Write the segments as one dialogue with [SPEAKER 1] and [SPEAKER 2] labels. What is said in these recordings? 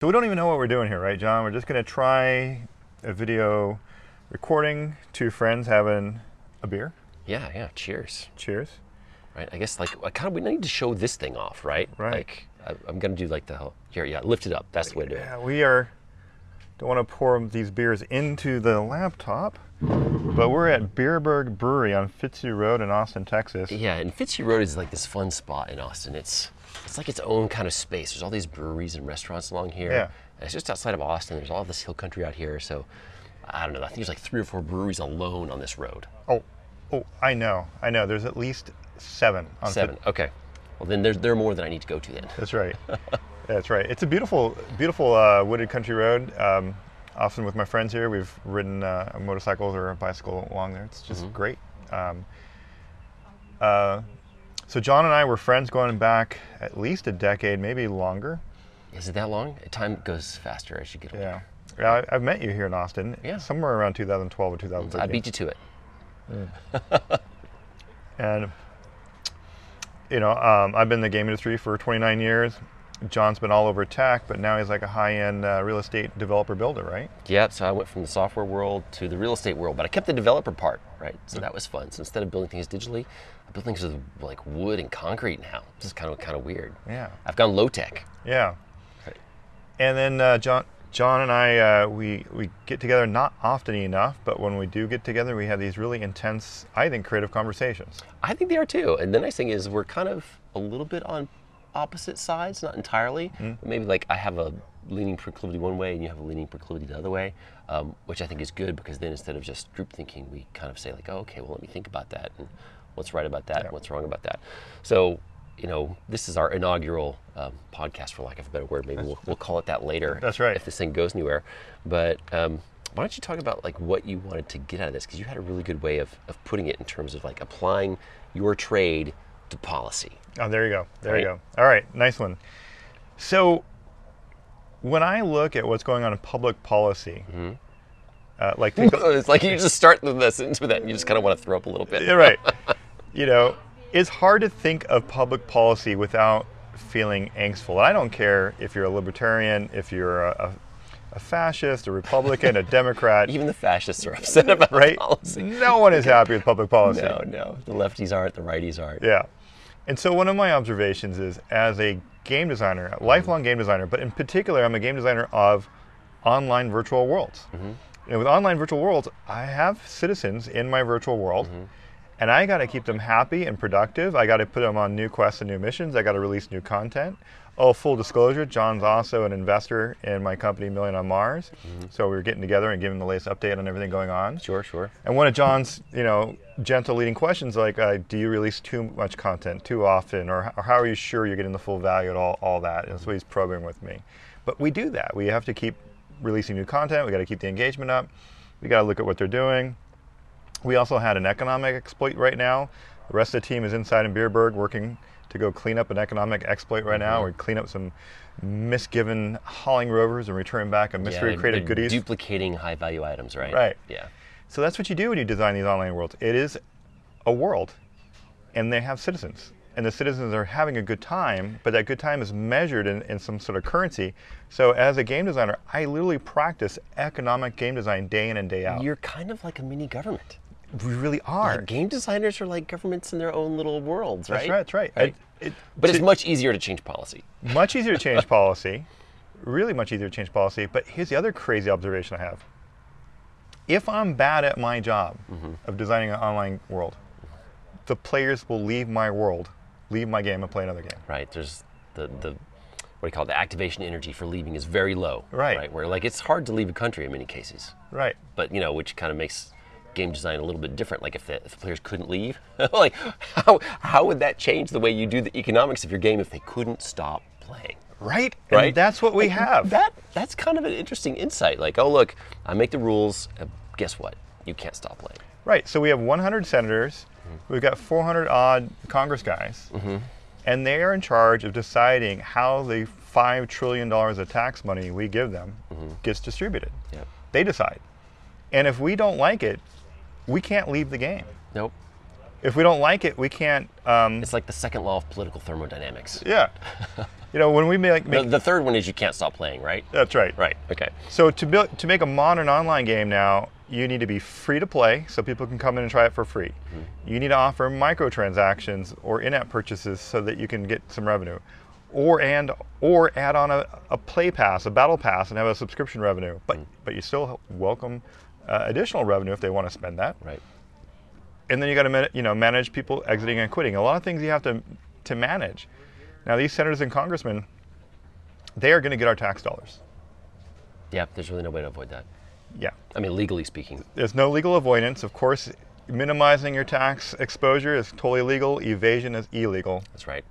[SPEAKER 1] So we don't even know what we're doing here, right, John? We're just gonna try a video recording. Two friends having a beer.
[SPEAKER 2] Yeah, yeah. Cheers.
[SPEAKER 1] Cheers.
[SPEAKER 2] Right. I guess like I kind of we need to show this thing off, right?
[SPEAKER 1] Right.
[SPEAKER 2] Like I, I'm gonna do like the hell here. Yeah, lift it up. That's the way to do it.
[SPEAKER 1] Yeah, we are. Don't want to pour these beers into the laptop, but we're at Beerberg Brewery on Fitzhugh Road in Austin, Texas.
[SPEAKER 2] Yeah, and Fitzhugh Road is like this fun spot in Austin. It's it's like its own kind of space. There's all these breweries and restaurants along here.
[SPEAKER 1] Yeah.
[SPEAKER 2] And it's just outside of Austin. There's all this hill country out here. So I don't know. I think there's like three or four breweries alone on this road.
[SPEAKER 1] Oh, oh, I know, I know. There's at least seven. On Fitz-
[SPEAKER 2] Seven. Okay. Well, then there's there are more than I need to go to then.
[SPEAKER 1] That's right. That's right. It's a beautiful, beautiful uh, wooded country road. Um, often with my friends here, we've ridden uh, motorcycles or a bicycle along there. It's just great. Um, uh, so John and I were friends going back at least a decade, maybe longer.
[SPEAKER 2] Is it that long? Time goes faster. I should get. older.
[SPEAKER 1] Yeah. Yeah, I, I've met you here in Austin.
[SPEAKER 2] Yeah.
[SPEAKER 1] Somewhere around 2012 or 2013.
[SPEAKER 2] I beat you to it.
[SPEAKER 1] And, you know, um, I've been in the game industry for 29 years. John's been all over tech, but now he's like a high end uh, real estate developer builder, right?
[SPEAKER 2] Yep. So I went from the software world to the real estate world, but I kept the developer part, right? So that was fun. So instead of building things digitally, I build things with like wood and concrete now. It's just kind of kind of weird.
[SPEAKER 1] Yeah.
[SPEAKER 2] I've gone low tech.
[SPEAKER 1] Yeah.
[SPEAKER 2] Right.
[SPEAKER 1] And then uh, John, John and I, uh, we we get together not often enough, but when we do get together, we have these really intense, I think, creative conversations.
[SPEAKER 2] I think they are too. And the nice thing is we're kind of a little bit on opposite sides, not entirely.
[SPEAKER 1] Hmm.
[SPEAKER 2] Maybe like I have a leaning proclivity one way and you have a leaning proclivity the other way, um, which I think is good because then instead of just group thinking, we kind of say like, oh, okay, well, let me think about that and what's right about that and what's wrong about that. So, you know, this is our inaugural um, podcast, for lack of a better word. Maybe we'll, we'll call it that later.
[SPEAKER 1] That's right.
[SPEAKER 2] If this thing goes anywhere. But um, why don't you talk about like what you wanted to get out of this? Because you had a really good way of, of putting it in terms of like applying your trade to policy.
[SPEAKER 1] Oh, there you go. There you
[SPEAKER 2] Right.
[SPEAKER 1] go. All right, nice one. So, when I look at what's going on in public policy, uh, like take a-
[SPEAKER 2] it's like you just start the the sentence with that, and you just kind of want to throw up a little bit.
[SPEAKER 1] Yeah, right. you know, it's hard to think of public policy without feeling angstful. And I don't care if you're a libertarian, if you're a, a, a fascist, a Republican, a Democrat,
[SPEAKER 2] Even the fascists are upset about
[SPEAKER 1] right?
[SPEAKER 2] policy.
[SPEAKER 1] No one is happy with public policy.
[SPEAKER 2] No, no, the lefties aren't, the righties aren't.
[SPEAKER 1] Yeah. And so one of my observations is as a game designer, a lifelong game designer, but in particular, I'm a game designer of online virtual worlds. And with online virtual worlds, I have citizens in my virtual world. And I got to keep them happy and productive. I got to put them on new quests and new missions. I got to release new content. Oh, full disclosure, John's also an investor in my company, Million on Mars. So we were getting together and giving the latest update on everything going on.
[SPEAKER 2] Sure, sure.
[SPEAKER 1] And one of John's, you know, gentle leading questions like, uh, "Do you release too much content too often, or, or how are you sure you're getting the full value at all?" All that. And that's what he's probing with me. But we do that. We have to keep releasing new content. We got to keep the engagement up. We got to look at what they're doing. We also had an economic exploit right now. The rest of the team is inside in Beerberg working to go clean up an economic exploit right now. We clean up some misgiven hauling rovers and return back a
[SPEAKER 2] Yeah,
[SPEAKER 1] mystery
[SPEAKER 2] they're-
[SPEAKER 1] creative
[SPEAKER 2] they're
[SPEAKER 1] goodies.
[SPEAKER 2] Duplicating high value items, right?
[SPEAKER 1] Right.
[SPEAKER 2] Yeah.
[SPEAKER 1] So that's what you do when you design these online worlds. It is a world, and they have citizens. And the citizens are having a good time, but that good time is measured in, in some sort of currency. So, as a game designer, I literally practice economic game design day in and day out.
[SPEAKER 2] You're kind of like a mini government.
[SPEAKER 1] we really are.
[SPEAKER 2] Game designers are like governments in their own little worlds, right?
[SPEAKER 1] That's right. That's right. It- it-
[SPEAKER 2] But it's much easier to change policy.
[SPEAKER 1] much easier to change policy, really much easier to change policy. But here's the other crazy observation I have. If I'm bad at my job of designing an online world, the players will leave my world, leave my game, and play another game.
[SPEAKER 2] right? There's the the what do you call it? The activation energy for leaving is very low,
[SPEAKER 1] Right.
[SPEAKER 2] Where like it's hard to leave a country in many cases,
[SPEAKER 1] Right.
[SPEAKER 2] but you know, which kind of makes game design a little bit different. Like if the, if the players couldn't leave, like how how would that change the way you do the economics of your game if they couldn't stop playing?
[SPEAKER 1] Right.
[SPEAKER 2] Right.
[SPEAKER 1] And that's what we have.
[SPEAKER 2] That that's kind of an interesting insight. Like, oh look, I make the rules. uh, Guess what? You can't stop playing.
[SPEAKER 1] Right. So we have 100 senators. We've got 400 odd Congress guys, and they are in charge of deciding how the five trillion dollars of tax money we give them gets distributed.
[SPEAKER 2] Yep.
[SPEAKER 1] They decide, and if we don't like it, we can't leave the game.
[SPEAKER 2] Nope.
[SPEAKER 1] If we don't like it, we can't. Um,
[SPEAKER 2] It's like the second law of political thermodynamics.
[SPEAKER 1] yeah. you know, when we make,
[SPEAKER 2] The,
[SPEAKER 1] make
[SPEAKER 2] the third one is you can't stop playing, right?
[SPEAKER 1] that's right.
[SPEAKER 2] Right. Okay.
[SPEAKER 1] So to build to make a modern online game now, you need to be free to play, so people can come in and try it for free. You need to offer microtransactions or in-app purchases so that you can get some revenue, or and or add on a, a play pass, a battle pass, and have a subscription revenue. But but you still welcome uh, additional revenue if they want to spend that
[SPEAKER 2] Right.
[SPEAKER 1] and then you got to you know manage people exiting and quitting. A lot of things you have to to manage. Now these senators and congressmen, they are going to get our tax dollars.
[SPEAKER 2] Yeah. There's really no way to avoid that.
[SPEAKER 1] Yeah,
[SPEAKER 2] I mean, legally speaking.
[SPEAKER 1] there's no legal avoidance. Of course, minimizing your tax exposure is totally legal. Evasion is illegal.
[SPEAKER 2] That's right.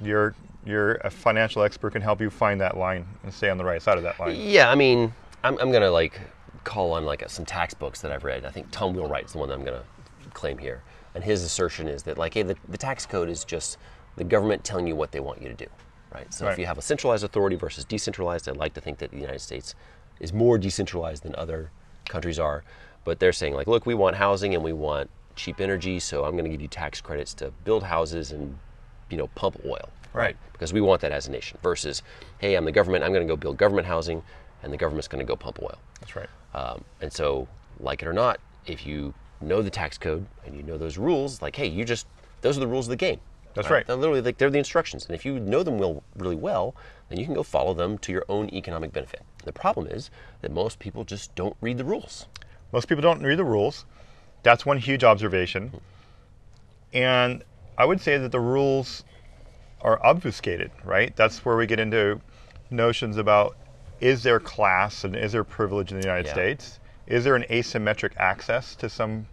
[SPEAKER 1] Your your financial expert can help you find that line and stay on the right side of that line.
[SPEAKER 2] Yeah. I mean, I'm, I'm gonna like call on like some tax books that I've read. I think Tom Wheelwright's the one that I'm gonna claim here, and his assertion is that like, hey, the, the tax code is just the government telling you what they want you to do, right? So
[SPEAKER 1] Right.
[SPEAKER 2] if you have a centralized authority versus decentralized, I'd like to think that the United States is more decentralized than other countries are, but they're saying like, look, we want housing and we want cheap energy, so I'm gonna give you tax credits to build houses and you know pump oil
[SPEAKER 1] Right.
[SPEAKER 2] because we want that as a nation versus hey i'm the government i'm going to go build government housing and the government's going to go pump oil
[SPEAKER 1] That's right.
[SPEAKER 2] um, and so like it or not if you know the tax code and you know those rules like hey you just those are the rules of the game
[SPEAKER 1] That's right.
[SPEAKER 2] they're literally like they're the instructions and if you know them well, really well then you can go follow them to your own economic benefit the problem is that most people just don't read the rules
[SPEAKER 1] Most people don't read the rules. That's one huge observation. And I would say that the rules are obfuscated, right? That's where we get into notions about is there class and is there privilege in the United
[SPEAKER 2] Yeah.
[SPEAKER 1] States? Is there an asymmetric access to some,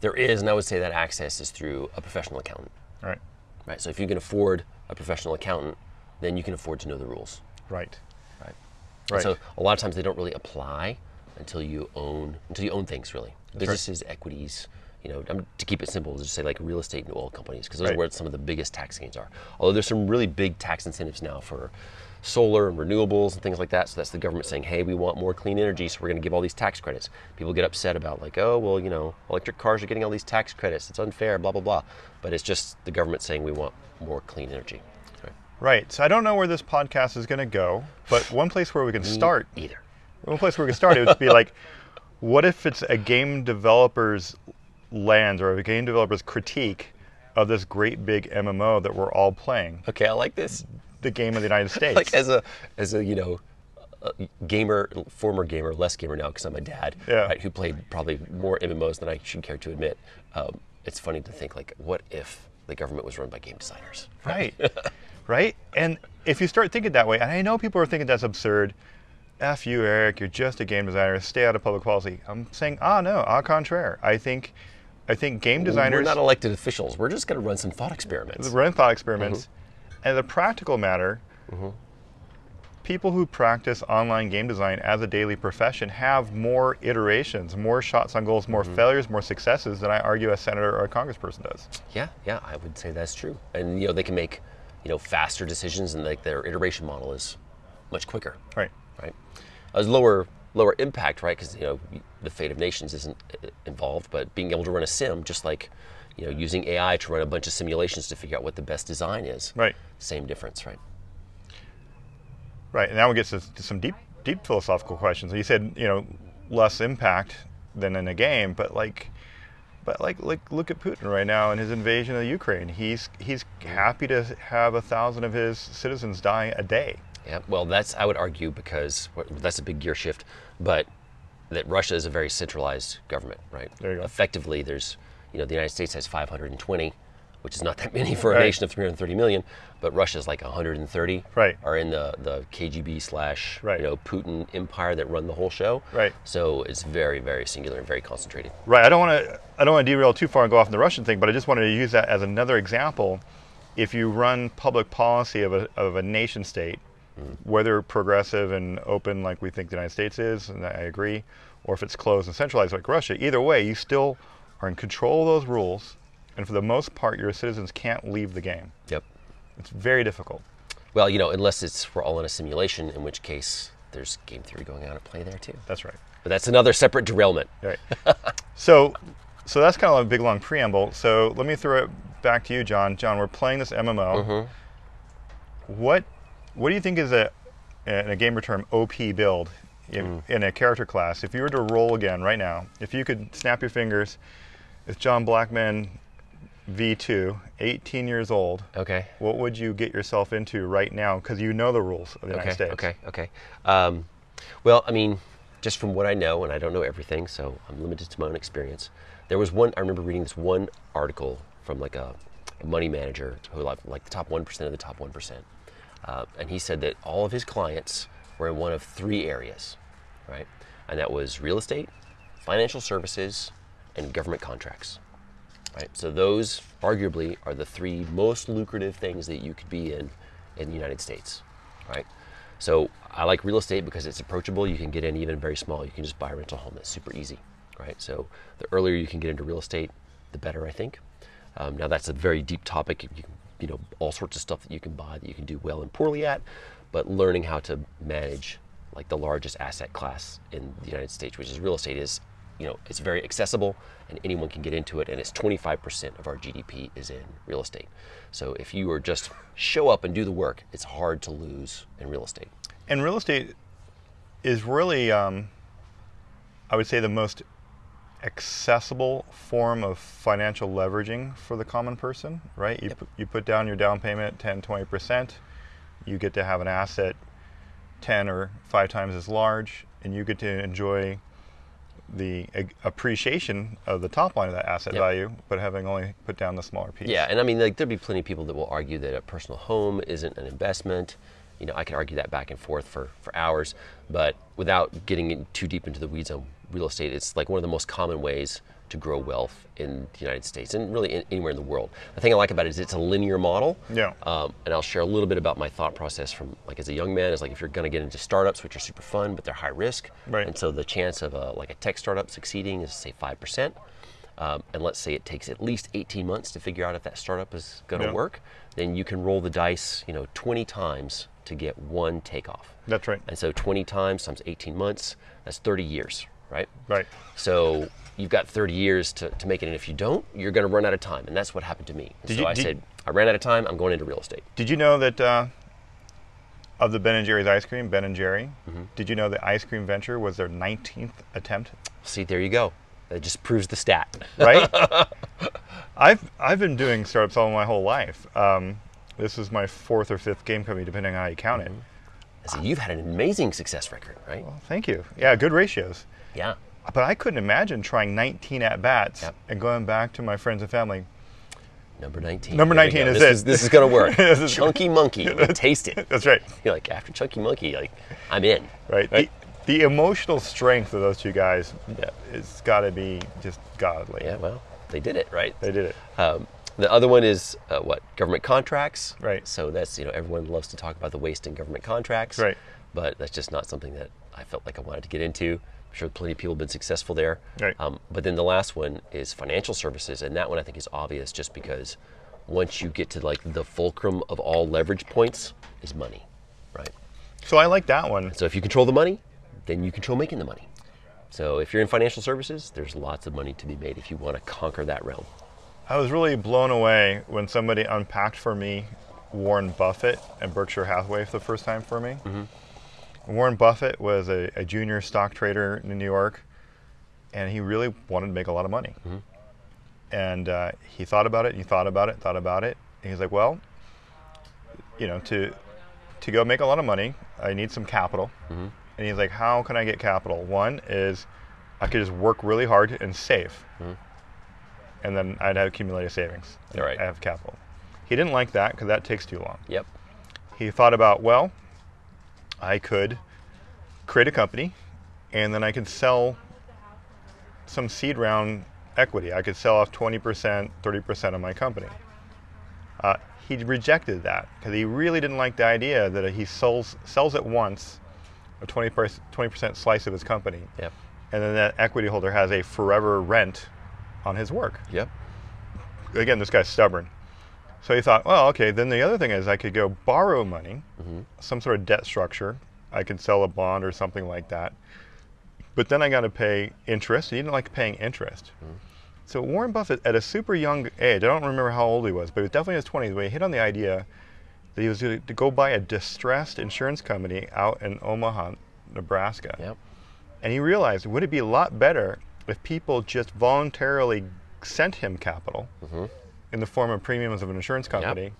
[SPEAKER 2] there is and i would say that access is through a professional accountant
[SPEAKER 1] right?
[SPEAKER 2] right so if you can afford a professional accountant then you can afford to know the rules
[SPEAKER 1] Right.
[SPEAKER 2] Right.
[SPEAKER 1] Right.
[SPEAKER 2] So a lot of times they don't really apply until you own until you own things really. Businesses, equities. You know, I'm, to keep it simple, just say like real estate and oil companies because those
[SPEAKER 1] Right.
[SPEAKER 2] are where some of the biggest tax gains are. Although there's some really big tax incentives now for solar and renewables and things like that. So that's the government saying, hey, we want more clean energy, so we're going to give all these tax credits. People get upset about like, oh, well, you know, electric cars are getting all these tax credits. It's unfair, blah blah blah. But it's just the government saying we want more clean energy. Right.
[SPEAKER 1] Right. So I don't know where this podcast is going to go, but one place where we
[SPEAKER 2] Mm.
[SPEAKER 1] can start
[SPEAKER 2] Either.
[SPEAKER 1] one place where we could start it would be like, what if it's a game developer's lens or a game developer's critique of this great big MMO that we're all playing,
[SPEAKER 2] Okay, I like this.
[SPEAKER 1] the game of the United States?
[SPEAKER 2] like as a as a you know a gamer former gamer less gamer now because i'm a dad
[SPEAKER 1] Yeah.
[SPEAKER 2] right, who played probably more mmos than i should care to admit um, it's funny to think like what if the government was run by game designers
[SPEAKER 1] right, right. And if you start thinking that way, and I know people are thinking that's absurd. F you, Eric. You're just a game designer. Stay out of public policy. I'm saying, ah, no, au contraire. I think, I think game
[SPEAKER 2] we're
[SPEAKER 1] designers
[SPEAKER 2] not elected officials we're just going to run some thought experiments
[SPEAKER 1] the brain thought experiments, and the practical matter, people who practice online game design as a daily profession have more iterations, more shots on goals, more failures, more successes than I argue a senator or a congressperson does.
[SPEAKER 2] yeah yeah i would say that's true and you know they can make you know faster decisions and like their iteration model is much quicker
[SPEAKER 1] Right.
[SPEAKER 2] right? It was lower lower impact, right? Because you know the fate of nations isn't uh, involved, but being able to run a sim, just like you know using AI to run a bunch of simulations to figure out what the best design is,
[SPEAKER 1] Right.
[SPEAKER 2] Same difference, right?
[SPEAKER 1] Right. And now we get to, to some deep, deep philosophical questions. You said, you know, less impact than in a game, but like, but like, like, look at Putin right now and his invasion of Ukraine. He's he's happy to have a thousand of his citizens die a day.
[SPEAKER 2] Yeah. Well, that's I would argue because well, that's a big gear shift, but that Russia is a very centralized government, right?
[SPEAKER 1] There you go.
[SPEAKER 2] Effectively, there's you know the United States has 520, which is not that many for a
[SPEAKER 1] Right.
[SPEAKER 2] nation of 330 million, but Russia's like 130.
[SPEAKER 1] Right.
[SPEAKER 2] Are in the the KGB slash
[SPEAKER 1] Right.
[SPEAKER 2] you know Putin empire that run the whole show.
[SPEAKER 1] Right.
[SPEAKER 2] So it's very very singular and very concentrated.
[SPEAKER 1] Right. I don't want to. I don't want to derail too far and go off on the Russian thing, but I just wanted to use that as another example. If you run public policy of a of a nation state, whether progressive and open like we think the United States is, and I agree, or if it's closed and centralized like Russia, either way, you still are in control of those rules, and for the most part, your citizens can't leave the game.
[SPEAKER 2] Yep.
[SPEAKER 1] It's very difficult.
[SPEAKER 2] Well, you know, unless it's we're all in a simulation, in which case there's game theory going on at play there too.
[SPEAKER 1] That's right.
[SPEAKER 2] But that's another separate derailment.
[SPEAKER 1] Right. so, so that's kind of a big long preamble. So
[SPEAKER 2] Mm-hmm.
[SPEAKER 1] let me throw it back to you, John. John, we're playing this MMO. What What do you think is a, in a gamer term, OP build if,
[SPEAKER 2] Mm.
[SPEAKER 1] in a character class? If you were to roll again right now, if you could snap your fingers, it's John Blackman V2, 18 years old.
[SPEAKER 2] Okay.
[SPEAKER 1] What would you get yourself into right now? Because you know the rules of the United
[SPEAKER 2] Okay.
[SPEAKER 1] States.
[SPEAKER 2] Okay. Okay. Um, well, I mean, just from what I know, and I don't know everything, so I'm limited to my own experience. There was one. I remember reading this one article from like a, a money manager who like like the top one percent of the top one percent, uh, and he said that all of his clients were in one of three areas, right? And that was real estate, financial services, and government contracts. Right? So those arguably are the three most lucrative things that you could be in in the United States, right? So I like real estate because it's approachable. You can get in even very small. You can just buy a rental home. That's super easy, right? So the earlier you can get into real estate, the better I think. Um, now that's a very deep topic. You can, you know, all sorts of stuff that you can buy that you can do well and poorly at, but learning how to manage like the largest asset class in the United States, which is real estate, is you know, it's very accessible and anyone can get into it. And it's 25% of our GDP is in real estate. So if you are just show up and do the work, it's hard to lose in real estate.
[SPEAKER 1] And real estate is really, um, I would say, the most accessible form of financial leveraging for the common person, right? You, pu- you put down your down payment 10, 20%, you get to have an asset 10 or five times as large, and you get to enjoy the ag- appreciation of the top line of that asset
[SPEAKER 2] Yep.
[SPEAKER 1] value, but having only put down the smaller piece.
[SPEAKER 2] Yeah, and I mean, like there'd be plenty of people that will argue that a personal home isn't an investment. You know, I could argue that back and forth for for hours, but without getting in too deep into the weeds on real estate, it's like one of the most common ways to grow wealth in the United States and really in, anywhere in the world. The thing I like about it is it's a linear model.
[SPEAKER 1] Yeah.
[SPEAKER 2] Um, and I'll share a little bit about my thought process from like as a young man is like if you're going to get into startups, which are super fun, but they're high risk.
[SPEAKER 1] Right.
[SPEAKER 2] And so the chance of a, like a tech startup succeeding is say five percent. Um, and let's say it takes at least 18 months to figure out if that startup is going to
[SPEAKER 1] Yeah.
[SPEAKER 2] work, then you can roll the dice, you know, 20 times to get one takeoff.
[SPEAKER 1] That's right.
[SPEAKER 2] And so 20 times times 18 months, that's 30 years, right?
[SPEAKER 1] Right.
[SPEAKER 2] So you've got 30 years to, to make it, and if you don't, you're going to run out of time. And that's what happened to me. And
[SPEAKER 1] Did
[SPEAKER 2] so
[SPEAKER 1] you-
[SPEAKER 2] I
[SPEAKER 1] did-
[SPEAKER 2] said, I ran out of time. I'm going into real estate.
[SPEAKER 1] Did you know that uh, of the Ben and Jerry's ice cream, Ben and Jerry,
[SPEAKER 2] Mm-hmm.
[SPEAKER 1] did you know the ice cream venture was their 19th attempt?
[SPEAKER 2] See, there you go. That just proves the stat.
[SPEAKER 1] Right? I've I've been doing startups all my whole life. Um, this is my fourth or fifth game company, depending on how you count it.
[SPEAKER 2] Mm-hmm. So you've had an amazing success record, right?
[SPEAKER 1] Well, thank you. Yeah, good ratios.
[SPEAKER 2] Yeah.
[SPEAKER 1] But I couldn't imagine trying 19 at bats
[SPEAKER 2] Yep.
[SPEAKER 1] and going back to my friends and family.
[SPEAKER 2] Number 19.
[SPEAKER 1] Number
[SPEAKER 2] There we
[SPEAKER 1] 19
[SPEAKER 2] go.
[SPEAKER 1] is
[SPEAKER 2] this
[SPEAKER 1] it.
[SPEAKER 2] is This is going to work.
[SPEAKER 1] This is-
[SPEAKER 2] Chunky Monkey. we taste it.
[SPEAKER 1] That's right.
[SPEAKER 2] You're like, after Chunky Monkey, like, I'm in.
[SPEAKER 1] Right.
[SPEAKER 2] Right.
[SPEAKER 1] The, the emotional strength of those two guys,
[SPEAKER 2] Yeah.
[SPEAKER 1] it's got to be just godly.
[SPEAKER 2] Yeah, well, they did it, right?
[SPEAKER 1] They did it.
[SPEAKER 2] Um, the other one is uh, what government contracts.
[SPEAKER 1] Right.
[SPEAKER 2] So that's you know everyone loves to talk about the waste in government contracts.
[SPEAKER 1] Right.
[SPEAKER 2] But that's just not something that I felt like I wanted to get into. I'm sure plenty of people have been successful there.
[SPEAKER 1] Right.
[SPEAKER 2] Um, but then the last one is financial services, and that one I think is obvious just because once you get to like the fulcrum of all leverage points is money, right?
[SPEAKER 1] So I like that one.
[SPEAKER 2] So if you control the money, then you control making the money. So if you're in financial services, there's lots of money to be made if you want to conquer that realm.
[SPEAKER 1] I was really blown away when somebody unpacked for me Warren Buffett and Berkshire Hathaway for the first time for me. Warren Buffett was a, a junior stock trader in New York, and he really wanted to make a lot of money. And uh, he thought about it, he thought about it, thought about it, and he's like, "Well, you know, to to go make a lot of money, I need some capital." And he's like, "How can I get capital? One is I could just work really hard and save." and then I'd have accumulated savings.
[SPEAKER 2] All right.
[SPEAKER 1] I have capital. He didn't like that because that takes too long.
[SPEAKER 2] Yep.
[SPEAKER 1] He thought about, well, I could create a company and then I could sell some seed round equity. I could sell off 20%, 30% of my company. Uh, he rejected that because he really didn't like the idea that he sells, sells at once a 20%, 20% slice of his company.
[SPEAKER 2] Yep.
[SPEAKER 1] And then that equity holder has a forever rent on his work
[SPEAKER 2] Yep.
[SPEAKER 1] again, this guy's stubborn. So he thought, well, okay, then the other thing is I could go borrow money, some sort of debt structure. I could sell a bond or something like that. But then I got to pay interest. He didn't like paying interest. So Warren Buffett, at a super young age, I don't remember how old he was, but he was definitely in his 20s, when he hit on the idea that he was going to go buy a distressed insurance company out in Omaha, Nebraska.
[SPEAKER 2] Yep.
[SPEAKER 1] And he realized, would it be a lot better if people just voluntarily sent him capital
[SPEAKER 2] Mm-hmm.
[SPEAKER 1] in the form of premiums of an insurance company?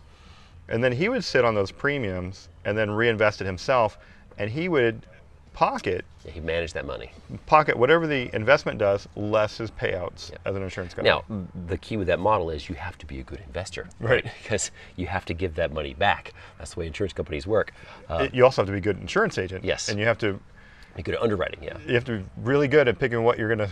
[SPEAKER 1] And then he would sit on those premiums and then reinvest it himself, and he would pocket
[SPEAKER 2] He managed that money.
[SPEAKER 1] pocket whatever the investment does less his payouts as an insurance company.
[SPEAKER 2] Now, the key with that model is you have to be a good investor,
[SPEAKER 1] Right.
[SPEAKER 2] Because you have to give that money back. That's the way insurance companies work. Uh,
[SPEAKER 1] It- you also have to be a good insurance agent.
[SPEAKER 2] Yes.
[SPEAKER 1] And you have to
[SPEAKER 2] be good at underwriting, yeah.
[SPEAKER 1] you have to be really good at picking what you're gonna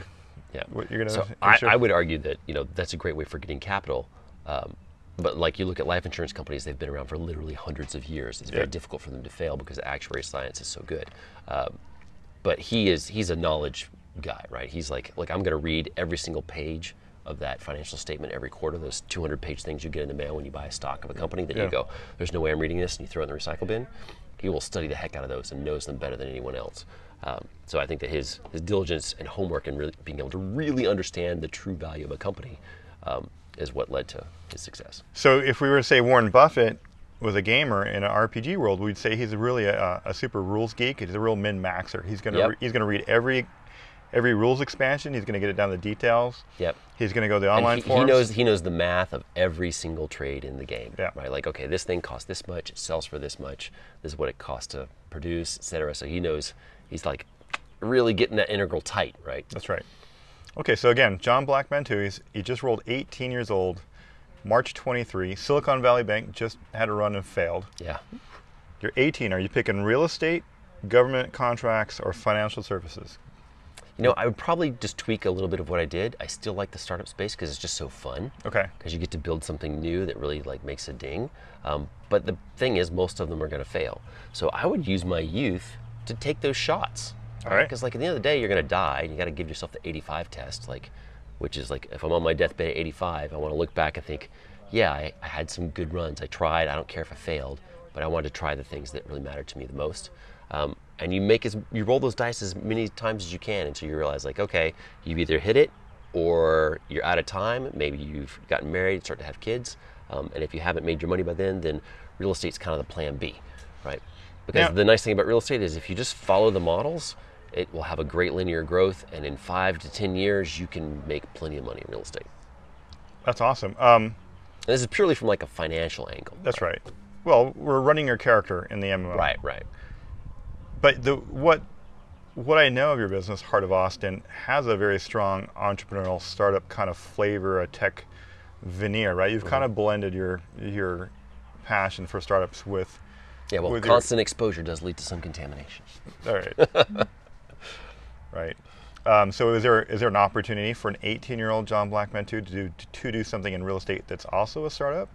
[SPEAKER 2] yeah.
[SPEAKER 1] what you're gonna
[SPEAKER 2] So I,
[SPEAKER 1] insure.
[SPEAKER 2] I would argue that you know that's a great way for getting capital. Um, but like you look at life insurance companies, they've been around for literally hundreds of years. It's very
[SPEAKER 1] Yeah.
[SPEAKER 2] difficult for them to fail because actuary science is so good. Um, but he is he's a knowledge guy, right? He's like like I'm going to read every single page of that financial statement every quarter. Those 200 page things you get in the mail when you buy a stock of a company that
[SPEAKER 1] Yeah.
[SPEAKER 2] you go, there's no way I'm reading this, and you throw it in the recycle bin. He will study the heck out of those and knows them better than anyone else. Um, so I think that his his diligence and homework and really being able to really understand the true value of a company um, is what led to his success.
[SPEAKER 1] So if we were to say Warren Buffett was a gamer in an RPG world, we'd say he's really a, a super rules geek. He's a real min maxer. He's gonna
[SPEAKER 2] Yep.
[SPEAKER 1] re- he's gonna read every every rules expansion. He's gonna get it down to the details.
[SPEAKER 2] Yep.
[SPEAKER 1] He's gonna go to the
[SPEAKER 2] And
[SPEAKER 1] online
[SPEAKER 2] he, he
[SPEAKER 1] forums.
[SPEAKER 2] knows he knows the math of every single trade in the game.
[SPEAKER 1] Yeah.
[SPEAKER 2] Right. Like, okay, this thing costs this much. It sells for this much. This is what it costs to produce, et cetera. So he knows he's like really getting that integral tight, right?
[SPEAKER 1] That's right. Okay, so again, John Blackman too. He's, he just rolled 18 years old, March 23. Silicon Valley Bank just had a run and failed.
[SPEAKER 2] Yeah.
[SPEAKER 1] You're 18. Are you picking real estate, government contracts, or financial services?
[SPEAKER 2] You know, I would probably just tweak a little bit of what I did. I still like the startup space because it's just so fun.
[SPEAKER 1] Okay.
[SPEAKER 2] Because you get to build something new that really like makes a ding. Um, but the thing is, most of them are going to fail. So I would use my youth to take those shots.
[SPEAKER 1] All right.
[SPEAKER 2] Because like at the end of the day, you're going to die, and you got to give yourself the 85 test, like, which is like if I'm on my deathbed at 85, I want to look back and think, yeah, I, I had some good runs. I tried. I don't care if I failed, but I wanted to try the things that really mattered to me the most. Um, and you make as you roll those dice as many times as you can until you realize like, okay, you either hit it or you're out of time. Maybe you've gotten married, start to have kids, um, and if you haven't made your money by then, then real estate's kind of the plan B, right? Because
[SPEAKER 1] Now-
[SPEAKER 2] the nice thing about real estate is if you just follow the models, it will have a great linear growth, and in five to ten years, you can make plenty of money in real estate.
[SPEAKER 1] That's awesome. Um,
[SPEAKER 2] And this is purely from like a financial angle.
[SPEAKER 1] that's right. Well, we're running your character in the MMO.
[SPEAKER 2] Right, right.
[SPEAKER 1] But the what what I know of your business, Heart of Austin, has a very strong entrepreneurial startup kind of flavor, a tech veneer, right? You've kind of blended your your passion for startups with
[SPEAKER 2] Yeah, well,
[SPEAKER 1] With your-
[SPEAKER 2] constant exposure does lead to some contamination.
[SPEAKER 1] all right. right. Um, so is there is there an opportunity for an 18-year-old John Blackman to do to do something in real estate that's also a startup?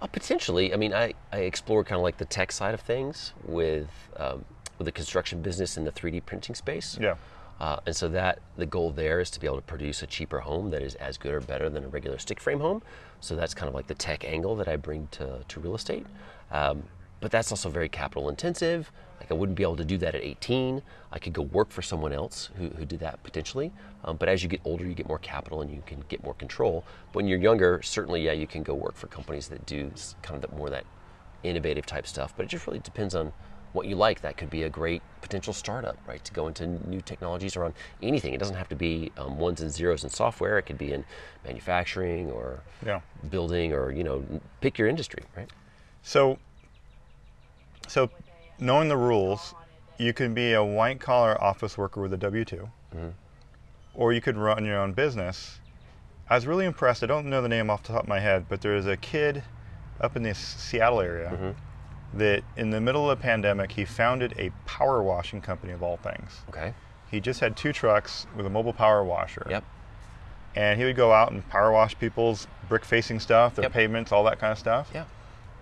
[SPEAKER 2] Uh, potentially. I mean, I, I explore kind of like the tech side of things with um, with the construction business in the 3D printing space.
[SPEAKER 1] Yeah.
[SPEAKER 2] Uh, and so that the goal there is to be able to produce a cheaper home that is as good or better than a regular stick frame home. So that's kind of like the tech angle that I bring to, to real estate. Um, but that's also very capital intensive. Like I wouldn't be able to do that at 18. I could go work for someone else who, who did that potentially. Um, but as you get older, you get more capital and you can get more control. But when you're younger, certainly, yeah, you can go work for companies that do s- kind of that more that innovative type stuff. But it just really depends on what you like. That could be a great potential startup, right? To go into new technologies around anything. It doesn't have to be um, ones and zeros in software. It could be in manufacturing or
[SPEAKER 1] Yeah.
[SPEAKER 2] building or you know, pick your industry, right?
[SPEAKER 1] So, so knowing the rules, you can be a white collar office worker with a W 2
[SPEAKER 2] Mm-hmm.
[SPEAKER 1] or you could run your own business. I was really impressed. I don't know the name off the top of my head, but there is a kid up in the S- Seattle area
[SPEAKER 2] Mm-hmm.
[SPEAKER 1] that, in the middle of the pandemic, he founded a power washing company of all things.
[SPEAKER 2] Okay.
[SPEAKER 1] He just had two trucks with a mobile power washer
[SPEAKER 2] Yep.
[SPEAKER 1] and he would go out and power wash people's brick facing stuff, their
[SPEAKER 2] Yep.
[SPEAKER 1] pavements, all that kind of stuff.
[SPEAKER 2] Yeah.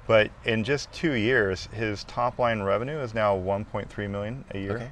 [SPEAKER 1] But in just two years, his top line revenue is now 1.3 million a year,
[SPEAKER 2] Okay.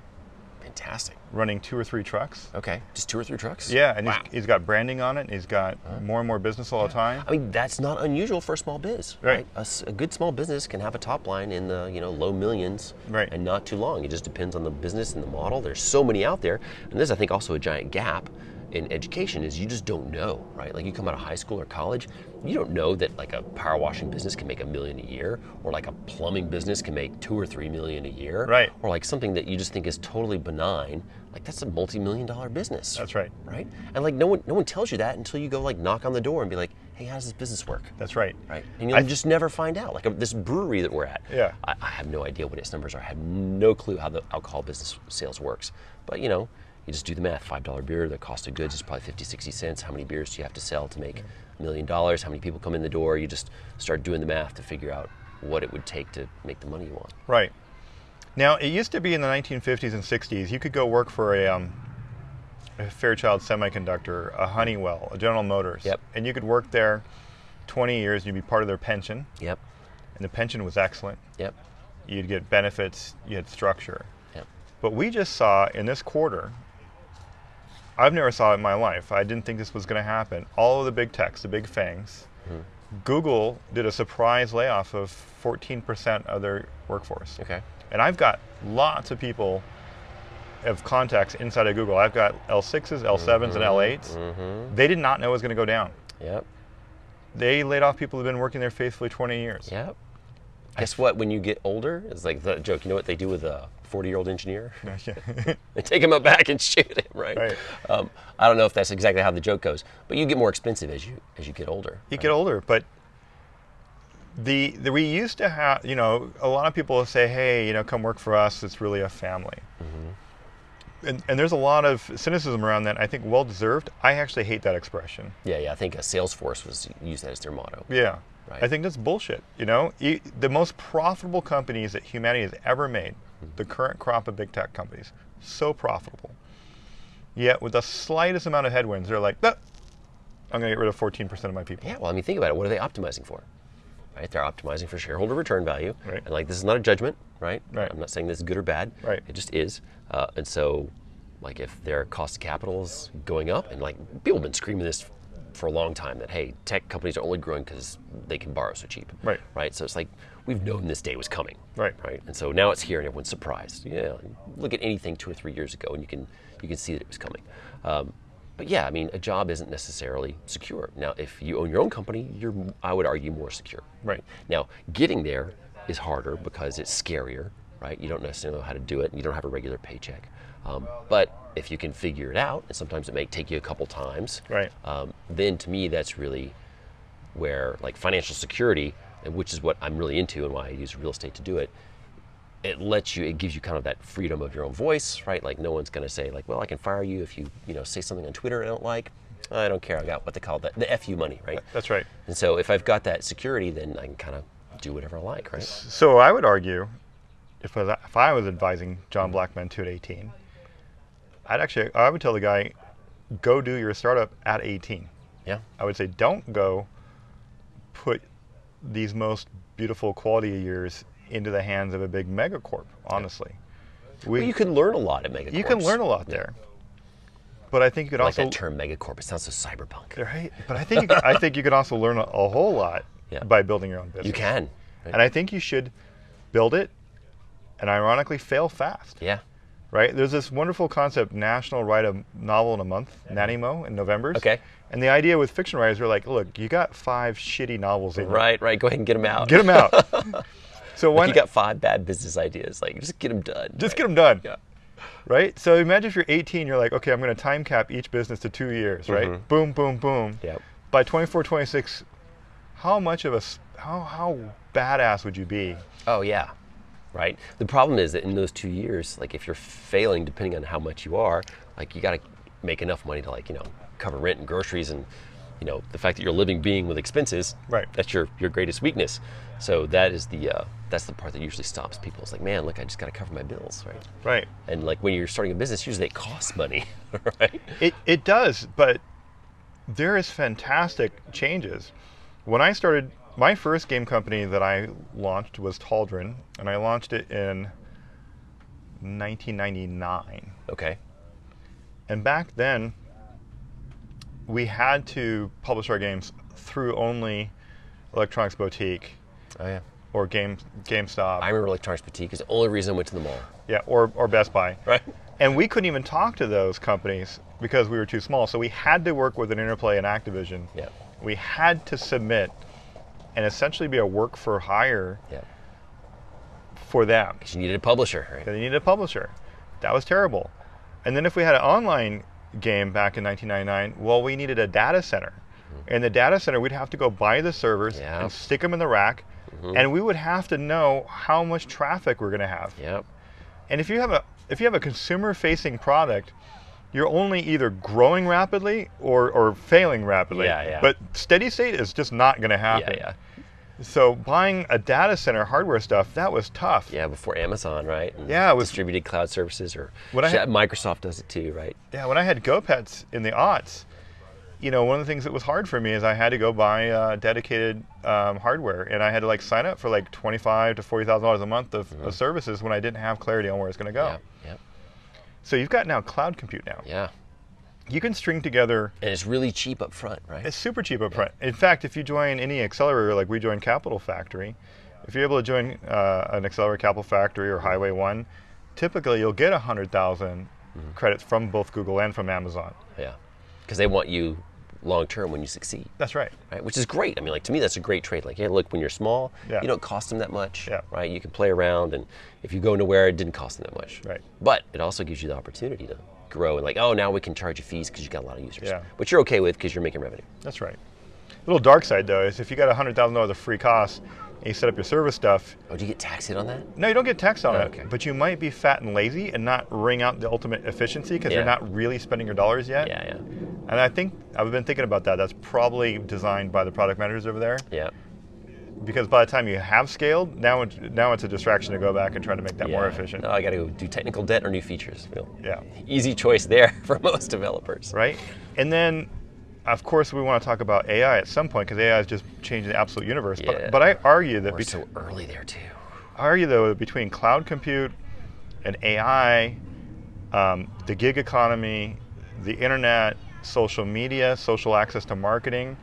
[SPEAKER 2] Fantastic.
[SPEAKER 1] running two or three trucks.
[SPEAKER 2] Okay. Just two or three trucks.
[SPEAKER 1] Yeah, and
[SPEAKER 2] Wow.
[SPEAKER 1] he's, he's got branding on it. And he's got more and more business all the time.
[SPEAKER 2] I mean, that's not unusual for a small biz,
[SPEAKER 1] Right.
[SPEAKER 2] A s- A, good small business can have a top line in the you know low millions,
[SPEAKER 1] Right.
[SPEAKER 2] and not too long. It just depends on the business and the model. There's so many out there, and there's I think also a giant gap in education is you just don't know, right? Like you come out of high school or college, you don't know that like a power washing business can make a million a year, or like a plumbing business can make two or three million a year,
[SPEAKER 1] Right.
[SPEAKER 2] Or like something that you just think is totally benign, like that's a multi-million dollar business.
[SPEAKER 1] That's right.
[SPEAKER 2] Right? And like no one no one tells you that until you go like knock on the door and be like, hey, how does this business work?
[SPEAKER 1] That's right.
[SPEAKER 2] Right. And you'll just never find out. Like uh, this brewery that we're at.
[SPEAKER 1] Yeah.
[SPEAKER 2] I, I have no idea what its numbers are. I have no clue how the alcohol business sales works. But you know, you just do the math. Five dollar beer, the cost of goods is probably 50, 60 cents. How many beers do you have to sell to make a million dollars? How many people come in the door? You just start doing the math to figure out what it would take to make the money you want.
[SPEAKER 1] Right. Now, it used to be in the 1950s and 60s, you could go work for a, um, a Fairchild Semiconductor, a Honeywell, a General Motors.
[SPEAKER 2] Yep.
[SPEAKER 1] And you could work there 20 years, you'd be part of their pension,
[SPEAKER 2] Yep.
[SPEAKER 1] and the pension was excellent.
[SPEAKER 2] Yep.
[SPEAKER 1] You'd get benefits, you had structure.
[SPEAKER 2] Yep.
[SPEAKER 1] But we just saw in this quarter, I've never saw it in my life. I didn't think this was going to happen. All of the big techs, the big fangs, Google did a surprise layoff of 14% of their workforce.
[SPEAKER 2] Okay.
[SPEAKER 1] And I've got lots of people of contacts inside of Google. I've got L6s, L7s, and L8s. They did not know it was going to go down.
[SPEAKER 2] Yep.
[SPEAKER 1] They laid off people who've been working there faithfully 20 years.
[SPEAKER 2] Yep. Guess what? When you get older, it's like the joke. You know what they do with a 40 year old engineer? They take him up back and shoot him, right?
[SPEAKER 1] Right.
[SPEAKER 2] Um, I don't know if that's exactly how the joke goes, but you get more expensive as you as you get older.
[SPEAKER 1] you get older, but the, the we used to have, you know, a lot of people will say, "Hey, you know, come work for us. It's really a family."
[SPEAKER 2] Mm-hmm.
[SPEAKER 1] And, and there's a lot of cynicism around that. I think well deserved. I actually hate that expression.
[SPEAKER 2] Yeah, yeah. I think uh, Salesforce was used that as their motto.
[SPEAKER 1] Yeah.
[SPEAKER 2] Right.
[SPEAKER 1] I think that's bullshit. You know, E- the most profitable companies that humanity has ever made,
[SPEAKER 2] Mm-hmm.
[SPEAKER 1] the current crop of big tech companies, so profitable. Yet, with the slightest amount of headwinds, they're like, "Ah, I'm going to get rid of 14% of my people.
[SPEAKER 2] Yeah. Well, I mean, think about it. What are they optimizing for? Right. They're optimizing for shareholder return value.
[SPEAKER 1] Right.
[SPEAKER 2] And like, this is not a judgment, right?
[SPEAKER 1] Right.
[SPEAKER 2] I'm not saying this is good or bad.
[SPEAKER 1] Right.
[SPEAKER 2] It just is. Uh, and so, like, if their cost of capital is going up, and like people have been screaming this for a long time that hey, tech companies are only growing because they can borrow so cheap.
[SPEAKER 1] Right.
[SPEAKER 2] Right. So it's like we've known this day was coming.
[SPEAKER 1] Right.
[SPEAKER 2] Right. And so now it's here, and everyone's surprised. Yeah. Look at anything two or three years ago, and you can you can see that it was coming. Um, but yeah, I mean, a job isn't necessarily secure. Now, if you own your own company, you're I would argue more secure.
[SPEAKER 1] Right.
[SPEAKER 2] Now, getting there is harder because it's scarier. Right. You don't necessarily know how to do it, and you don't have a regular paycheck. Um, but if you can figure it out, and sometimes it may take you a couple times
[SPEAKER 1] Right.
[SPEAKER 2] um, then to me that's really where like financial security and which is what i'm really into and why i use real estate to do it it lets you it gives you kind of that freedom of your own voice right like no one's going to say like well i can fire you if you you know say something on twitter i don't like i don't care i got what they call that the fu money right
[SPEAKER 1] That's right.
[SPEAKER 2] and so if i've got that security then i can kind of do whatever i like right
[SPEAKER 1] So I would argue, if I, if I was advising
[SPEAKER 2] Mm.
[SPEAKER 1] John Blackman to at 18, I'd actually I would tell the guy, go do your startup at 18.
[SPEAKER 2] yeah
[SPEAKER 1] I would say don't go put these most beautiful quality years into the hands of a big megacorp, honestly. We,
[SPEAKER 2] But you
[SPEAKER 1] you,
[SPEAKER 2] can learn a lot at megacorp
[SPEAKER 1] can learn a lot there. But I think you could
[SPEAKER 2] like
[SPEAKER 1] also
[SPEAKER 2] that term megacorp it sounds so cyberpunk
[SPEAKER 1] right? But I think you could, I think you could also learn a, a whole lot
[SPEAKER 2] Yeah.
[SPEAKER 1] by building your own business.
[SPEAKER 2] you can right?
[SPEAKER 1] And I think you should build it and ironically fail fast.
[SPEAKER 2] yeah
[SPEAKER 1] Right? There's this wonderful concept, National Write a Novel in a Month, NaNoWriMo in November.
[SPEAKER 2] Okay.
[SPEAKER 1] And the idea with fiction writers, we're like, look, you got five shitty novels in you.
[SPEAKER 2] right right go ahead and get them out
[SPEAKER 1] Get them out. so
[SPEAKER 2] Like
[SPEAKER 1] why
[SPEAKER 2] you
[SPEAKER 1] not
[SPEAKER 2] got five bad business ideas. Like just get them done.
[SPEAKER 1] just get
[SPEAKER 2] right?
[SPEAKER 1] them done,
[SPEAKER 2] Yeah.
[SPEAKER 1] right? So imagine if you're 18, you're like, okay, I'm going to time cap each business to two years, right? Boom, boom, boom.
[SPEAKER 2] Mm-hmm. Yep.
[SPEAKER 1] By 24, 26, how much of a s- how how badass would you be?
[SPEAKER 2] Oh yeah. Right. The problem is that in those two years, like if you're failing, depending on how much you are, like you got to make enough money to like you know cover rent and groceries and you know the fact that you're a living being with expenses.
[SPEAKER 1] Right.
[SPEAKER 2] That's your your greatest weakness. So that is the uh, that's the part that usually stops people. It's like man, look, I just got to cover my bills, right?
[SPEAKER 1] Right.
[SPEAKER 2] And like when you're starting a business, usually it costs money, right?
[SPEAKER 1] It it does, but there is fantastic changes. When I started my first game company that I launched was Taldron, and I launched it in 1999.
[SPEAKER 2] Okay.
[SPEAKER 1] And back then, we had to publish our games through only Electronics Boutique
[SPEAKER 2] Oh yeah.
[SPEAKER 1] or Game GameStop,
[SPEAKER 2] I remember Electronics Boutique is the only reason I went to the mall.
[SPEAKER 1] yeah, or, or Best Buy.
[SPEAKER 2] Right.
[SPEAKER 1] And we couldn't even talk to those companies because we were too small. So we had to work with an Interplay and Activision.
[SPEAKER 2] Yeah.
[SPEAKER 1] We had to submit and essentially be a work for hire
[SPEAKER 2] Yeah.
[SPEAKER 1] for them.
[SPEAKER 2] She needed a publisher, right?
[SPEAKER 1] They needed a publisher. That was terrible. And then if we had an online game back in 1999, well, we needed a data center. And the data center, we'd have to go buy the servers
[SPEAKER 2] Mm-hmm. Yeah. Mm-hmm.
[SPEAKER 1] and stick them in the rack, and we would have to know how much traffic we're going to have.
[SPEAKER 2] Yep.
[SPEAKER 1] And if you have a if you have a consumer facing product, you're only either growing rapidly or, or failing rapidly.
[SPEAKER 2] Yeah, yeah.
[SPEAKER 1] But steady state is just not going to
[SPEAKER 2] Yeah,
[SPEAKER 1] happen.
[SPEAKER 2] yeah.
[SPEAKER 1] So buying a data center hardware stuff that was tough.
[SPEAKER 2] Yeah, before Amazon, right? And
[SPEAKER 1] Yeah, it was-
[SPEAKER 2] distributed cloud services or
[SPEAKER 1] What I
[SPEAKER 2] shit,
[SPEAKER 1] had-
[SPEAKER 2] Microsoft does it too, right?
[SPEAKER 1] Yeah, when I had GoPets in the aughts, you know, one of the things that was hard for me is I had to go buy uh, dedicated um, hardware, and I had to like sign up for like twenty-five to forty thousand dollars a month of, of services when I didn't have clarity on where it's going to go.
[SPEAKER 2] Mm-hmm. Yeah, yeah,
[SPEAKER 1] So you've got now cloud compute now.
[SPEAKER 2] yeah.
[SPEAKER 1] You can string together.
[SPEAKER 2] And it's really cheap up front, right?
[SPEAKER 1] It's super cheap upfront. In fact, if you join any accelerator, like we joined Capital Factory, if you're able to join uh, an accelerator, Capital Factory or Highway One, typically you'll get a hundred
[SPEAKER 2] Mm-hmm.
[SPEAKER 1] credits from both Google and from Amazon.
[SPEAKER 2] yeah, because they want you long term when you succeed,
[SPEAKER 1] That's right.
[SPEAKER 2] right? Which is great. I mean, like to me, that's a great trade. Like, hey, look, when you're small,
[SPEAKER 1] Yeah.
[SPEAKER 2] you don't cost them that much,
[SPEAKER 1] Yeah.
[SPEAKER 2] right? You can play around, and if you go nowhere, it didn't cost them that much,
[SPEAKER 1] Right.
[SPEAKER 2] But it also gives you the opportunity to grow and like, oh, now we can charge you fees because you got a lot of users,
[SPEAKER 1] Yeah.
[SPEAKER 2] which you're okay with because you're making revenue.
[SPEAKER 1] That's right. little dark side though is if you got hundred thousand dollars of free costs and you set up your service stuff,
[SPEAKER 2] Oh, do you get taxed on that?
[SPEAKER 1] no, you don't get taxed on
[SPEAKER 2] Oh,
[SPEAKER 1] it.
[SPEAKER 2] okay.
[SPEAKER 1] But you might be fat and lazy and not wring out the ultimate efficiency because
[SPEAKER 2] Yeah.
[SPEAKER 1] you're not really spending your dollars yet.
[SPEAKER 2] Yeah, yeah,
[SPEAKER 1] And I think I've been thinking about that. That's probably designed by the product managers over there
[SPEAKER 2] yeah.
[SPEAKER 1] because by the time you have scaled, now it's, now it's a distraction to go back and try to make that more
[SPEAKER 2] Yeah.
[SPEAKER 1] efficient.
[SPEAKER 2] No, I got to go do technical debt or new features. Bill.
[SPEAKER 1] Yeah.
[SPEAKER 2] Easy choice there for most developers.
[SPEAKER 1] right? And then, of course, we want to talk about AI at some point because AI is just changing the absolute universe.
[SPEAKER 2] Yeah.
[SPEAKER 1] But, but I argue that
[SPEAKER 2] We're
[SPEAKER 1] between
[SPEAKER 2] so early there too.
[SPEAKER 1] argue though between cloud compute and AI, um, the gig economy, the internet, social media, social access to marketing,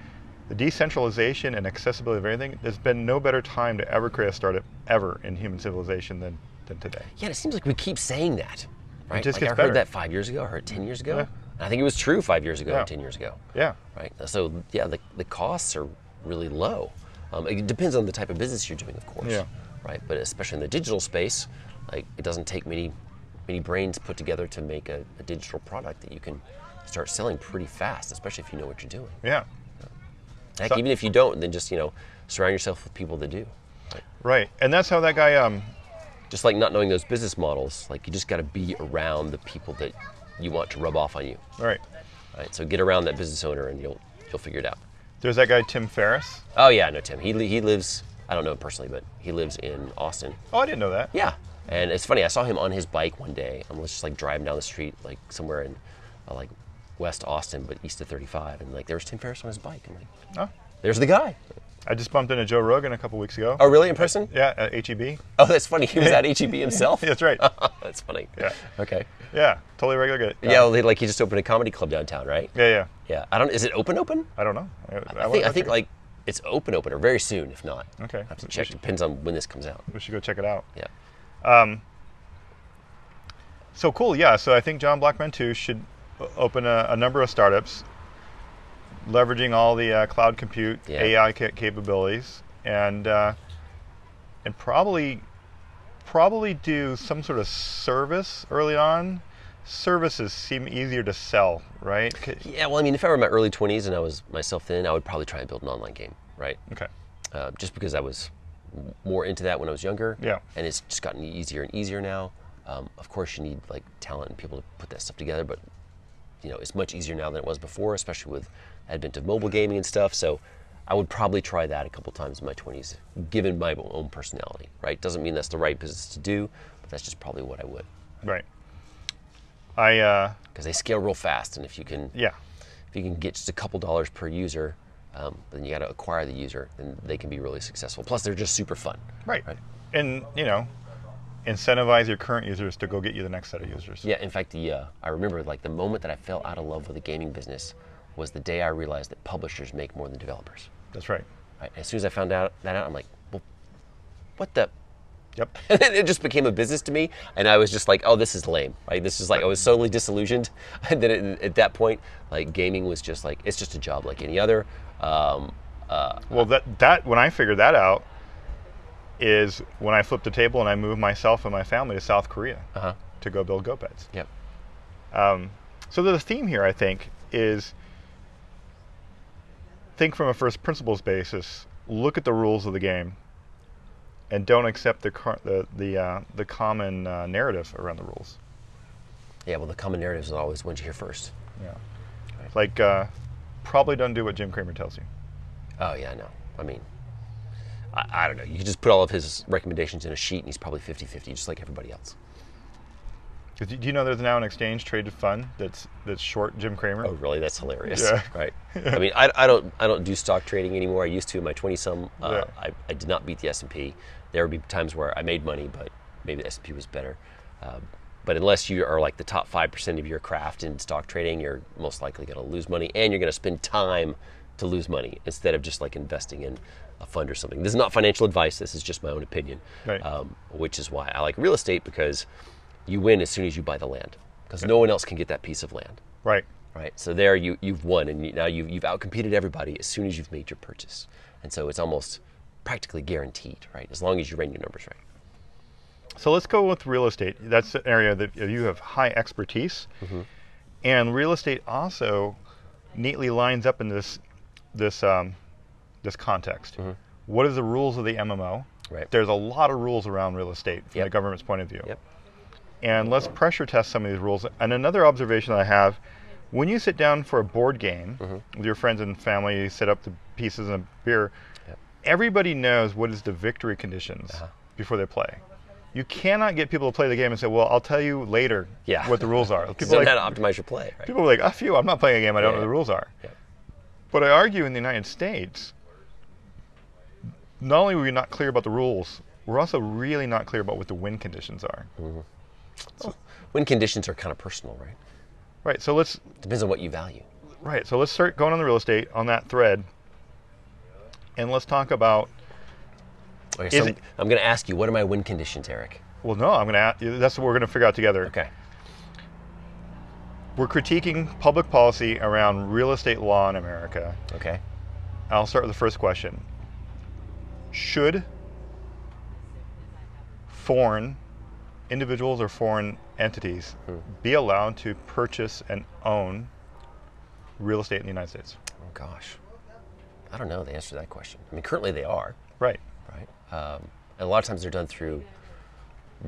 [SPEAKER 1] the decentralization and accessibility of everything, there's been no better time to ever create a startup ever in human civilization than, than today.
[SPEAKER 2] Yeah, it seems like we keep saying that, right?
[SPEAKER 1] just gets
[SPEAKER 2] like I
[SPEAKER 1] better.
[SPEAKER 2] heard that five years ago. I heard ten years ago.
[SPEAKER 1] Yeah.
[SPEAKER 2] And I think it was true five years ago
[SPEAKER 1] Yeah.
[SPEAKER 2] and ten years ago,
[SPEAKER 1] Yeah.
[SPEAKER 2] right? So yeah, the, the costs are really low. Um, it depends on the type of business you're doing, of course,
[SPEAKER 1] Yeah.
[SPEAKER 2] right? But especially in the digital space, like it doesn't take many many brains put together to make a, a digital product that you can start selling pretty fast, especially if you know what you're doing.
[SPEAKER 1] Yeah.
[SPEAKER 2] Heck,
[SPEAKER 1] So-
[SPEAKER 2] even if you don't, then just you know, surround yourself with people that do.
[SPEAKER 1] Right. And that's how that guy um,
[SPEAKER 2] Just like not knowing those business models, like you just got to be around the people that you want to rub off on you.
[SPEAKER 1] all right.
[SPEAKER 2] Right? So get around that business owner, and you'll you'll figure it out.
[SPEAKER 1] There's that guy Tim Ferriss.
[SPEAKER 2] Oh yeah, I know Tim. He li- he lives. I don't know him personally, but he lives in Austin.
[SPEAKER 1] Oh, I didn't know that.
[SPEAKER 2] Yeah, and it's funny. I saw him on his bike one day. I was just like driving down the street, like somewhere in uh, like West Austin, but east of 35, and like there was Tim Ferriss on his bike. and like,
[SPEAKER 1] Oh.
[SPEAKER 2] there's the guy.
[SPEAKER 1] I just bumped into Joe Rogan a couple weeks ago.
[SPEAKER 2] Oh really? In person?
[SPEAKER 1] Yeah, at E HEB.
[SPEAKER 2] Oh, that's funny. He was at HEB himself.
[SPEAKER 1] That's right.
[SPEAKER 2] that's funny.
[SPEAKER 1] Yeah.
[SPEAKER 2] Okay.
[SPEAKER 1] Yeah, totally regular guy.
[SPEAKER 2] Yeah, well, they- like he just opened a comedy club downtown, right?
[SPEAKER 1] Yeah, yeah.
[SPEAKER 2] Yeah. I don't. Is it open? Open?
[SPEAKER 1] I don't know. I,
[SPEAKER 2] I, think. I think like it's open. Open or very soon, if not.
[SPEAKER 1] Okay.
[SPEAKER 2] I have to
[SPEAKER 1] We
[SPEAKER 2] check.
[SPEAKER 1] should-
[SPEAKER 2] Depends on when this comes out.
[SPEAKER 1] we should go check it out.
[SPEAKER 2] Yeah.
[SPEAKER 1] So cool, yeah. So I think John Blackman too should o- open a, a number of startups, leveraging all the uh, cloud compute
[SPEAKER 2] Yeah.
[SPEAKER 1] AI ca- capabilities, and uh, and probably probably do some sort of service early on. Services seem easier to sell, right? C-
[SPEAKER 2] Yeah. Well, I mean, if I were in my early 20s and I was myself then, I would probably try and build an online game, right?
[SPEAKER 1] Okay.
[SPEAKER 2] Uh, just because I was m- more into that when I was younger.
[SPEAKER 1] Yeah.
[SPEAKER 2] And it's just gotten easier and easier now. Um, of course, you need like talent and people to put that stuff together, but you know, it's much easier now than it was before, especially with advent of mobile gaming and stuff. So I would probably try that a couple times in my 20s, given my own personality, right? Doesn't mean that's the right business to do, but that's just probably what I would.
[SPEAKER 1] Right. I uh,
[SPEAKER 2] Because they scale real fast, and if you can,
[SPEAKER 1] yeah.
[SPEAKER 2] if you can get just a couple dollars per user, um, then you got to acquire the user, then they can be really successful. Plus, they're just super fun.
[SPEAKER 1] Right. And you know, incentivize your current users to go get you the next set of users.
[SPEAKER 2] Yeah, in fact, the uh, I remember like the moment that I fell out of love with the gaming business was the day I realized that publishers make more than developers.
[SPEAKER 1] That's right.
[SPEAKER 2] Right? As soon as I found out that out, I'm like, well, what the?
[SPEAKER 1] Yep.
[SPEAKER 2] And then it just became a business to me, and I was just like, "Oh, this is lame." Like this is like I was totally disillusioned. And then at, at that point, like gaming was just like it's just a job like any other. Um, uh,
[SPEAKER 1] Well, that that when I figured that out is when I flipped the table and I moved myself and my family to South Korea to go build GoPets.
[SPEAKER 2] yep.
[SPEAKER 1] So the theme here, I think, is think from a first principles basis. Look at the rules of the game, and don't accept the cur- the the, uh, the common uh, narrative around the rules.
[SPEAKER 2] Yeah. Well, the common narrative is always "When's you here first?
[SPEAKER 1] Yeah, like uh, probably don't do what Jim Cramer tells you.
[SPEAKER 2] Oh yeah, I know. I mean, I, I don't know. You could just put all of his recommendations in a sheet, and he's probably 50-50, just like everybody else.
[SPEAKER 1] 'Cause Do do you know there's now an exchange traded fund that's that's short Jim Cramer?
[SPEAKER 2] Oh, really? That's hilarious.
[SPEAKER 1] Yeah.
[SPEAKER 2] Right. I mean, I, I don't I don't do stock trading anymore. I used to in my twenty some.
[SPEAKER 1] Yeah.
[SPEAKER 2] Uh, I, I did not beat the S and P. There would be times where I made money, but maybe the S and P was better. Um, but unless you are like the top five percent of your craft in stock trading, you're most likely going to lose money, and you're going to spend time to lose money instead of just like investing in a fund or something. This is not financial advice. This is just my own opinion,
[SPEAKER 1] Right.
[SPEAKER 2] um, which is why I like real estate because you win as soon as you buy the land because no one else can get that piece of land
[SPEAKER 1] Right.
[SPEAKER 2] right? So there you, you've won, and you, now you've, you've outcompeted everybody as soon as you've made your purchase. And so it's almost practically guaranteed, right? As long as you ran your numbers right.
[SPEAKER 1] So let's go with real estate. That's an area that you have high expertise,
[SPEAKER 2] Mm-hmm.
[SPEAKER 1] and real estate also neatly lines up in this this um, this context. What are the rules of the MMO?
[SPEAKER 2] Mm-hmm. Right.
[SPEAKER 1] There's a lot of rules around real estate from the
[SPEAKER 2] Yep.
[SPEAKER 1] government's point of view.
[SPEAKER 2] Yep.
[SPEAKER 1] And let's pressure test some of these rules. And another observation I have, when you sit down for a board game
[SPEAKER 2] Mm-hmm.
[SPEAKER 1] with your friends and family, you set up the pieces and a beer.
[SPEAKER 2] Yep. Uh-huh.
[SPEAKER 1] Everybody knows what is the victory conditions before they play. You cannot get people to play the game and say, "Well, I'll tell you later
[SPEAKER 2] Yeah.
[SPEAKER 1] what the rules are."
[SPEAKER 2] You
[SPEAKER 1] People
[SPEAKER 2] don't
[SPEAKER 1] are
[SPEAKER 2] know
[SPEAKER 1] like
[SPEAKER 2] how to optimize your play, right?
[SPEAKER 1] people are like, "A few, I'm not playing a game. I don't know
[SPEAKER 2] Yeah.
[SPEAKER 1] what the rules are."
[SPEAKER 2] Yeah.
[SPEAKER 1] But I argue in the United States, not only are we not clear about the rules, we're also really not clear about what the win conditions are.
[SPEAKER 2] Mm-hmm. When conditions are kind of personal, right?
[SPEAKER 1] Right. So let's
[SPEAKER 2] Depends on what you value.
[SPEAKER 1] Right. So let's start going on the real estate on that thread, and let's talk about.
[SPEAKER 2] Okay,
[SPEAKER 1] Is
[SPEAKER 2] so
[SPEAKER 1] it-
[SPEAKER 2] I'm going to ask you, what are my win conditions, Eric?
[SPEAKER 1] Well, no, I'm gonna. ask- That's what we're gonna figure out together.
[SPEAKER 2] Okay.
[SPEAKER 1] We're critiquing public policy around real estate law in America.
[SPEAKER 2] Okay.
[SPEAKER 1] I'll start with the first question. Should foreign individuals or foreign entities be allowed to purchase and own real estate in the United States?
[SPEAKER 2] Oh, gosh. I don't know the answer to that question. I mean, currently they are.
[SPEAKER 1] Right.
[SPEAKER 2] right? Um, and a lot of times they're done through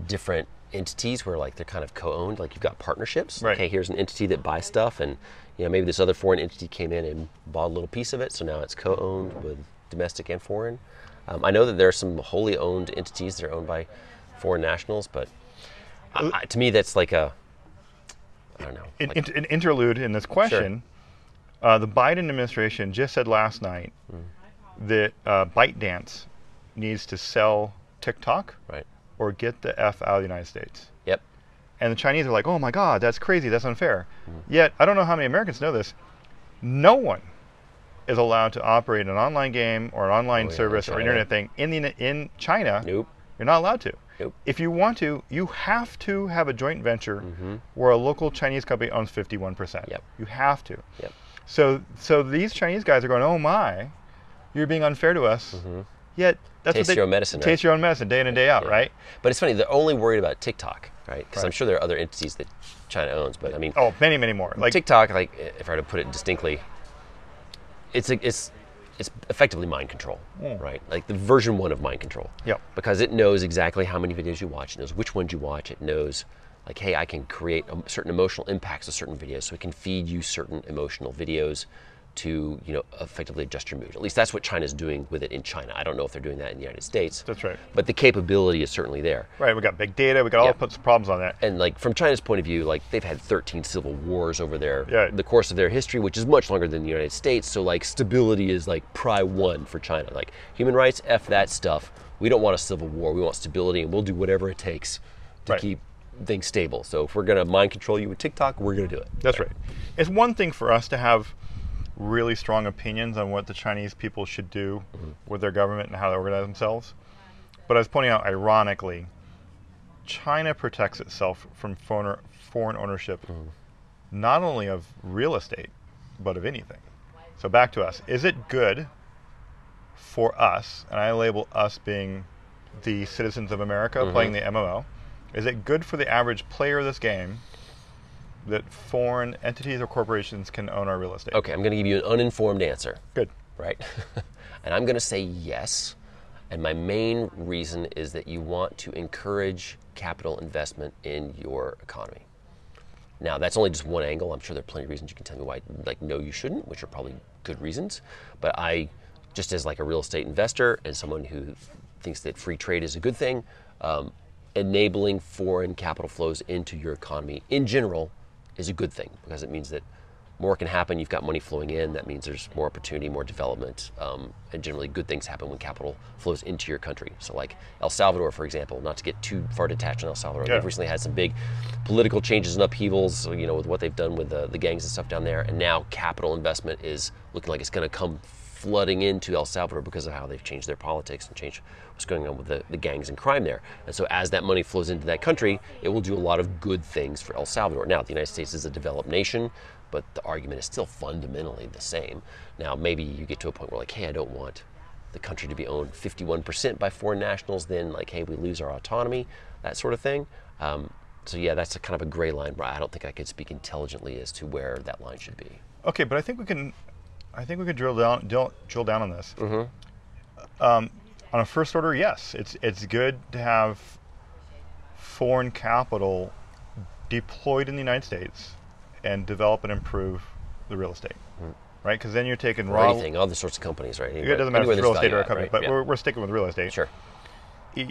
[SPEAKER 2] different entities where like they're kind of co-owned. Like you've got partnerships.
[SPEAKER 1] Right.
[SPEAKER 2] Okay, here's an entity that buys stuff, and you know maybe this other foreign entity came in and bought a little piece of it, so now it's co-owned with domestic and foreign. Um, I know that there are some wholly owned entities that are owned by foreign nationals, but I, I, to me that's like a I don't know.
[SPEAKER 1] an,
[SPEAKER 2] like-
[SPEAKER 1] int- an interlude in this question. Uh, the Biden administration just said last night
[SPEAKER 2] Hmm.
[SPEAKER 1] that uh, ByteDance needs to sell TikTok
[SPEAKER 2] right.
[SPEAKER 1] or get the F out of the United States.
[SPEAKER 2] Yep.
[SPEAKER 1] And the Chinese are like, oh my God, that's crazy, that's unfair.
[SPEAKER 2] Hmm.
[SPEAKER 1] Yet, I don't know how many Americans know this. No one is allowed to operate an online game or an online
[SPEAKER 2] Oh, yeah,
[SPEAKER 1] service or
[SPEAKER 2] China.
[SPEAKER 1] internet thing in, the, in China.
[SPEAKER 2] Nope.
[SPEAKER 1] You're not allowed to.
[SPEAKER 2] Nope.
[SPEAKER 1] If you want to, you have to have a joint venture where a local Chinese company owns 51%.
[SPEAKER 2] Mm-hmm. Yep.
[SPEAKER 1] You have to.
[SPEAKER 2] Yep.
[SPEAKER 1] So, so these Chinese guys are going, oh my, you're being unfair to us. Yet that's
[SPEAKER 2] Mm-hmm. Taste
[SPEAKER 1] what they,
[SPEAKER 2] your own medicine, right?
[SPEAKER 1] Taste your own medicine, day in and day out, right?
[SPEAKER 2] But it's funny they're only worried about TikTok, right? Because I'm
[SPEAKER 1] Right.
[SPEAKER 2] sure there are other entities that China owns, but I mean,
[SPEAKER 1] Oh, many, many more. Like
[SPEAKER 2] TikTok, like if I were to put it distinctly, it's a, it's it's effectively mind control, right? Like the version one of mind control.
[SPEAKER 1] Yep.
[SPEAKER 2] Because it knows exactly how many videos you watch. It knows which ones you watch. It knows, like, hey, I can create a, certain emotional impacts with certain videos, so it can feed you certain emotional videos to you know effectively adjust your mood. At least that's what China's doing with it in China. I don't know if they're doing that in the United States.
[SPEAKER 1] That's right.
[SPEAKER 2] But the capability is certainly there
[SPEAKER 1] right, we got big data, we got all
[SPEAKER 2] Yeah.
[SPEAKER 1] sorts of problems on that.
[SPEAKER 2] and like from China's point of view, like they've had 13 civil wars over their
[SPEAKER 1] Yeah.
[SPEAKER 2] the course of their history, which is much longer than the United States. So like stability is like pri one for China. Like human rights, f that stuff. We don't want a civil war. We want stability, and we'll do whatever it takes to
[SPEAKER 1] Right.
[SPEAKER 2] keep things stable. So if we're gonna mind control you with TikTok, we're gonna do it.
[SPEAKER 1] That's right. It's one thing for us to have really strong opinions on what the Chinese people should do with their government and how they organize themselves. But I was pointing out, ironically, China protects itself from foreign, foreign ownership, not only of real estate, but of anything. So back to us. Is it good for us, and I label us being the citizens of America playing the MMO, is it good for the average player of this game that foreign entities or corporations can own our real estate?
[SPEAKER 2] Okay, I'm going to give you an uninformed answer.
[SPEAKER 1] Good.
[SPEAKER 2] right? and I'm going to say yes. And my main reason is that you want to encourage capital investment in your economy. Now, that's only just one angle. I'm sure there are plenty of reasons you can tell me why, like, no, you shouldn't, which are probably good reasons. But I, just as like a real estate investor and someone who thinks that free trade is a good thing, um, enabling foreign capital flows into your economy in general is a good thing because it means that more can happen. You've got money flowing in. That means there's more opportunity, more development, um, and generally good things happen when capital flows into your country. So, like El Salvador, for example, not to get too far detached on El Salvador,
[SPEAKER 1] Yeah.
[SPEAKER 2] they've recently had some big political changes and upheavals. You know, with what they've done with the, the gangs and stuff down there, and now capital investment is looking like it's going to come flooding into El Salvador because of how they've changed their politics and changed what's going on with the, the gangs and crime there. And so as that money flows into that country, it will do a lot of good things for El Salvador. Now, the United States is a developed nation, but the argument is still fundamentally the same. Now, maybe you get to a point where like, hey, I don't want the country to be owned 51% by foreign nationals, then like, hey, we lose our autonomy, that sort of thing. Um, so yeah, that's a kind of a gray line where I don't think I could speak intelligently as to where that line should be.
[SPEAKER 1] Okay, but I think we can, I think we could drill down, drill, drill down on this. Mm-hmm. Um, on a first order, yes, it's it's good to have foreign capital deployed in the United States and develop and improve the real estate, right? Because then you're taking
[SPEAKER 2] Mm-hmm. Or
[SPEAKER 1] raw.
[SPEAKER 2] anything, all the sorts of companies, right?
[SPEAKER 1] It doesn't matter if it's real estate or a company, but we're, we're sticking with real estate.
[SPEAKER 2] sure.
[SPEAKER 1] You,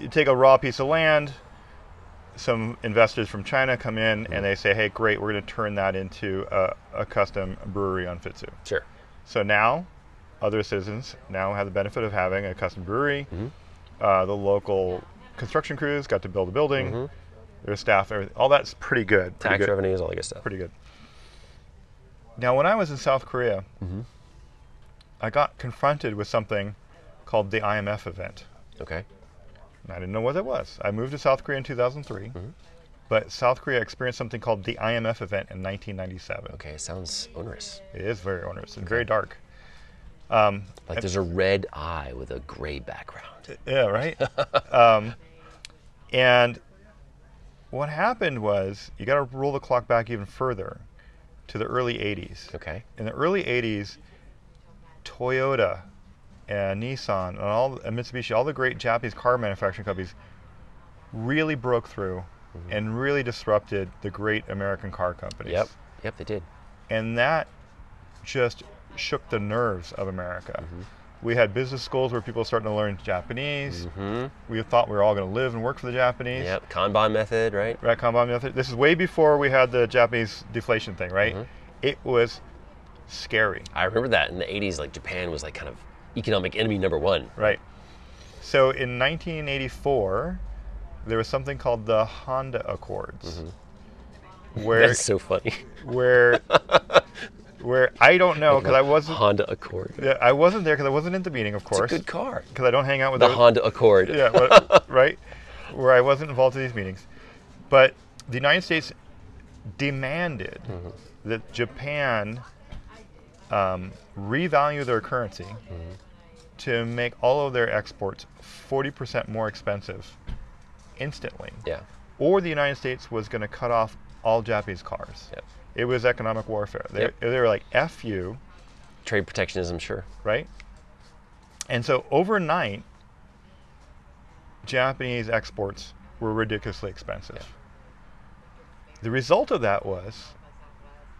[SPEAKER 1] you take a raw piece of land. Some investors from China come in
[SPEAKER 2] Mm-hmm.
[SPEAKER 1] and they say, "Hey, great, we're going to turn that into a, a custom brewery on Fitzu."
[SPEAKER 2] Sure.
[SPEAKER 1] So now, other citizens now have the benefit of having a custom brewery.
[SPEAKER 2] Mm-hmm.
[SPEAKER 1] Uh, the local construction crews got to build a building. Their staff, everything, all that's pretty good. Pretty
[SPEAKER 2] Mm-hmm. Tax
[SPEAKER 1] good.
[SPEAKER 2] revenues, all that good stuff.
[SPEAKER 1] Pretty good. Now, when I was in South Korea,
[SPEAKER 2] Mm-hmm.
[SPEAKER 1] I got confronted with something called the IMF event.
[SPEAKER 2] Okay.
[SPEAKER 1] And I didn't know what it was. I moved to South Korea in 2003,
[SPEAKER 2] Mm-hmm.
[SPEAKER 1] but South Korea experienced something called the IMF event in 1997.
[SPEAKER 2] Okay. it Sounds onerous.
[SPEAKER 1] It is very onerous and very dark.
[SPEAKER 2] Like there's a red eye with a gray background.
[SPEAKER 1] Yeah, right. um, and what happened was you got to roll the clock back even further to the early 80s.
[SPEAKER 2] Okay.
[SPEAKER 1] In the early 80s, Toyota and Nissan and all and Mitsubishi, all the great Japanese car manufacturing companies really broke through and really disrupted the great American car companies.
[SPEAKER 2] Yep. Yep. They did.
[SPEAKER 1] And that just shook the nerves of America.
[SPEAKER 2] Mm-hmm.
[SPEAKER 1] We had business schools where people were starting to learn Japanese. We thought we were all going to live and work for the Japanese.
[SPEAKER 2] Mm-hmm. Yep. Kanban method, right?
[SPEAKER 1] Right, Kanban method. This is way before we had the Japanese deflation thing, right?
[SPEAKER 2] Mm-hmm.
[SPEAKER 1] It was scary,
[SPEAKER 2] I remember that in the 80s. Like Japan was like kind of economic enemy number one.
[SPEAKER 1] right? So in 1984, there was something called the Honda Accords,
[SPEAKER 2] Mm-hmm.
[SPEAKER 1] where
[SPEAKER 2] That's so funny.
[SPEAKER 1] where where I don't know because I wasn't
[SPEAKER 2] Honda Accord.
[SPEAKER 1] yeah, I wasn't there because I wasn't at the meeting, of
[SPEAKER 2] It's a
[SPEAKER 1] course.
[SPEAKER 2] good car.
[SPEAKER 1] because I don't hang out with
[SPEAKER 2] The
[SPEAKER 1] those-
[SPEAKER 2] Honda Accord.
[SPEAKER 1] Yeah, but, right. Where I wasn't involved in these meetings, but the United States demanded
[SPEAKER 2] Mm-hmm.
[SPEAKER 1] that Japan um, revalue their currency
[SPEAKER 2] Mm-hmm.
[SPEAKER 1] to make all of their exports forty percent more expensive instantly,
[SPEAKER 2] Yeah.
[SPEAKER 1] or the United States was going to cut off all Japanese cars.
[SPEAKER 2] Yep.
[SPEAKER 1] It was economic warfare. They,
[SPEAKER 2] Yep.
[SPEAKER 1] they were like, "F you."
[SPEAKER 2] Trade protectionism, sure.
[SPEAKER 1] right? And so overnight, Japanese exports were ridiculously expensive. The result of that was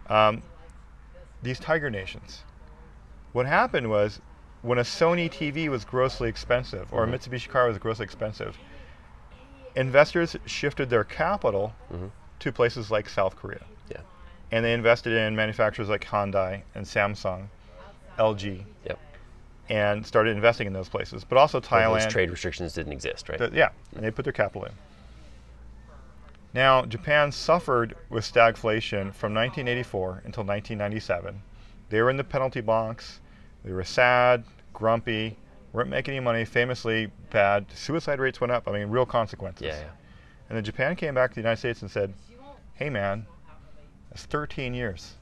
[SPEAKER 1] um, these tiger nations. What happened was when a Sony TV was grossly expensive or a Mitsubishi car was grossly expensive, investors shifted their capital to places like South Korea.
[SPEAKER 2] Yeah.
[SPEAKER 1] And they invested in manufacturers like Hyundai and Samsung, LG,
[SPEAKER 2] Yep.
[SPEAKER 1] and started investing in those places, but also
[SPEAKER 2] Those
[SPEAKER 1] Thailand.
[SPEAKER 2] trade restrictions didn't exist, right?
[SPEAKER 1] th- yeah, and they put their capital in. Now, Japan suffered with stagflation from 1984 until 1997. They were in the penalty box. They were sad, grumpy, weren't making any money, famously bad. Suicide rates went up. I mean, real consequences.
[SPEAKER 2] Yeah, yeah.
[SPEAKER 1] And then Japan came back to the United States and said, hey, man, that's 13 years.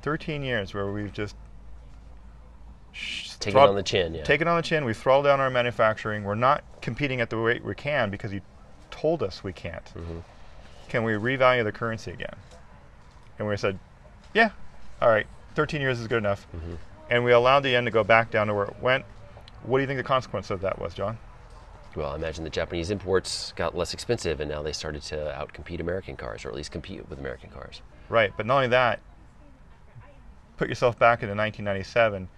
[SPEAKER 1] 13 years where we've just sh-
[SPEAKER 2] Take
[SPEAKER 1] throttled-
[SPEAKER 2] it on the chin. Yeah.
[SPEAKER 1] Take it on the chin. We throttle down our manufacturing. We're not competing at the rate we can because you told us we can't. Can we revalue the currency again? And we said, yeah, all right, 13 years is good enough. And we allowed the yen to go back down to where it went. What do you think the consequence of that was, John?
[SPEAKER 2] Well, I imagine the Japanese imports got less expensive, and now they started to outcompete American cars, or at least compete with American cars.
[SPEAKER 1] Right, but not only that, put yourself back into 1997.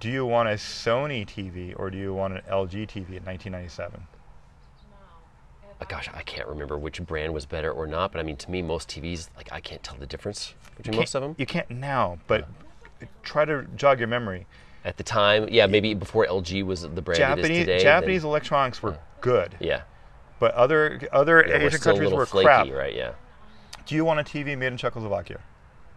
[SPEAKER 1] Do you want a Sony TV or do you want an LG TV in 1997?
[SPEAKER 2] Uh, Gosh, I can't remember which brand was better or not, but I mean, to me, most TVs, like I can't tell the difference between most of
[SPEAKER 1] Can't-
[SPEAKER 2] them.
[SPEAKER 1] You can't now, but try to jog your memory.
[SPEAKER 2] At the time, yeah, maybe before LG was the brand it is
[SPEAKER 1] Japanese
[SPEAKER 2] today. then-
[SPEAKER 1] Japanese electronics were good,
[SPEAKER 2] yeah,
[SPEAKER 1] but other other
[SPEAKER 2] yeah, we're
[SPEAKER 1] Asian
[SPEAKER 2] still a
[SPEAKER 1] countries
[SPEAKER 2] little
[SPEAKER 1] were
[SPEAKER 2] flaky,
[SPEAKER 1] crap.
[SPEAKER 2] right? Yeah.
[SPEAKER 1] Do you want a TV made in Czechoslovakia?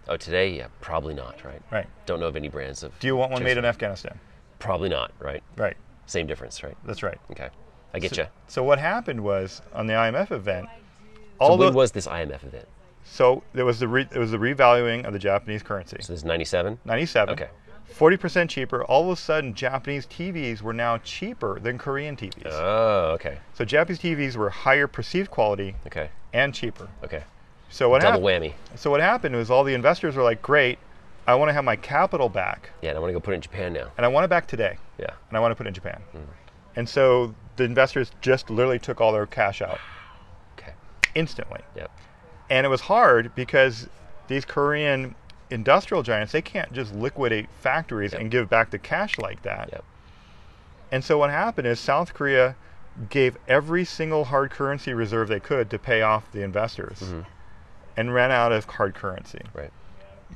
[SPEAKER 2] Oh, today, yeah, probably not, right?
[SPEAKER 1] Right.
[SPEAKER 2] Don't know of any brands of.
[SPEAKER 1] Do you want one made in
[SPEAKER 2] Czechoslovakia.
[SPEAKER 1] Afghanistan?
[SPEAKER 2] Probably not, right?
[SPEAKER 1] Right.
[SPEAKER 2] Same difference, right?
[SPEAKER 1] That's right.
[SPEAKER 2] Okay, I get
[SPEAKER 1] So,
[SPEAKER 2] you.
[SPEAKER 1] so what happened was on the IMF event,
[SPEAKER 2] So
[SPEAKER 1] all
[SPEAKER 2] when
[SPEAKER 1] the-
[SPEAKER 2] was this IMF event?
[SPEAKER 1] So there was the re, it was the revaluing of the Japanese currency.
[SPEAKER 2] So this is '97.
[SPEAKER 1] 97.
[SPEAKER 2] Okay.
[SPEAKER 1] 40% cheaper. All of a sudden, Japanese TVs were now cheaper than Korean TVs.
[SPEAKER 2] Oh, okay,
[SPEAKER 1] so Japanese TVs were higher perceived quality
[SPEAKER 2] okay,
[SPEAKER 1] and cheaper.
[SPEAKER 2] okay.
[SPEAKER 1] So what
[SPEAKER 2] Double
[SPEAKER 1] happened?
[SPEAKER 2] whammy.
[SPEAKER 1] So what happened was all the investors were like, "Great, I want to have my capital back,
[SPEAKER 2] Yeah, and I want to go put it in Japan now.
[SPEAKER 1] and I want it back today,
[SPEAKER 2] Yeah.
[SPEAKER 1] and I want to put it in Japan."
[SPEAKER 2] Mm.
[SPEAKER 1] And so the investors just literally took all their cash out
[SPEAKER 2] Okay.
[SPEAKER 1] instantly.
[SPEAKER 2] Yep.
[SPEAKER 1] And it was hard because these Korean industrial giants, they can't just liquidate factories and give back the cash like that.
[SPEAKER 2] Yep.
[SPEAKER 1] And so what happened is South Korea gave every single hard currency reserve they could to pay off the investors
[SPEAKER 2] Mm-hmm.
[SPEAKER 1] and ran out of hard currency.
[SPEAKER 2] Right.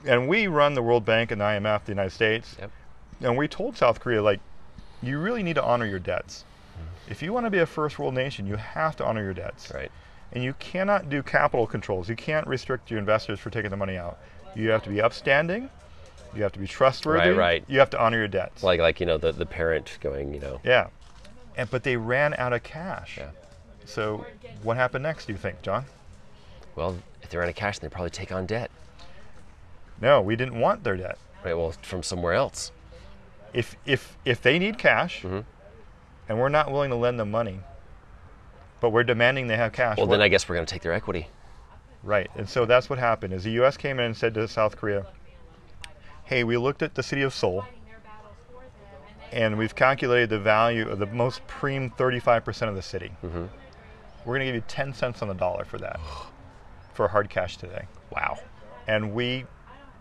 [SPEAKER 1] And we run the World Bank and the IMF, the United States,
[SPEAKER 2] Yep.
[SPEAKER 1] and we told South Korea, like, you really need to honor your debts. If you want to be a first world nation, you have to honor your debts.
[SPEAKER 2] Mm-hmm. Right.
[SPEAKER 1] And you cannot do capital controls. You can't restrict your investors for taking the money out. You have to be upstanding. You have to be trustworthy.
[SPEAKER 2] Right, right.
[SPEAKER 1] You have to honor your debts.
[SPEAKER 2] Like like you know the the parent going you know
[SPEAKER 1] yeah. And, but they ran out of cash.
[SPEAKER 2] Yeah.
[SPEAKER 1] So what happened next, do you think, John?
[SPEAKER 2] well if they're out of cash then they probably take on debt
[SPEAKER 1] No, we didn't want their debt.
[SPEAKER 2] right well from somewhere else
[SPEAKER 1] If, if, if they need cash
[SPEAKER 2] Mm-hmm.
[SPEAKER 1] and we're not willing to lend them money, but we're demanding they have cash.
[SPEAKER 2] well
[SPEAKER 1] what-
[SPEAKER 2] then I guess we're gonna take their equity
[SPEAKER 1] Right, and so that's what happened. Is the U.S. came in and said to South Korea, "Hey, we looked at the city of Seoul, and we've calculated the value of the most prime 35% of the city.
[SPEAKER 2] Mm-hmm.
[SPEAKER 1] We're going to give you 10 cents on the dollar for that, for hard cash today."
[SPEAKER 2] wow
[SPEAKER 1] And we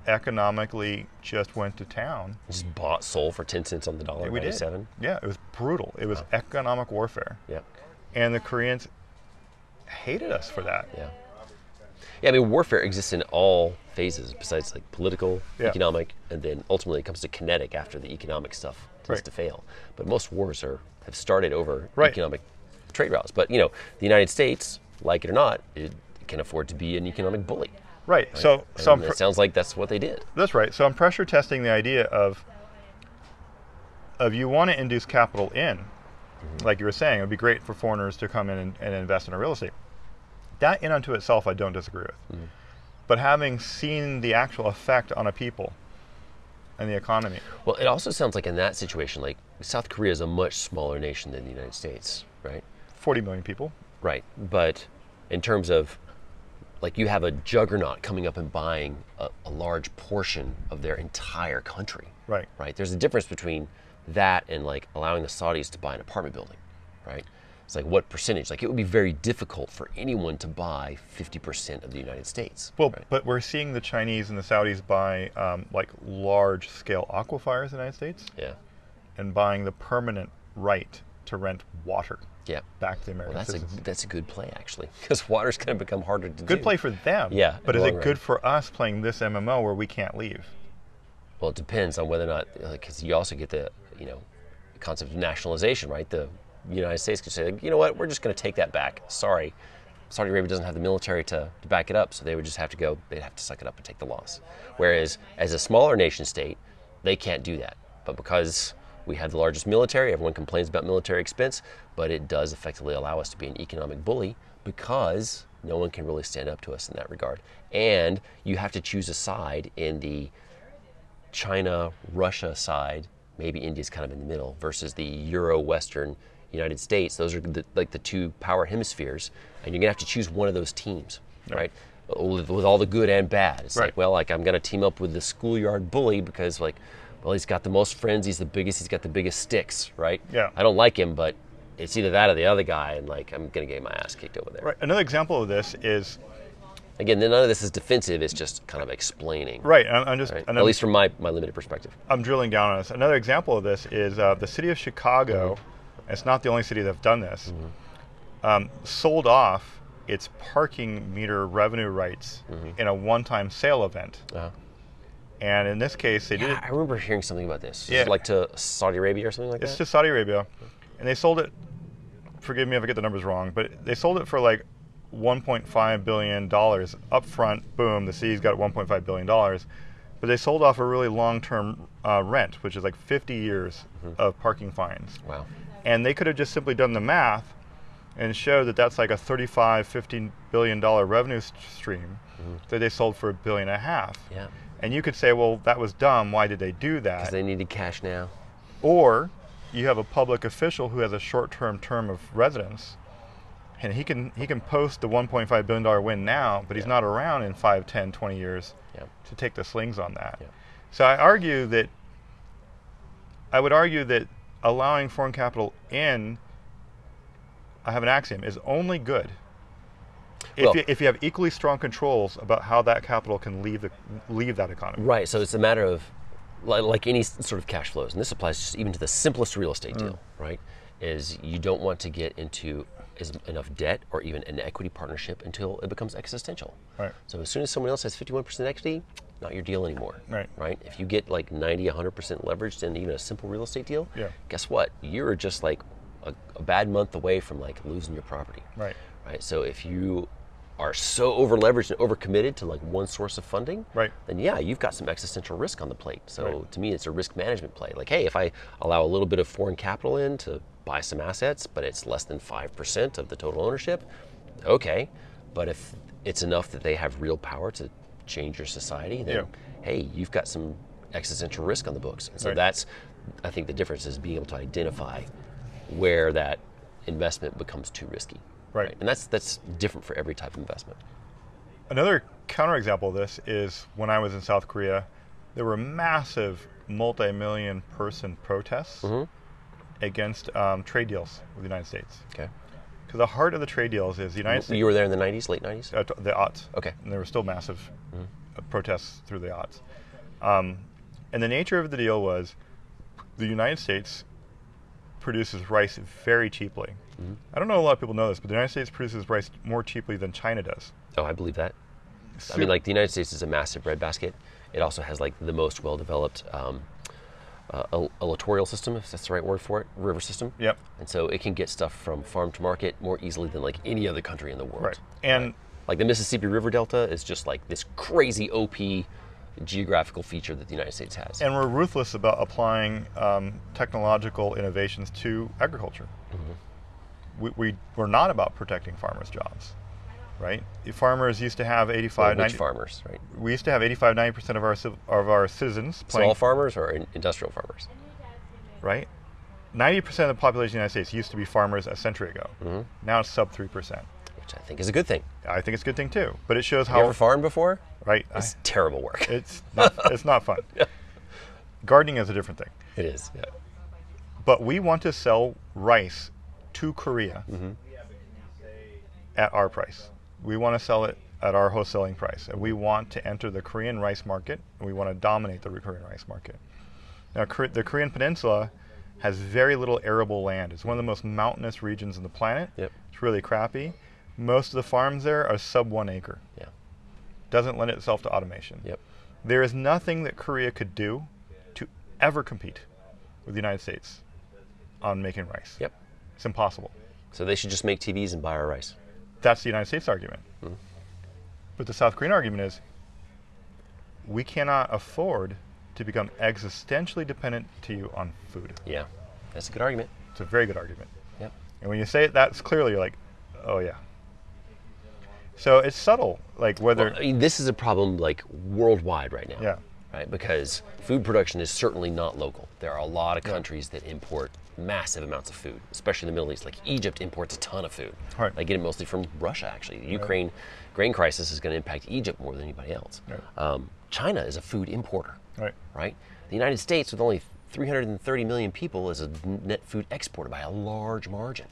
[SPEAKER 1] economically just went to town.
[SPEAKER 2] just bought Seoul for ten cents on the dollar
[SPEAKER 1] We did.
[SPEAKER 2] seven
[SPEAKER 1] Yeah, it was brutal. It was economic warfare,
[SPEAKER 2] yeah
[SPEAKER 1] and the Koreans hated us for that.
[SPEAKER 2] yeah yeah I mean warfare exists in all phases besides like political
[SPEAKER 1] Yeah.
[SPEAKER 2] economic and then ultimately it comes to kinetic after the economic stuff tends
[SPEAKER 1] Right.
[SPEAKER 2] to fail but most wars are have started over
[SPEAKER 1] Right.
[SPEAKER 2] economic trade routes but you know the United States like it or not it can afford to be an economic bully.
[SPEAKER 1] Right. So, so I'm
[SPEAKER 2] And
[SPEAKER 1] pr-
[SPEAKER 2] it sounds like that's what they did.
[SPEAKER 1] That's right. So I'm pressure testing the idea of of you want to induce capital in,
[SPEAKER 2] Mm-hmm.
[SPEAKER 1] like you were saying, it would be great for foreigners to come in and, and invest in real estate. That in unto itself, I don't disagree with.
[SPEAKER 2] Mm.
[SPEAKER 1] But having seen the actual effect on a people and the economy,
[SPEAKER 2] Well, it also sounds like in that situation, like South Korea is a much smaller nation than the United States, right?
[SPEAKER 1] 40 million people.
[SPEAKER 2] Right. But in terms of, like, you have a juggernaut coming up and buying a, a large portion of their entire country,
[SPEAKER 1] Right.
[SPEAKER 2] right? There's a difference between that and like allowing the Saudis to buy an apartment building, right? It's like what percentage? Like, it would be very difficult for anyone to buy 50% of the United States.
[SPEAKER 1] Well, but we're seeing the Chinese and the Saudis buy um, like large scale aquifers in the United States
[SPEAKER 2] yeah.
[SPEAKER 1] and buying the permanent right to rent water
[SPEAKER 2] Yeah.
[SPEAKER 1] back to the American
[SPEAKER 2] Well, that's a
[SPEAKER 1] citizens.
[SPEAKER 2] that's a good play actually, because water's going to become harder to do.
[SPEAKER 1] good play for them.
[SPEAKER 2] Yeah,
[SPEAKER 1] But
[SPEAKER 2] in
[SPEAKER 1] is
[SPEAKER 2] the
[SPEAKER 1] it
[SPEAKER 2] long
[SPEAKER 1] good
[SPEAKER 2] run.
[SPEAKER 1] for us playing this MMO where we can't leave?
[SPEAKER 2] Well, it depends on whether or not, because you also get the you know concept of nationalization, right? The United States could say, like, you know what, we're just going to take that back. Sorry, Saudi Arabia doesn't have the military to, to back it up, so they would just have to go. They'd have to suck it up and take the loss. Whereas as a smaller nation state, they can't do that. But because We have the largest military. Everyone complains about military expense, but it does effectively allow us to be an economic bully because no one can really stand up to us in that regard. And you have to choose a side in the China Russia side, maybe India's kind of in the middle, versus the Euro Western United States. Those are the, like the two power hemispheres, and you're gonna have to choose one of those teams, right? With, with all the good and bad. It's
[SPEAKER 1] Right.
[SPEAKER 2] like, well, like I'm gonna team up with the schoolyard bully because like, well, he's got the most friends, he's the biggest, he's got the biggest sticks, right?
[SPEAKER 1] Yeah.
[SPEAKER 2] I don't like him, but it's either that or the other guy, and like I'm gonna get my ass kicked over there.
[SPEAKER 1] Right. Another example of this is
[SPEAKER 2] Again, none of this is defensive. It's just kind of explaining,
[SPEAKER 1] right. I'm, I'm just
[SPEAKER 2] right?
[SPEAKER 1] and
[SPEAKER 2] At
[SPEAKER 1] I'm-
[SPEAKER 2] least from my, my limited perspective.
[SPEAKER 1] I'm drilling down on this. Another example of this is uh, the city of Chicago. and It's not the only city that's done this. Um, sold off its parking meter revenue rights in a one-time sale event.
[SPEAKER 2] Uh-huh.
[SPEAKER 1] And in this case, they did it
[SPEAKER 2] I remember hearing something about this. Yeah.
[SPEAKER 1] Yeah.
[SPEAKER 2] like to Saudi Arabia or something like
[SPEAKER 1] It's
[SPEAKER 2] that.
[SPEAKER 1] to Saudi Arabia, and they sold it. Forgive me if I get the numbers wrong, but they sold it for like 1.5 billion dollars upfront. Boom, the city's got 1.5 billion dollars, but they sold off a really long-term uh, rent, which is like 50 years of parking fines.
[SPEAKER 2] wow.
[SPEAKER 1] And they could have just simply done the math and showed that that's like a 35, 50 billion dollar revenue s- stream that they sold for a billion and a half.
[SPEAKER 2] Yeah.
[SPEAKER 1] And you could say, well, that was dumb. Why did they do that?
[SPEAKER 2] Because they needed cash now.
[SPEAKER 1] Or you have a public official who has a short-term term of residence, and he can he can post the 1.5 billion dollar win now, but he's not around in 5, 10, 20 years
[SPEAKER 2] Yeah.
[SPEAKER 1] to take the slings on that.
[SPEAKER 2] Yeah.
[SPEAKER 1] So I argue that I would argue that allowing foreign capital in, I have an axiom, is only good. If,
[SPEAKER 2] Well-
[SPEAKER 1] you, if you have equally strong controls about how that capital can leave the leave that economy.
[SPEAKER 2] Right. So it's a matter of, li- like any s- sort of cash flows, and this applies just even to the simplest real estate deal, right? Is you don't want to get into is enough debt or even an equity partnership until it becomes existential.
[SPEAKER 1] Right.
[SPEAKER 2] So as soon as someone else has 51% equity, not your deal anymore.
[SPEAKER 1] Right.
[SPEAKER 2] Right. If you get like 90, 100% leveraged in even a simple real estate deal,
[SPEAKER 1] Yeah.
[SPEAKER 2] guess what? You're just like a, a bad month away from like losing your property.
[SPEAKER 1] Right.
[SPEAKER 2] Right. So if you are so over leveraged and overcommitted to like one source of funding,
[SPEAKER 1] Right.
[SPEAKER 2] then yeah, you've got some existential risk on the plate. So to me, it's a risk management play. Like, hey, if I allow a little bit of foreign capital in to buy some assets, but it's less than 5% of the total ownership, okay. But if it's enough that they have real power to change your society, then
[SPEAKER 1] Yeah.
[SPEAKER 2] hey, you've got some existential risk on the books. And so
[SPEAKER 1] Right.
[SPEAKER 2] that's, I think the difference is being able to identify where that investment becomes too risky.
[SPEAKER 1] Right.
[SPEAKER 2] And that's, that's different for every type of investment.
[SPEAKER 1] Another counterexample of this is when I was in South Korea, there were massive multi-million person protests
[SPEAKER 2] Mm-hmm.
[SPEAKER 1] against um, trade deals with the United States.
[SPEAKER 2] Okay.
[SPEAKER 1] Because the heart of the trade deals is the United States,
[SPEAKER 2] You were there in the 90s, late 90s?
[SPEAKER 1] uh, the aughts.
[SPEAKER 2] Mm-hmm. Okay. Mm-hmm.
[SPEAKER 1] And there were still massive uh, protests through the aughts. Um, and the nature of the deal was the United States produces rice very cheaply.
[SPEAKER 2] Mm-hmm.
[SPEAKER 1] I don't know a lot of people know this, but the United States produces rice more cheaply than China does.
[SPEAKER 2] Oh, I believe that. I mean, like the United States is a massive breadbasket. It also has like the most well-developed um, uh, el- electoral system, if that's the right word for it, river system.
[SPEAKER 1] Yep.
[SPEAKER 2] And so it can get stuff from farm to market more easily than like any other country in the world.
[SPEAKER 1] Right. And
[SPEAKER 2] Like the Mississippi River Delta is just like this crazy OP geographical feature that the United States has.
[SPEAKER 1] and uh, we're ruthless about applying um, technological innovations to agriculture.
[SPEAKER 2] Mm-hmm.
[SPEAKER 1] We, we, we're not about protecting farmers' jobs, right? The farmers used to have 85,
[SPEAKER 2] Which
[SPEAKER 1] 90,
[SPEAKER 2] farmers, right?
[SPEAKER 1] we used to have 85, 90% of our, civ- of our citizens playing,
[SPEAKER 2] Small farmers or in- industrial farmers?
[SPEAKER 1] right? 90% of the population of the United States used to be farmers a century ago.
[SPEAKER 2] Mm-hmm.
[SPEAKER 1] Now it's sub 3%.
[SPEAKER 2] Which I think is a good thing.
[SPEAKER 1] I think it's a good thing too, but it shows
[SPEAKER 2] You
[SPEAKER 1] how,
[SPEAKER 2] ever farmed before?
[SPEAKER 1] right? Oh. I-
[SPEAKER 2] It's terrible work.
[SPEAKER 1] it's, not, it's not fun. Gardening is a different thing.
[SPEAKER 2] It is. Yeah.
[SPEAKER 1] but we want to sell rice to Korea
[SPEAKER 2] Mm-hmm.
[SPEAKER 1] at our price. We want to sell it at our wholesaling price, and we want to enter the Korean rice market, and we want to dominate the Korean rice market. Now, Kor- the Korean Peninsula has very little arable land. It's one of the most mountainous regions on the planet.
[SPEAKER 2] Yep.
[SPEAKER 1] It's really crappy. Most of the farms there are sub one acre.
[SPEAKER 2] Yeah.
[SPEAKER 1] Doesn't lend itself to automation.
[SPEAKER 2] Yep.
[SPEAKER 1] There is nothing that Korea could do to ever compete with the United States on making rice.
[SPEAKER 2] Yep.
[SPEAKER 1] It's impossible.
[SPEAKER 2] So they should just make TVs and buy our rice.
[SPEAKER 1] That's the United States argument.
[SPEAKER 2] Mm-hmm.
[SPEAKER 1] But the South Korean argument is we cannot afford to become existentially dependent to you on food.
[SPEAKER 2] Yeah, that's a good argument.
[SPEAKER 1] It's a very good argument.
[SPEAKER 2] Yep.
[SPEAKER 1] And when you say it that's clearly, you're like, oh yeah. So it's subtle, like whether,
[SPEAKER 2] Well, I mean, this is a problem like worldwide right now.
[SPEAKER 1] yeah,
[SPEAKER 2] Right, because food production is certainly not local. There are a lot of countries that import massive amounts of food, especially in the Middle East. Like Egypt imports a ton of food.
[SPEAKER 1] Right.
[SPEAKER 2] They get it mostly from Russia, actually. The Ukraine grain crisis is going to impact Egypt more than anybody else. Um, China is a food importer.
[SPEAKER 1] right,
[SPEAKER 2] right? The United States, with only 330 million people, is a net food exporter by a large margin,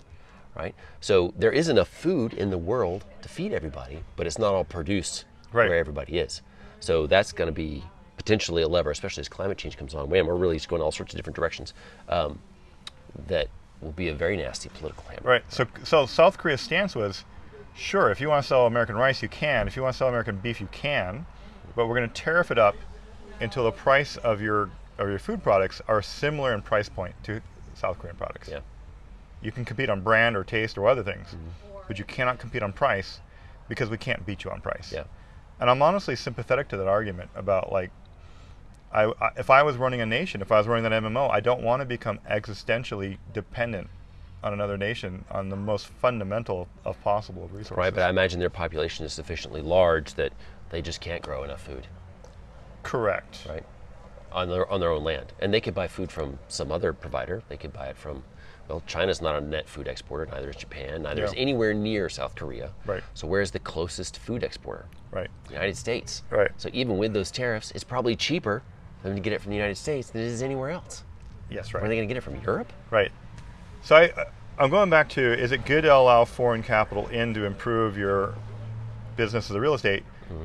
[SPEAKER 2] right? So there is enough food in the world to feed everybody, but it's not all produced
[SPEAKER 1] Right.
[SPEAKER 2] where everybody is. So that's going to be potentially a lever, especially as climate change comes on. Man, we're really just going all sorts of different directions. Um, that will be a very nasty political hammer.
[SPEAKER 1] right. So, so South Korea's stance was, sure, if you want to sell American rice, you can. If you want to sell American beef, you can. But we're going to tariff it up until the price of your of your food products are similar in price point to South Korean products.
[SPEAKER 2] Yeah.
[SPEAKER 1] You can compete on brand or taste or other things,
[SPEAKER 2] Mm-hmm.
[SPEAKER 1] but you cannot compete on price because we can't beat you on price.
[SPEAKER 2] Yeah.
[SPEAKER 1] And I'm honestly sympathetic to that argument about like, I, I if I was running a nation, if I was running that MMO, I don't want to become existentially dependent on another nation on the most fundamental of possible resources.
[SPEAKER 2] Right, but I imagine their population is sufficiently large that they just can't grow enough food.
[SPEAKER 1] Correct.
[SPEAKER 2] right? On their on their own land, and they could buy food from some other provider. They could buy it from, well, China's not a net food exporter. Neither is Japan. Neither is
[SPEAKER 1] Yeah.
[SPEAKER 2] anywhere near South Korea.
[SPEAKER 1] Right.
[SPEAKER 2] So where's the closest food exporter?
[SPEAKER 1] Right.
[SPEAKER 2] The United States.
[SPEAKER 1] Right.
[SPEAKER 2] So even with those tariffs, it's probably cheaper for them to get it from the United States than it is anywhere else.
[SPEAKER 1] Yes.
[SPEAKER 2] Where are they
[SPEAKER 1] Right.
[SPEAKER 2] going to get it from? Europe?
[SPEAKER 1] Right. So I, uh, I'm going back to: is it good to allow foreign capital in to improve your business as a real estate?
[SPEAKER 2] Mm-hmm.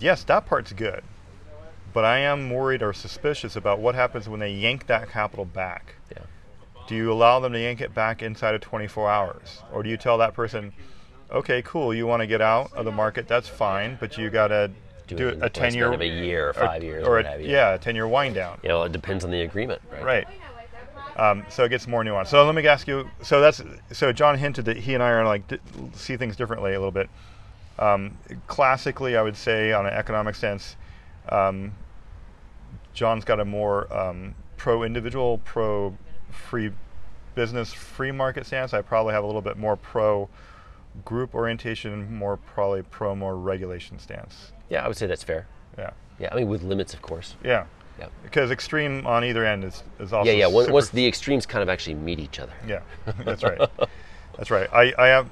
[SPEAKER 1] Yes, that part's good, but I am worried or suspicious about what happens when they yank that capital back.
[SPEAKER 2] Yeah.
[SPEAKER 1] Do you allow them to yank it back inside of 24 hours? Or do you tell that person, okay, cool, you want to get out of the market, that's fine, but you got to do,
[SPEAKER 2] in
[SPEAKER 1] a
[SPEAKER 2] the
[SPEAKER 1] 10 year
[SPEAKER 2] lifespan of a year, or five years, or
[SPEAKER 1] or
[SPEAKER 2] what
[SPEAKER 1] a,
[SPEAKER 2] have you.
[SPEAKER 1] yeah, a 10 year wind down.
[SPEAKER 2] You know, it depends on the agreement, right?
[SPEAKER 1] Right. Um, so it gets more nuanced. So let me ask you. So that's so John hinted that he and I are like di- see things differently a little bit. Um, classically, I would say on an economic sense, um, John's got a more um, pro-individual, pro-free business, free market stance. I probably have a little bit more pro-group orientation, more probably pro more regulation stance.
[SPEAKER 2] Yeah, I would say that's fair.
[SPEAKER 1] Yeah,
[SPEAKER 2] Yeah, I mean with limits, of course.
[SPEAKER 1] yeah.
[SPEAKER 2] Yeah.
[SPEAKER 1] Because extreme on either end is, is also
[SPEAKER 2] Yeah, yeah. Once
[SPEAKER 1] super
[SPEAKER 2] once the extremes kind of actually meet each other.
[SPEAKER 1] Yeah, that's right. that's right. I, I have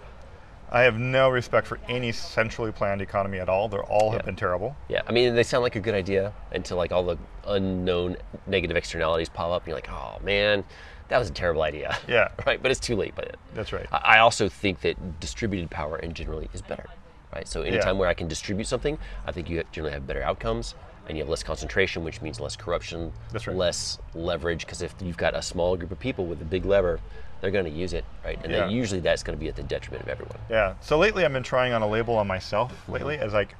[SPEAKER 1] I have no respect for any centrally planned economy at all. They're all have
[SPEAKER 2] Yeah.
[SPEAKER 1] been terrible.
[SPEAKER 2] Yeah, I mean, they sound like a good idea until like all the unknown negative externalities pop up, and you're like, oh man, that was a terrible idea.
[SPEAKER 1] Yeah.
[SPEAKER 2] right, but it's too late. But
[SPEAKER 1] That's right.
[SPEAKER 2] I I also think that distributed power in generally is better. Right, so anytime where I can distribute something, I think you generally have better outcomes, and you have less concentration, which means less corruption,
[SPEAKER 1] That's right.
[SPEAKER 2] less leverage. Because if you've got a small group of people with a big lever, they're going to use it, right? And
[SPEAKER 1] Yeah.
[SPEAKER 2] then usually that's going to be at the detriment of everyone.
[SPEAKER 1] Yeah. So lately, I've been trying on a label on
[SPEAKER 2] Mm-hmm.
[SPEAKER 1] myself lately as like.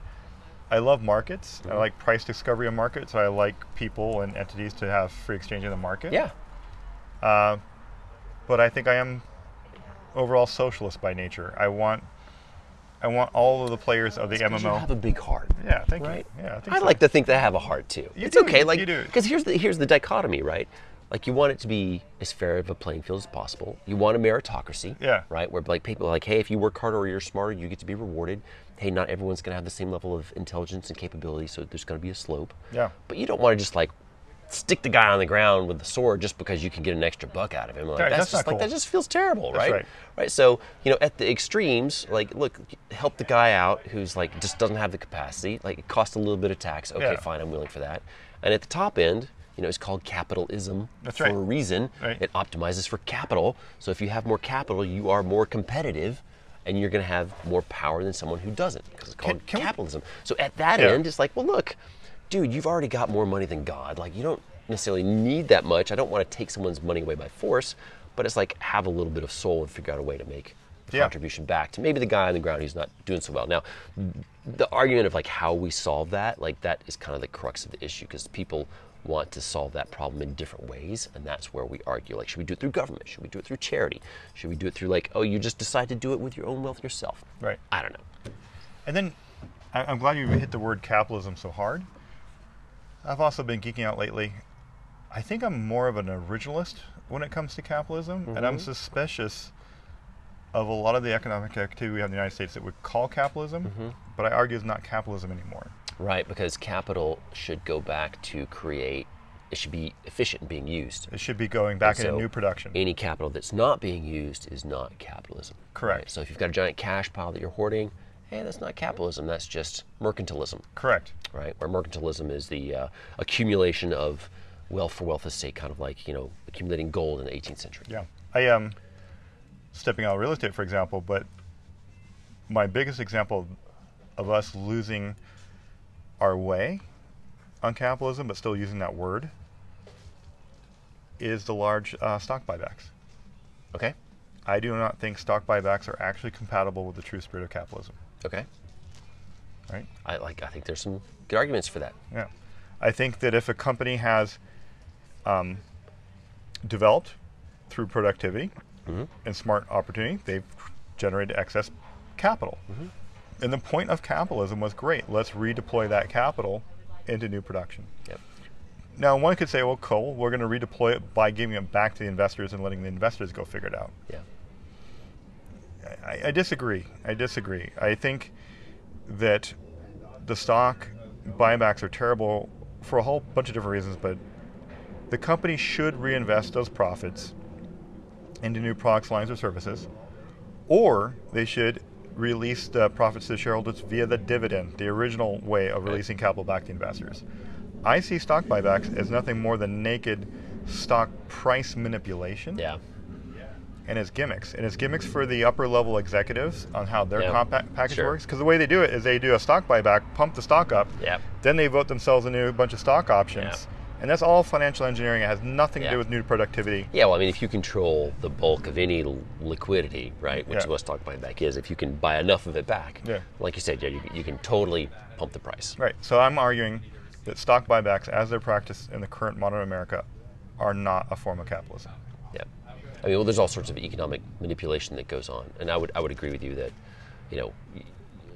[SPEAKER 1] I love markets. I like price discovery of markets. I like people and entities to have free exchange in the market.
[SPEAKER 2] Yeah,
[SPEAKER 1] But I think I am overall socialist by nature. I want, I want all of the players of the
[SPEAKER 2] You should have
[SPEAKER 1] MMO.
[SPEAKER 2] a big heart.
[SPEAKER 1] Yeah, thank
[SPEAKER 2] right?
[SPEAKER 1] you. Yeah, I think
[SPEAKER 2] I
[SPEAKER 1] so.
[SPEAKER 2] like to think that I have a heart too.
[SPEAKER 1] You
[SPEAKER 2] it's
[SPEAKER 1] do,
[SPEAKER 2] okay,
[SPEAKER 1] you
[SPEAKER 2] like
[SPEAKER 1] do.
[SPEAKER 2] because here's the here's the dichotomy, right? Like you want it to be as fair of a playing field as possible. You want a meritocracy,
[SPEAKER 1] Yeah.
[SPEAKER 2] right? Where like people are like, hey, if you work harder or you're smarter, you get to be rewarded. Hey, not everyone's going to have the same level of intelligence and capability, so there's going to be a slope.
[SPEAKER 1] Yeah.
[SPEAKER 2] But you don't want to just like stick the guy on the ground with the sword just because you can get an extra buck out of him. Like,
[SPEAKER 1] Right,
[SPEAKER 2] that's,
[SPEAKER 1] that's
[SPEAKER 2] just
[SPEAKER 1] not
[SPEAKER 2] like that
[SPEAKER 1] cool.
[SPEAKER 2] just feels terrible, right?
[SPEAKER 1] right.
[SPEAKER 2] So you know, at the extremes, like look, help the guy out who's like just doesn't have the capacity. Like it costs a little bit of tax. Okay,
[SPEAKER 1] Yeah.
[SPEAKER 2] fine, I'm willing for that. And at the top end, you know, it's called capitalism
[SPEAKER 1] That's
[SPEAKER 2] for
[SPEAKER 1] right.
[SPEAKER 2] a reason.
[SPEAKER 1] Right.
[SPEAKER 2] It optimizes for capital. So if you have more capital, you are more competitive. And you're going to have more power than someone who doesn't, because it's called
[SPEAKER 1] can we-
[SPEAKER 2] capitalism. So at that
[SPEAKER 1] Yeah.
[SPEAKER 2] end, it's like, well, look, dude, you've already got more money than God. Like, you don't necessarily need that much. I don't want to take someone's money away by force, but it's like have a little bit of soul and figure out a way to make the
[SPEAKER 1] Yeah.
[SPEAKER 2] contribution back to maybe the guy on the ground who's not doing so well. Now, the argument of like how we solve that, like that is kind of the crux of the issue because people want to solve that problem in different ways and that's where we argue like should we do it through government should we do it through charity should we do it through like oh you just decide to do it with your own wealth yourself
[SPEAKER 1] Right.
[SPEAKER 2] i don't know
[SPEAKER 1] And then I- I'm glad you hit the word capitalism so hard. I've also been geeking out lately. I think I'm more of an originalist when it comes to capitalism, and I'm suspicious of a lot of the economic activity we have in the United States that we call capitalism, but I argue is not capitalism anymore.
[SPEAKER 2] Right, because capital should go back to create, it should be efficient in being used.
[SPEAKER 1] It should be going back into
[SPEAKER 2] So,
[SPEAKER 1] new production.
[SPEAKER 2] Any capital that's not being used is not capitalism.
[SPEAKER 1] Correct.
[SPEAKER 2] So if you've got a giant cash pile that you're hoarding, hey, that's not capitalism, that's just mercantilism,
[SPEAKER 1] Correct.
[SPEAKER 2] right? Where mercantilism is the uh, accumulation of wealth for wealth's sake, kind of like, you know, accumulating gold in the 18th century.
[SPEAKER 1] Yeah. I am stepping out of real estate, for example, but my biggest example of us losing our way on capitalism, but still using that word, is the large uh, stock buybacks.
[SPEAKER 2] Okay?
[SPEAKER 1] I do not think stock buybacks are actually compatible with the true spirit of capitalism.
[SPEAKER 2] Okay.
[SPEAKER 1] Right?
[SPEAKER 2] I like. I think there's some good arguments for that.
[SPEAKER 1] Yeah. I think that if a company has um, developed through productivity and smart opportunity, they've generated excess capital. And the point of capitalism was great, let's redeploy that capital into new production.
[SPEAKER 2] Yep.
[SPEAKER 1] Now, one could say, well, cool, we're going to redeploy it by giving it back to the investors and letting the investors go figure it out.
[SPEAKER 2] Yeah.
[SPEAKER 1] I, I disagree. I disagree. I think that the stock buybacks are terrible for a whole bunch of different reasons, but the company should reinvest those profits into new products, lines, or services, or they should release the profits to shareholders via the dividend, the original way of releasing capital back to investors. I see stock buybacks as nothing more than naked stock price manipulation
[SPEAKER 2] Yeah.
[SPEAKER 1] and it's gimmicks and it's gimmicks for the upper level executives on how their
[SPEAKER 2] Yeah.
[SPEAKER 1] comp package
[SPEAKER 2] Sure.
[SPEAKER 1] works because the way they do it is they do a stock buyback pump the stock up
[SPEAKER 2] Yep.
[SPEAKER 1] then they vote themselves into a bunch of stock options and that's all financial engineering it has nothing to
[SPEAKER 2] Yeah.
[SPEAKER 1] do with new productivity
[SPEAKER 2] Yeah. Well, I mean, if you control the bulk of any l- liquidity, right, which is
[SPEAKER 1] Yeah.
[SPEAKER 2] what stock buyback is, if you can buy enough of it back,
[SPEAKER 1] Yeah.
[SPEAKER 2] like you said, yeah, you, you can totally pump the price.
[SPEAKER 1] right so i'm arguing that stock buybacks as they're practiced in the current modern america are not a form of capitalism
[SPEAKER 2] Yeah. I mean, well, there's all sorts of economic manipulation that goes on, and I would I would agree with you that, you know. y-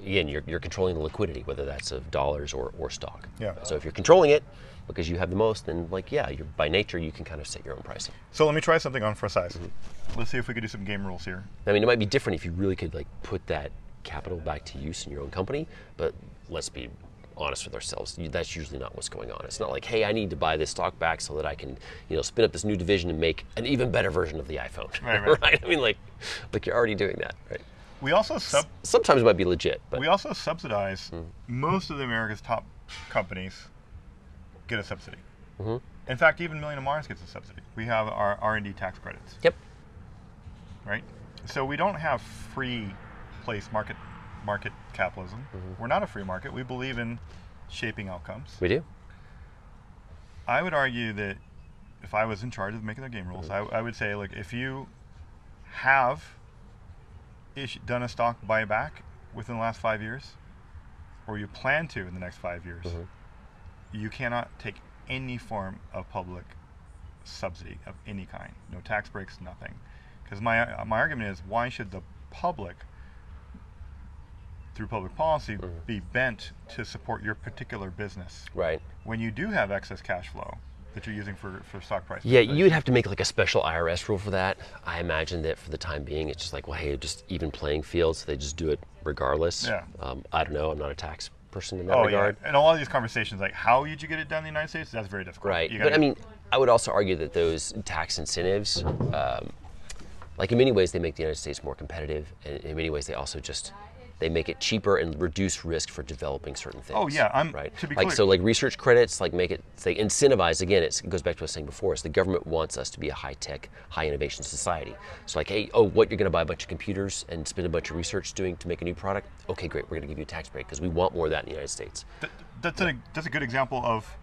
[SPEAKER 2] Again, you're, you're controlling the liquidity, whether that's of dollars or, or stock.
[SPEAKER 1] Yeah.
[SPEAKER 2] So if you're controlling it because you have the most, then like yeah, you're by nature you can kind of set your own pricing.
[SPEAKER 1] so let me try something on for size
[SPEAKER 2] Mm-hmm.
[SPEAKER 1] let's see if we could do some game rules here
[SPEAKER 2] I mean, it might be different if you really could like put that capital back to use in your own company, but let's be honest with ourselves. You- That's usually not what's going on. It's not like, hey, I need to buy this stock back so that I can, you know, spin up this new division and make an even better version of the iPhone.
[SPEAKER 1] Right, right.
[SPEAKER 2] I mean, like, like you're already doing that, right?
[SPEAKER 1] we also sub
[SPEAKER 2] Sometimes it might be legit, but
[SPEAKER 1] we also subsidize most of the America's top companies get a subsidy. In fact, even Million of Mars gets a subsidy. We have our R&D tax credits,
[SPEAKER 2] yep,
[SPEAKER 1] right? So we don't have free place market market capitalism. We're not a free market. We believe in shaping outcomes.
[SPEAKER 2] we do.
[SPEAKER 1] I would argue that if I was in charge of making the game rules, I, I would say, look, if you have ish, done a stock buyback within the last five years, or you plan to in the next five years, you cannot take any form of public subsidy of any kind. No tax breaks, nothing. Because my, my argument is, why should the public, through public policy, be bent to support your particular business?
[SPEAKER 2] Right.
[SPEAKER 1] when you do have excess cash flow that you're using for, for stock price.
[SPEAKER 2] Yeah, you'd have to make like a special IRS rule for that. I imagine that for the time being, it's just like, well, hey, just even playing field, so they just do it regardless.
[SPEAKER 1] Yeah.
[SPEAKER 2] Um, I don't know. I'm not a tax person in that
[SPEAKER 1] Oh
[SPEAKER 2] regard.
[SPEAKER 1] yeah, and a lot of these conversations, like how did you get it done in the United States? That's very difficult.
[SPEAKER 2] Right.
[SPEAKER 1] You
[SPEAKER 2] But
[SPEAKER 1] gotta-
[SPEAKER 2] I mean, I would also argue that those tax incentives, um, like in many ways, they make the United States more competitive, and in many ways, they also just they make it cheaper and reduce risk for developing certain things.
[SPEAKER 1] Oh, yeah, I'm-
[SPEAKER 2] right.
[SPEAKER 1] to be
[SPEAKER 2] like
[SPEAKER 1] clear-
[SPEAKER 2] so, like research credits, like make it they incentivize again. It's, it goes back to what I was saying before. Is the government wants us to be a high tech, high innovation society? So like, hey, oh, what you're going to buy a bunch of computers and spend a bunch of research doing to make a new product? Okay, great. We're going to give you a tax break because we want more of that in the United States.
[SPEAKER 1] Th- that's a that's a good example of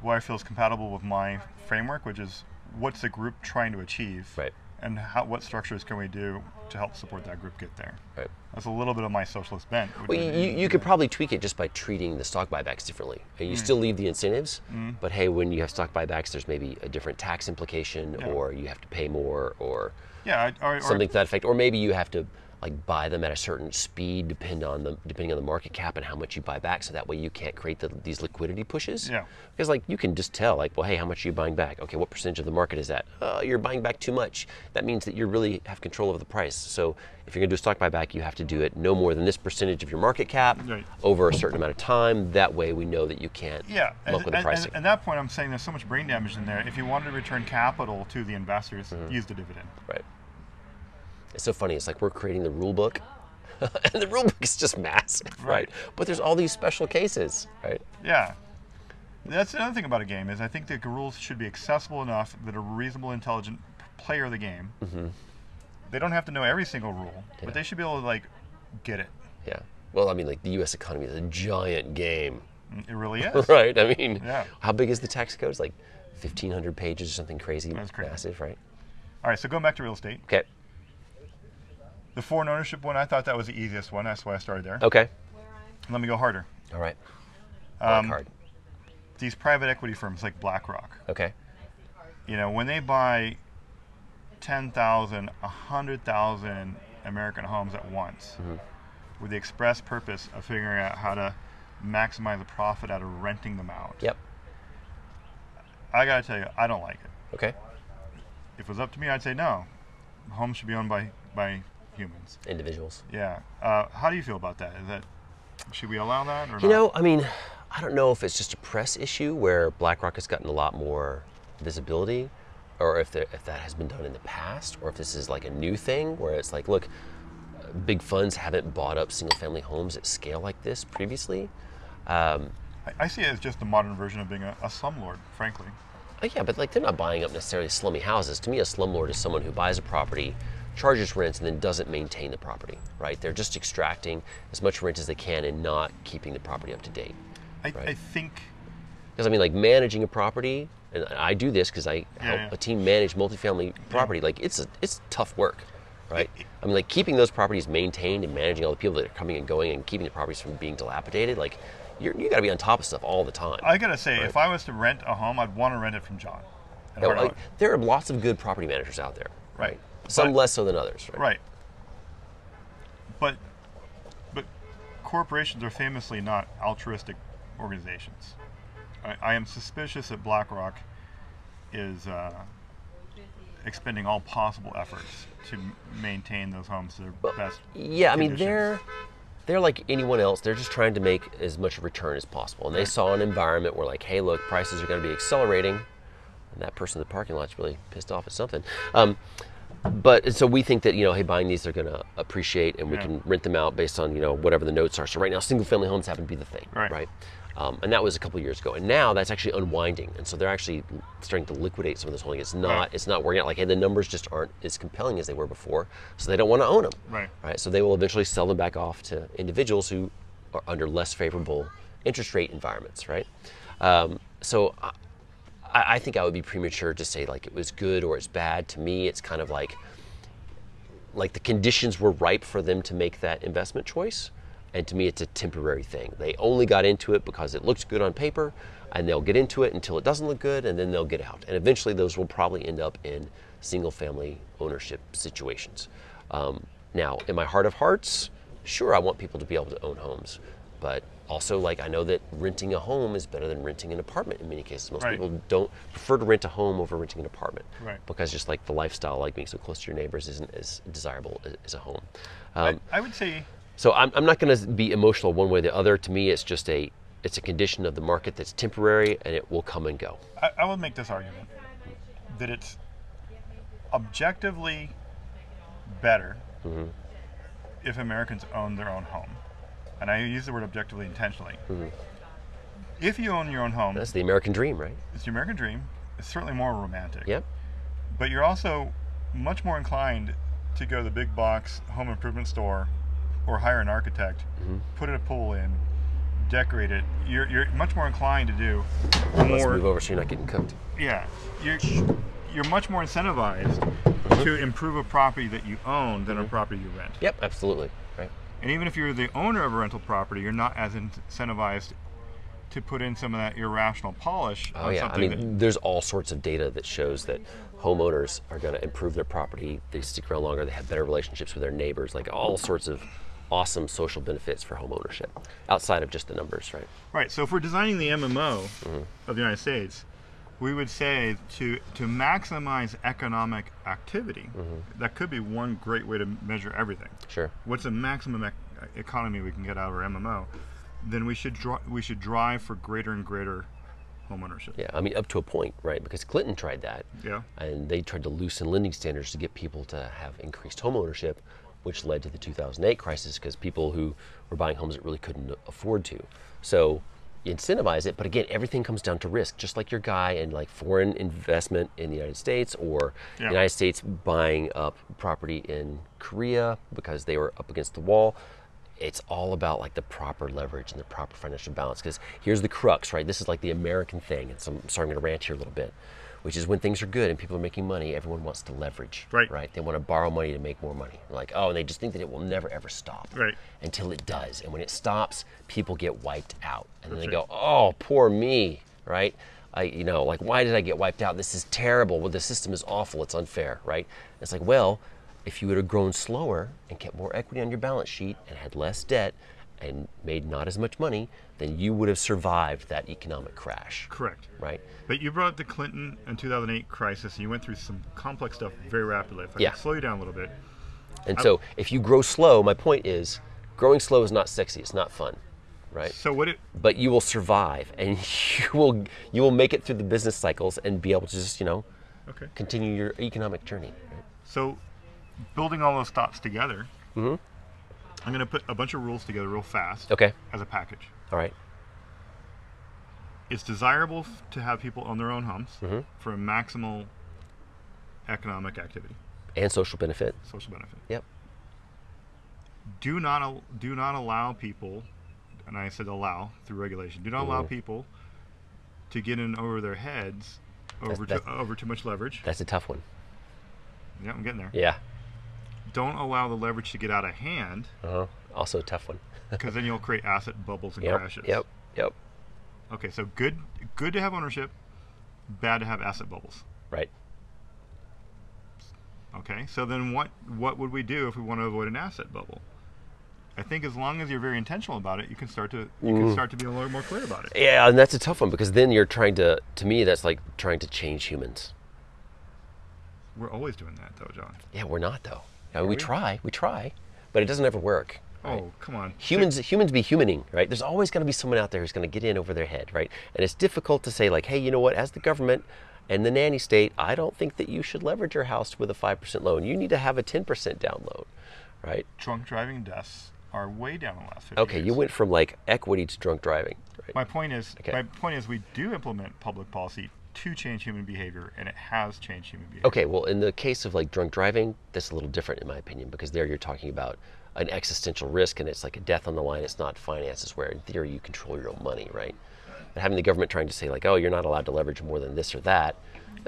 [SPEAKER 1] what I feel is compatible with my framework, which is what's the group trying to achieve,
[SPEAKER 2] Right.
[SPEAKER 1] And how, what structures can we do to help support that group get there?
[SPEAKER 2] Right.
[SPEAKER 1] That's a little bit of my socialist bent. which
[SPEAKER 2] Well,
[SPEAKER 1] would
[SPEAKER 2] you, you could probably tweak it just by treating the stock buybacks differently. And you still leave the incentives, but hey, when you have stock buybacks, there's maybe a different tax implication, or you have to pay more, or
[SPEAKER 1] be- yeah, I- or, or
[SPEAKER 2] something to that effect, or maybe you have to like buy them at a certain speed, depend on the depending on the market cap and how much you buy back. So that way you can't create the, these liquidity pushes.
[SPEAKER 1] Yeah.
[SPEAKER 2] Because like you can just tell like, well, hey, how much are you buying back? Okay, what percentage of the market is that? Oh, you're buying back too much. That means that you really have control over the price. So if you're going to do a stock buyback, you have to do it no more than this percentage of your market cap
[SPEAKER 1] Right.
[SPEAKER 2] over a certain amount of time. That way we know that you can't
[SPEAKER 1] Yeah, and,
[SPEAKER 2] muck with the
[SPEAKER 1] and-
[SPEAKER 2] pricing.
[SPEAKER 1] and at that point, I'm saying there's so much brain damage in there. If you wanted to return capital to the investors,
[SPEAKER 2] Mm-hmm.
[SPEAKER 1] use the dividend.
[SPEAKER 2] Right. It's so funny. It's like we're creating the rule book, and the rule book is just massive, right?
[SPEAKER 1] Right.
[SPEAKER 2] But there's all these special cases, right?
[SPEAKER 1] Yeah. That's another thing about a game is I think that the rules should be accessible enough that a reasonable, intelligent p- player of the game, they don't have to know every single rule,
[SPEAKER 2] Mm-hmm. Yeah.
[SPEAKER 1] but they should be able to like get it.
[SPEAKER 2] Yeah. Well, I mean, like the U.S. economy is a giant game,
[SPEAKER 1] Mm, It really is.
[SPEAKER 2] right? I mean,
[SPEAKER 1] Yeah.
[SPEAKER 2] how big is the tax code? It's like 1,500 pages or something crazy,
[SPEAKER 1] That's crazy.
[SPEAKER 2] massive, right?
[SPEAKER 1] All right, so going back to real estate,
[SPEAKER 2] Okay.
[SPEAKER 1] the foreign ownership one, I thought that was the easiest one. That's why I started there.
[SPEAKER 2] Okay.
[SPEAKER 1] Let me go harder.
[SPEAKER 2] All right. Black
[SPEAKER 1] Um,
[SPEAKER 2] card.
[SPEAKER 1] These private equity firms like BlackRock,
[SPEAKER 2] Okay.
[SPEAKER 1] you know, when they buy 10,000, 100,000 American homes at once
[SPEAKER 2] Mm-hmm.
[SPEAKER 1] with the express purpose of figuring out how to maximize the profit out of renting them out.
[SPEAKER 2] Yep.
[SPEAKER 1] I got to tell you, I don't like it.
[SPEAKER 2] Okay.
[SPEAKER 1] If it was up to me, I'd say no. Homes should be owned by, by humans.
[SPEAKER 2] Individuals.
[SPEAKER 1] Yeah. Uh, how do you feel about that? Is that should we allow that or not?
[SPEAKER 2] You know, I mean, I don't know if it's just a press issue where BlackRock has gotten a lot more visibility, or if, there, if that has been done in the past, or if this is like a new thing where it's like, look, uh, big funds haven't bought up single family homes at scale like this previously.
[SPEAKER 1] I, I see it as just the modern version of being a, a slumlord, frankly.
[SPEAKER 2] Uh, yeah, but like they're not buying up necessarily slummy houses. To me, a slumlord is someone who buys a property, charges rents, and then doesn't maintain the property, right? They're just extracting as much rent as they can and not keeping the property up to date.
[SPEAKER 1] I, I
[SPEAKER 2] Right.
[SPEAKER 1] think
[SPEAKER 2] Because I mean, like managing a property, and I do this because I help
[SPEAKER 1] yeah.
[SPEAKER 2] a team manage multifamily property. Like it's a, it's tough work, right? I mean, like keeping those properties maintained and managing all the people that are coming and going and keeping the properties from being dilapidated. Like you're, you got to be on top of stuff all the time.
[SPEAKER 1] I gotta say, if I was to rent a home, I'd want to rent it from John. at
[SPEAKER 2] You know,
[SPEAKER 1] Hard
[SPEAKER 2] like,
[SPEAKER 1] Rock.
[SPEAKER 2] there are lots of good property managers out there,
[SPEAKER 1] Right.
[SPEAKER 2] Some
[SPEAKER 1] But-
[SPEAKER 2] less so than others, right?
[SPEAKER 1] Right. But but corporations are famously not altruistic organizations. I, I am suspicious that BlackRock is uh, expending all possible efforts to m- maintain those homes to their best.
[SPEAKER 2] Yeah, I mean
[SPEAKER 1] conditions.
[SPEAKER 2] they're they're like anyone else. They're just trying to make as much return as possible. And they saw an environment where like, hey, look, prices are going to be accelerating, and that person in the parking lot's really pissed off at something. Um, but and so we think that you know, hey, buying these they're going to appreciate, and we
[SPEAKER 1] Yeah.
[SPEAKER 2] can rent them out based on you know whatever the notes are. So right now, single-family homes happen to be the thing,
[SPEAKER 1] Right.
[SPEAKER 2] Um, and that was a couple years ago, and now that's actually unwinding, and so they're actually starting to liquidate some of those holdings. It's not,
[SPEAKER 1] Right.
[SPEAKER 2] it's not working out. Like, hey, the numbers just aren't as compelling as they were before, so they don't want to own them.
[SPEAKER 1] Right.
[SPEAKER 2] Right. So they will eventually sell them back off to individuals who are under less favorable interest rate environments. Right. Um, so I, I think I would be premature to say like it was good or it's bad. To me, it's kind of like like the conditions were ripe for them to make that investment choice. And to me, it's a temporary thing. They only got into it because it looked good on paper, and they'll get into it until it doesn't look good, and then they'll get out. And eventually, those will probably end up in single family ownership situations. Um, now, in my heart of hearts, sure, I want people to be able to own homes, but also, like, I know that renting a home is better than renting an apartment in many cases. Most
[SPEAKER 1] Right.
[SPEAKER 2] people don't prefer to rent a home over renting an apartment
[SPEAKER 1] Right.
[SPEAKER 2] because just like the lifestyle, like being so close to your neighbors, isn't as desirable a- as a home.
[SPEAKER 1] I-
[SPEAKER 2] Um,
[SPEAKER 1] I would say
[SPEAKER 2] so I'm, I'm not going to be emotional one way or the other. To me, it's just a it's a condition of the market that's temporary and it will come and go.
[SPEAKER 1] I, I would make this argument that it's objectively better if Americans own their own home. And I use the word objectively intentionally. If you own your own home,
[SPEAKER 2] That's the American dream, right?
[SPEAKER 1] it's the American dream. It's certainly more romantic.
[SPEAKER 2] Yep.
[SPEAKER 1] But you're also much more inclined to go to the big box home improvement store or hire an architect, put a pool in, decorate it. You're, you're much more inclined to do
[SPEAKER 2] Let's
[SPEAKER 1] more
[SPEAKER 2] move over so you're not getting cooked.
[SPEAKER 1] yeah, you're you're much more incentivized
[SPEAKER 2] Uh-huh.
[SPEAKER 1] to improve a property that you own than a property you rent.
[SPEAKER 2] Yep, absolutely. Right.
[SPEAKER 1] And even if you're the owner of a rental property, you're not as incentivized to to put in some of that irrational polish
[SPEAKER 2] Oh
[SPEAKER 1] on
[SPEAKER 2] yeah, I
[SPEAKER 1] something
[SPEAKER 2] mean,
[SPEAKER 1] that,
[SPEAKER 2] there's all sorts of data that shows that homeowners are going to improve their property. They stick around longer. They have better relationships with their neighbors. Like all sorts of awesome social benefits for homeownership, outside of just the numbers, right?
[SPEAKER 1] Right. So if we're designing the MMO
[SPEAKER 2] Mm-hmm.
[SPEAKER 1] of the United States, we would say to to maximize economic activity.
[SPEAKER 2] Mm-hmm.
[SPEAKER 1] That could be one great way to measure everything.
[SPEAKER 2] Sure.
[SPEAKER 1] What's the maximum ec- economy we can get out of our MMO? Then we should dri- we should drive for greater and greater homeownership.
[SPEAKER 2] Yeah, I mean up to a point, right? Because Clinton tried that,
[SPEAKER 1] Yeah.
[SPEAKER 2] and they tried to loosen lending standards to get people to have increased homeownership, which led to the 2008 crisis because people who were buying homes that really couldn't afford to. So you incentivize it, but again, everything comes down to risk. Just like your guy and like foreign investment in the United States or the
[SPEAKER 1] Yeah.
[SPEAKER 2] United States buying up property in Korea because they were up against the wall it's all about like the proper leverage and the proper financial balance because here's the crux right this is like the american thing and so i'm starting to rant here a little bit which is when things are good and people are making money everyone wants to leverage
[SPEAKER 1] Right.
[SPEAKER 2] right they want to borrow money to make more money like oh and they just think that it will never ever stop
[SPEAKER 1] Right.
[SPEAKER 2] until it does and when it stops people get wiped out and then they
[SPEAKER 1] That's
[SPEAKER 2] go oh poor me right I, you know, like, why did I get wiped out? This is terrible. Well, the system is awful. It's unfair, right? It's like, well, if you would have grown slower and kept more equity on your balance sheet and had less debt and made not as much money, then you would have survived that economic crash,
[SPEAKER 1] Correct.
[SPEAKER 2] right?
[SPEAKER 1] But you brought up the Clinton and 2008 crisis, and you went through some complex stuff very rapidly. If I
[SPEAKER 2] Yeah.
[SPEAKER 1] could slow you down a little bit,
[SPEAKER 2] And so, if you grow slow, my point is, growing slow is not sexy. It's not fun, right?
[SPEAKER 1] so what it
[SPEAKER 2] but you will survive and you will you will make it through the business cycles and be able to just you know
[SPEAKER 1] okay.
[SPEAKER 2] continue your economic journey right?
[SPEAKER 1] So, building all those thoughts together, I'm going to put a bunch of rules together real fast
[SPEAKER 2] Mm-hmm. okay
[SPEAKER 1] as a package.
[SPEAKER 2] all right
[SPEAKER 1] It's desirable f- to have people own their own homes
[SPEAKER 2] Mm-hmm.
[SPEAKER 1] for a maximal economic activity,
[SPEAKER 2] and social benefit
[SPEAKER 1] social benefit.
[SPEAKER 2] yep
[SPEAKER 1] Do not al- do not allow people, and I said allow through regulation. Do not allow people to get in over their heads over
[SPEAKER 2] That's-
[SPEAKER 1] to, over too much leverage.
[SPEAKER 2] that's a tough one
[SPEAKER 1] Yeah, I'm getting there.
[SPEAKER 2] yeah
[SPEAKER 1] Don't allow the leverage to get out of hand
[SPEAKER 2] uh-huh. also a tough one
[SPEAKER 1] because then you'll create asset bubbles and
[SPEAKER 2] yep
[SPEAKER 1] crashes.
[SPEAKER 2] yep yep
[SPEAKER 1] Okay, so good good to have ownership, bad to have asset bubbles.
[SPEAKER 2] right
[SPEAKER 1] Okay, so then what what would we do if we want to avoid an asset bubble? I think as long as you're very intentional about it, you can start to you can start to be a little more clear about it.
[SPEAKER 2] yeah and that's a tough one because then you're trying to to me that's like trying to change humans
[SPEAKER 1] We're always doing that though, John.
[SPEAKER 2] yeah we're not though I mean, we try we try but it doesn't ever work
[SPEAKER 1] Oh, come on.
[SPEAKER 2] humans humans be humaning right there's always going to be someone out there who's going to get in over their head right and it's difficult to say like hey you know what as the government and the nanny state i don't think that you should leverage your house with a 5% loan you need to have a 10% down loan right
[SPEAKER 1] Drunk driving deaths are way down in the last 50
[SPEAKER 2] okay you
[SPEAKER 1] years.
[SPEAKER 2] went from like equity to drunk driving right
[SPEAKER 1] My point is
[SPEAKER 2] Okay.
[SPEAKER 1] my point is we do implement public policy to change human behavior and it has changed human behavior.
[SPEAKER 2] Okay, well, in the case of like drunk driving, that's a little different in my opinion because there you're talking about an existential risk and it's like a death on the line. It's not finances where in theory you control your own money, right? But having the government trying to say like, oh, you're not allowed to leverage more than this or that,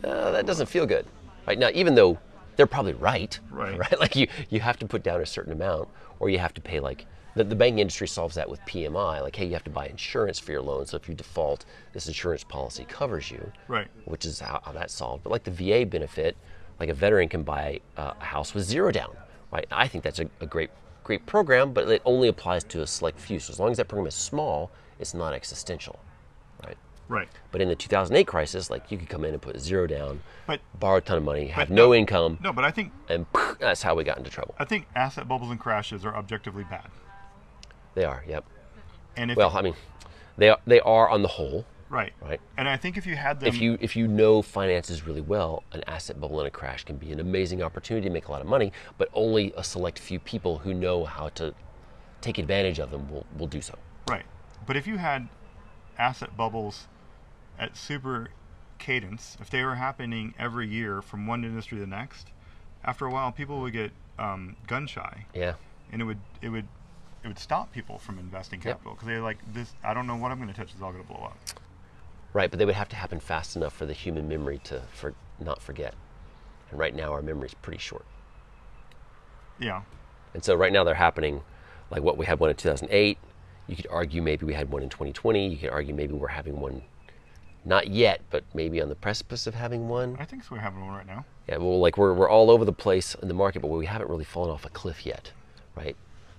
[SPEAKER 2] uh, that doesn't feel good, right? Now, even though they're probably right,
[SPEAKER 1] Right.
[SPEAKER 2] Like you, you have to put down a certain amount or you have to pay like. The, the banking industry solves that with PMI. Like, hey, you have to buy insurance for your loan. So if you default, this insurance policy covers you
[SPEAKER 1] Right.
[SPEAKER 2] which is how, how that's solved. But like the VA benefit, like a veteran can buy uh, a house with zero down, right? I think that's a, a great, great program, but it only applies to a select few. So as long as that program is small, it's not existential, right?
[SPEAKER 1] Right.
[SPEAKER 2] But in the 2008 crisis, like you could come in and put zero down,
[SPEAKER 1] But
[SPEAKER 2] borrow a ton of money, have
[SPEAKER 1] but
[SPEAKER 2] no,
[SPEAKER 1] no-
[SPEAKER 2] income,
[SPEAKER 1] no, but I think
[SPEAKER 2] and that's how we got into trouble.
[SPEAKER 1] I think asset bubbles and crashes are objectively bad.
[SPEAKER 2] They are, yep.
[SPEAKER 1] And if
[SPEAKER 2] Well, I mean, they are, they are on the whole,
[SPEAKER 1] right.
[SPEAKER 2] right?
[SPEAKER 1] And I think if you had them
[SPEAKER 2] if you if you know finances really well, an asset bubble and a crash can be an amazing opportunity to make a lot of money, but only a select few people who know how to take advantage of them will, will do so.
[SPEAKER 1] Right. But if you had asset bubbles at super cadence, if they were happening every year from one industry to the next, after a while people would get um, gun shy,
[SPEAKER 2] Yeah.
[SPEAKER 1] and it would it would it would stop people from investing capital because they're like, this I don't know what I'm going to touch. It's all going to blow up.
[SPEAKER 2] Right, but they would have to happen fast enough for the human memory to for not forget. And right now our memory is pretty short.
[SPEAKER 1] Yeah.
[SPEAKER 2] And so right now they're happening like what we had one in 2008. You could argue maybe we had one in 2020. You could argue maybe we're having one, not yet, but maybe on the precipice of having one.
[SPEAKER 1] I think so. We're having one right now.
[SPEAKER 2] Yeah, well, like we're, we're all over the place in the market, but we haven't really fallen off a cliff yet, right?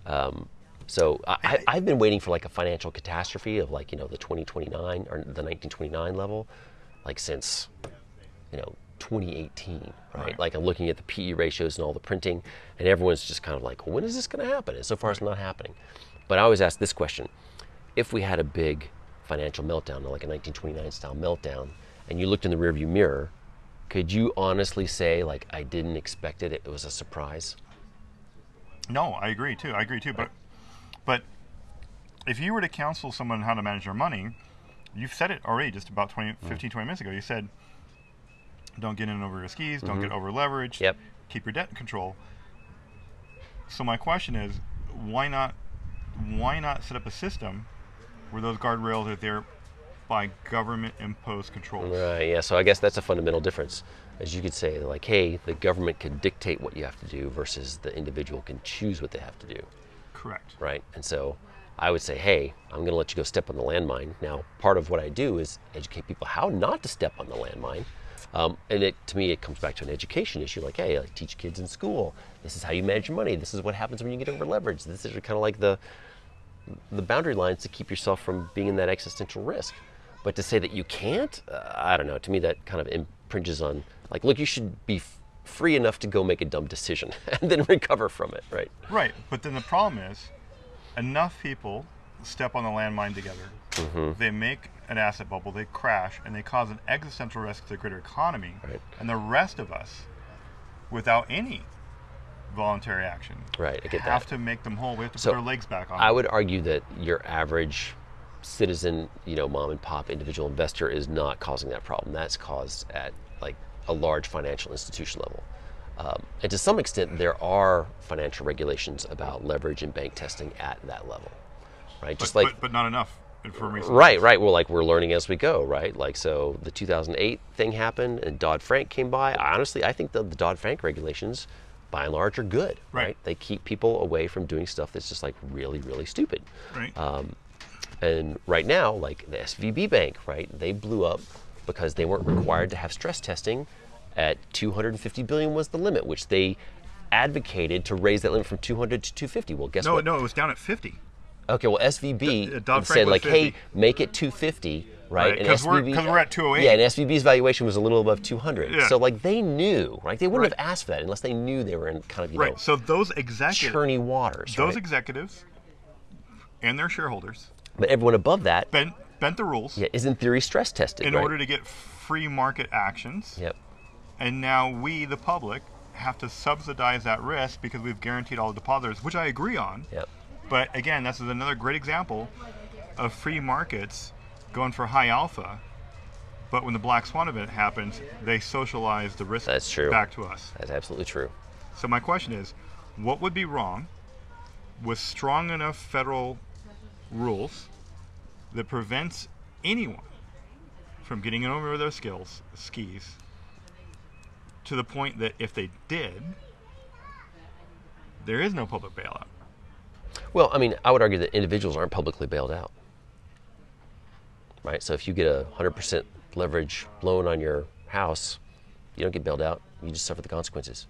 [SPEAKER 2] Um, so I, I, I've been waiting for like a financial catastrophe of like, you know, the 2029 or the 1929 level, like since, you know, 2018, right?
[SPEAKER 1] Right.
[SPEAKER 2] Like I'm looking at the PE ratios and all the printing, and everyone's just kind of like, when is this going to happen? And so far, it's not happening. But I always ask this question if we had a big financial meltdown, like a 1929 style meltdown, and you looked in the rearview mirror, could you honestly say, like, I didn't expect it, it was a surprise?
[SPEAKER 1] No, I agree too. I agree too. But but if you were to counsel someone how to manage their money, you've said it already just about 20,
[SPEAKER 2] Mm.
[SPEAKER 1] 15, 20 minutes ago. You said, don't get in over your skis, don't get over leveraged,
[SPEAKER 2] Mm-hmm. Yep.
[SPEAKER 1] keep your debt in control. So my question is, why not why not set up a system where those guardrails are there by government imposed controls?
[SPEAKER 2] Right, yeah, so I guess that's a fundamental difference. As you could say, like, hey, the government can dictate what you have to do versus the individual can choose what they have to do.
[SPEAKER 1] Correct.
[SPEAKER 2] right? And so I would say, hey, I'm going to let you go step on the landmine. Now, part of what I do is educate people how not to step on the landmine. Um, and it, to me, it comes back to an education issue. Like, hey, like teach kids in school. This is how you manage your money. This is what happens when you get over leveraged. This is kind of like the the boundary lines to keep yourself from being in that existential risk. But to say that you can't, uh, I don't know. To me, that kind of impringes on like, look, you should be f- free enough to go make a dumb decision and then recover from it, right?
[SPEAKER 1] Right, but then the problem is, enough people step on the landmine together.
[SPEAKER 2] Mm-hmm.
[SPEAKER 1] They make an asset bubble, they crash, and they cause an existential risk to the greater economy.
[SPEAKER 2] Right.
[SPEAKER 1] And the rest of us, without any voluntary action,
[SPEAKER 2] Right, I get
[SPEAKER 1] have
[SPEAKER 2] that.
[SPEAKER 1] to make them whole. We have to
[SPEAKER 2] So,
[SPEAKER 1] put our legs back on.
[SPEAKER 2] I would argue that your average citizen, you know, mom and pop individual investor is not causing that problem. That's caused at like a large financial institution level. Um, and to some extent, there are financial regulations about leverage and bank testing at that level, right? Just like
[SPEAKER 1] but, but not enough for reasons.
[SPEAKER 2] Right, right. Well, like we're learning as we go, right? Like so, the 2008 thing happened, and Dodd Frank came by. I honestly, I think the, the Dodd Frank regulations, by and large, are good.
[SPEAKER 1] Right.
[SPEAKER 2] They keep people away from doing stuff that's just like really, really stupid.
[SPEAKER 1] Right.
[SPEAKER 2] Um, And right now, like the SVB Bank, right? They blew up because they weren't required to have stress testing. At 250 billion was the limit, which they advocated to raise that limit from 200 to 250. Well, guess
[SPEAKER 1] no,
[SPEAKER 2] what?
[SPEAKER 1] no, it was down at 50.
[SPEAKER 2] Okay, well, SVB
[SPEAKER 1] Uh, Dodd-Frank
[SPEAKER 2] said
[SPEAKER 1] was
[SPEAKER 2] like, hey,
[SPEAKER 1] 50.
[SPEAKER 2] make it 250, right?
[SPEAKER 1] Right,
[SPEAKER 2] And
[SPEAKER 1] 'cause we're- 'cause we're at 208.
[SPEAKER 2] Yeah, and SVB's valuation was a little above 200.
[SPEAKER 1] Yeah.
[SPEAKER 2] So like they knew, right? They wouldn't
[SPEAKER 1] Right.
[SPEAKER 2] have asked for that unless they knew they were in kind of you
[SPEAKER 1] Right.
[SPEAKER 2] know
[SPEAKER 1] So those executives,
[SPEAKER 2] churny waters.
[SPEAKER 1] those
[SPEAKER 2] right?
[SPEAKER 1] executives, and their shareholders
[SPEAKER 2] but everyone above that is
[SPEAKER 1] bent bent the rules
[SPEAKER 2] yeah, is in theory stress tested,
[SPEAKER 1] in
[SPEAKER 2] right?
[SPEAKER 1] order to get free market actions.
[SPEAKER 2] yep.
[SPEAKER 1] And now we, the public, have to subsidize that risk because we've guaranteed all the depositors, which I agree on.
[SPEAKER 2] Yep.
[SPEAKER 1] But again, this is another great example of free markets going for high alpha. But when the black swan event happens, they socialize the risk
[SPEAKER 2] That's true.
[SPEAKER 1] back to us.
[SPEAKER 2] That's absolutely true.
[SPEAKER 1] So my question is, what would be wrong with strong enough federal rules that prevents anyone from getting in over their skills skis to the point that if they did, there is no public bailout.
[SPEAKER 2] Well, I mean, I would argue that individuals aren't publicly bailed out. Right? So if you get a 100% leverage loan on your house, you don't get bailed out, you just suffer the consequences.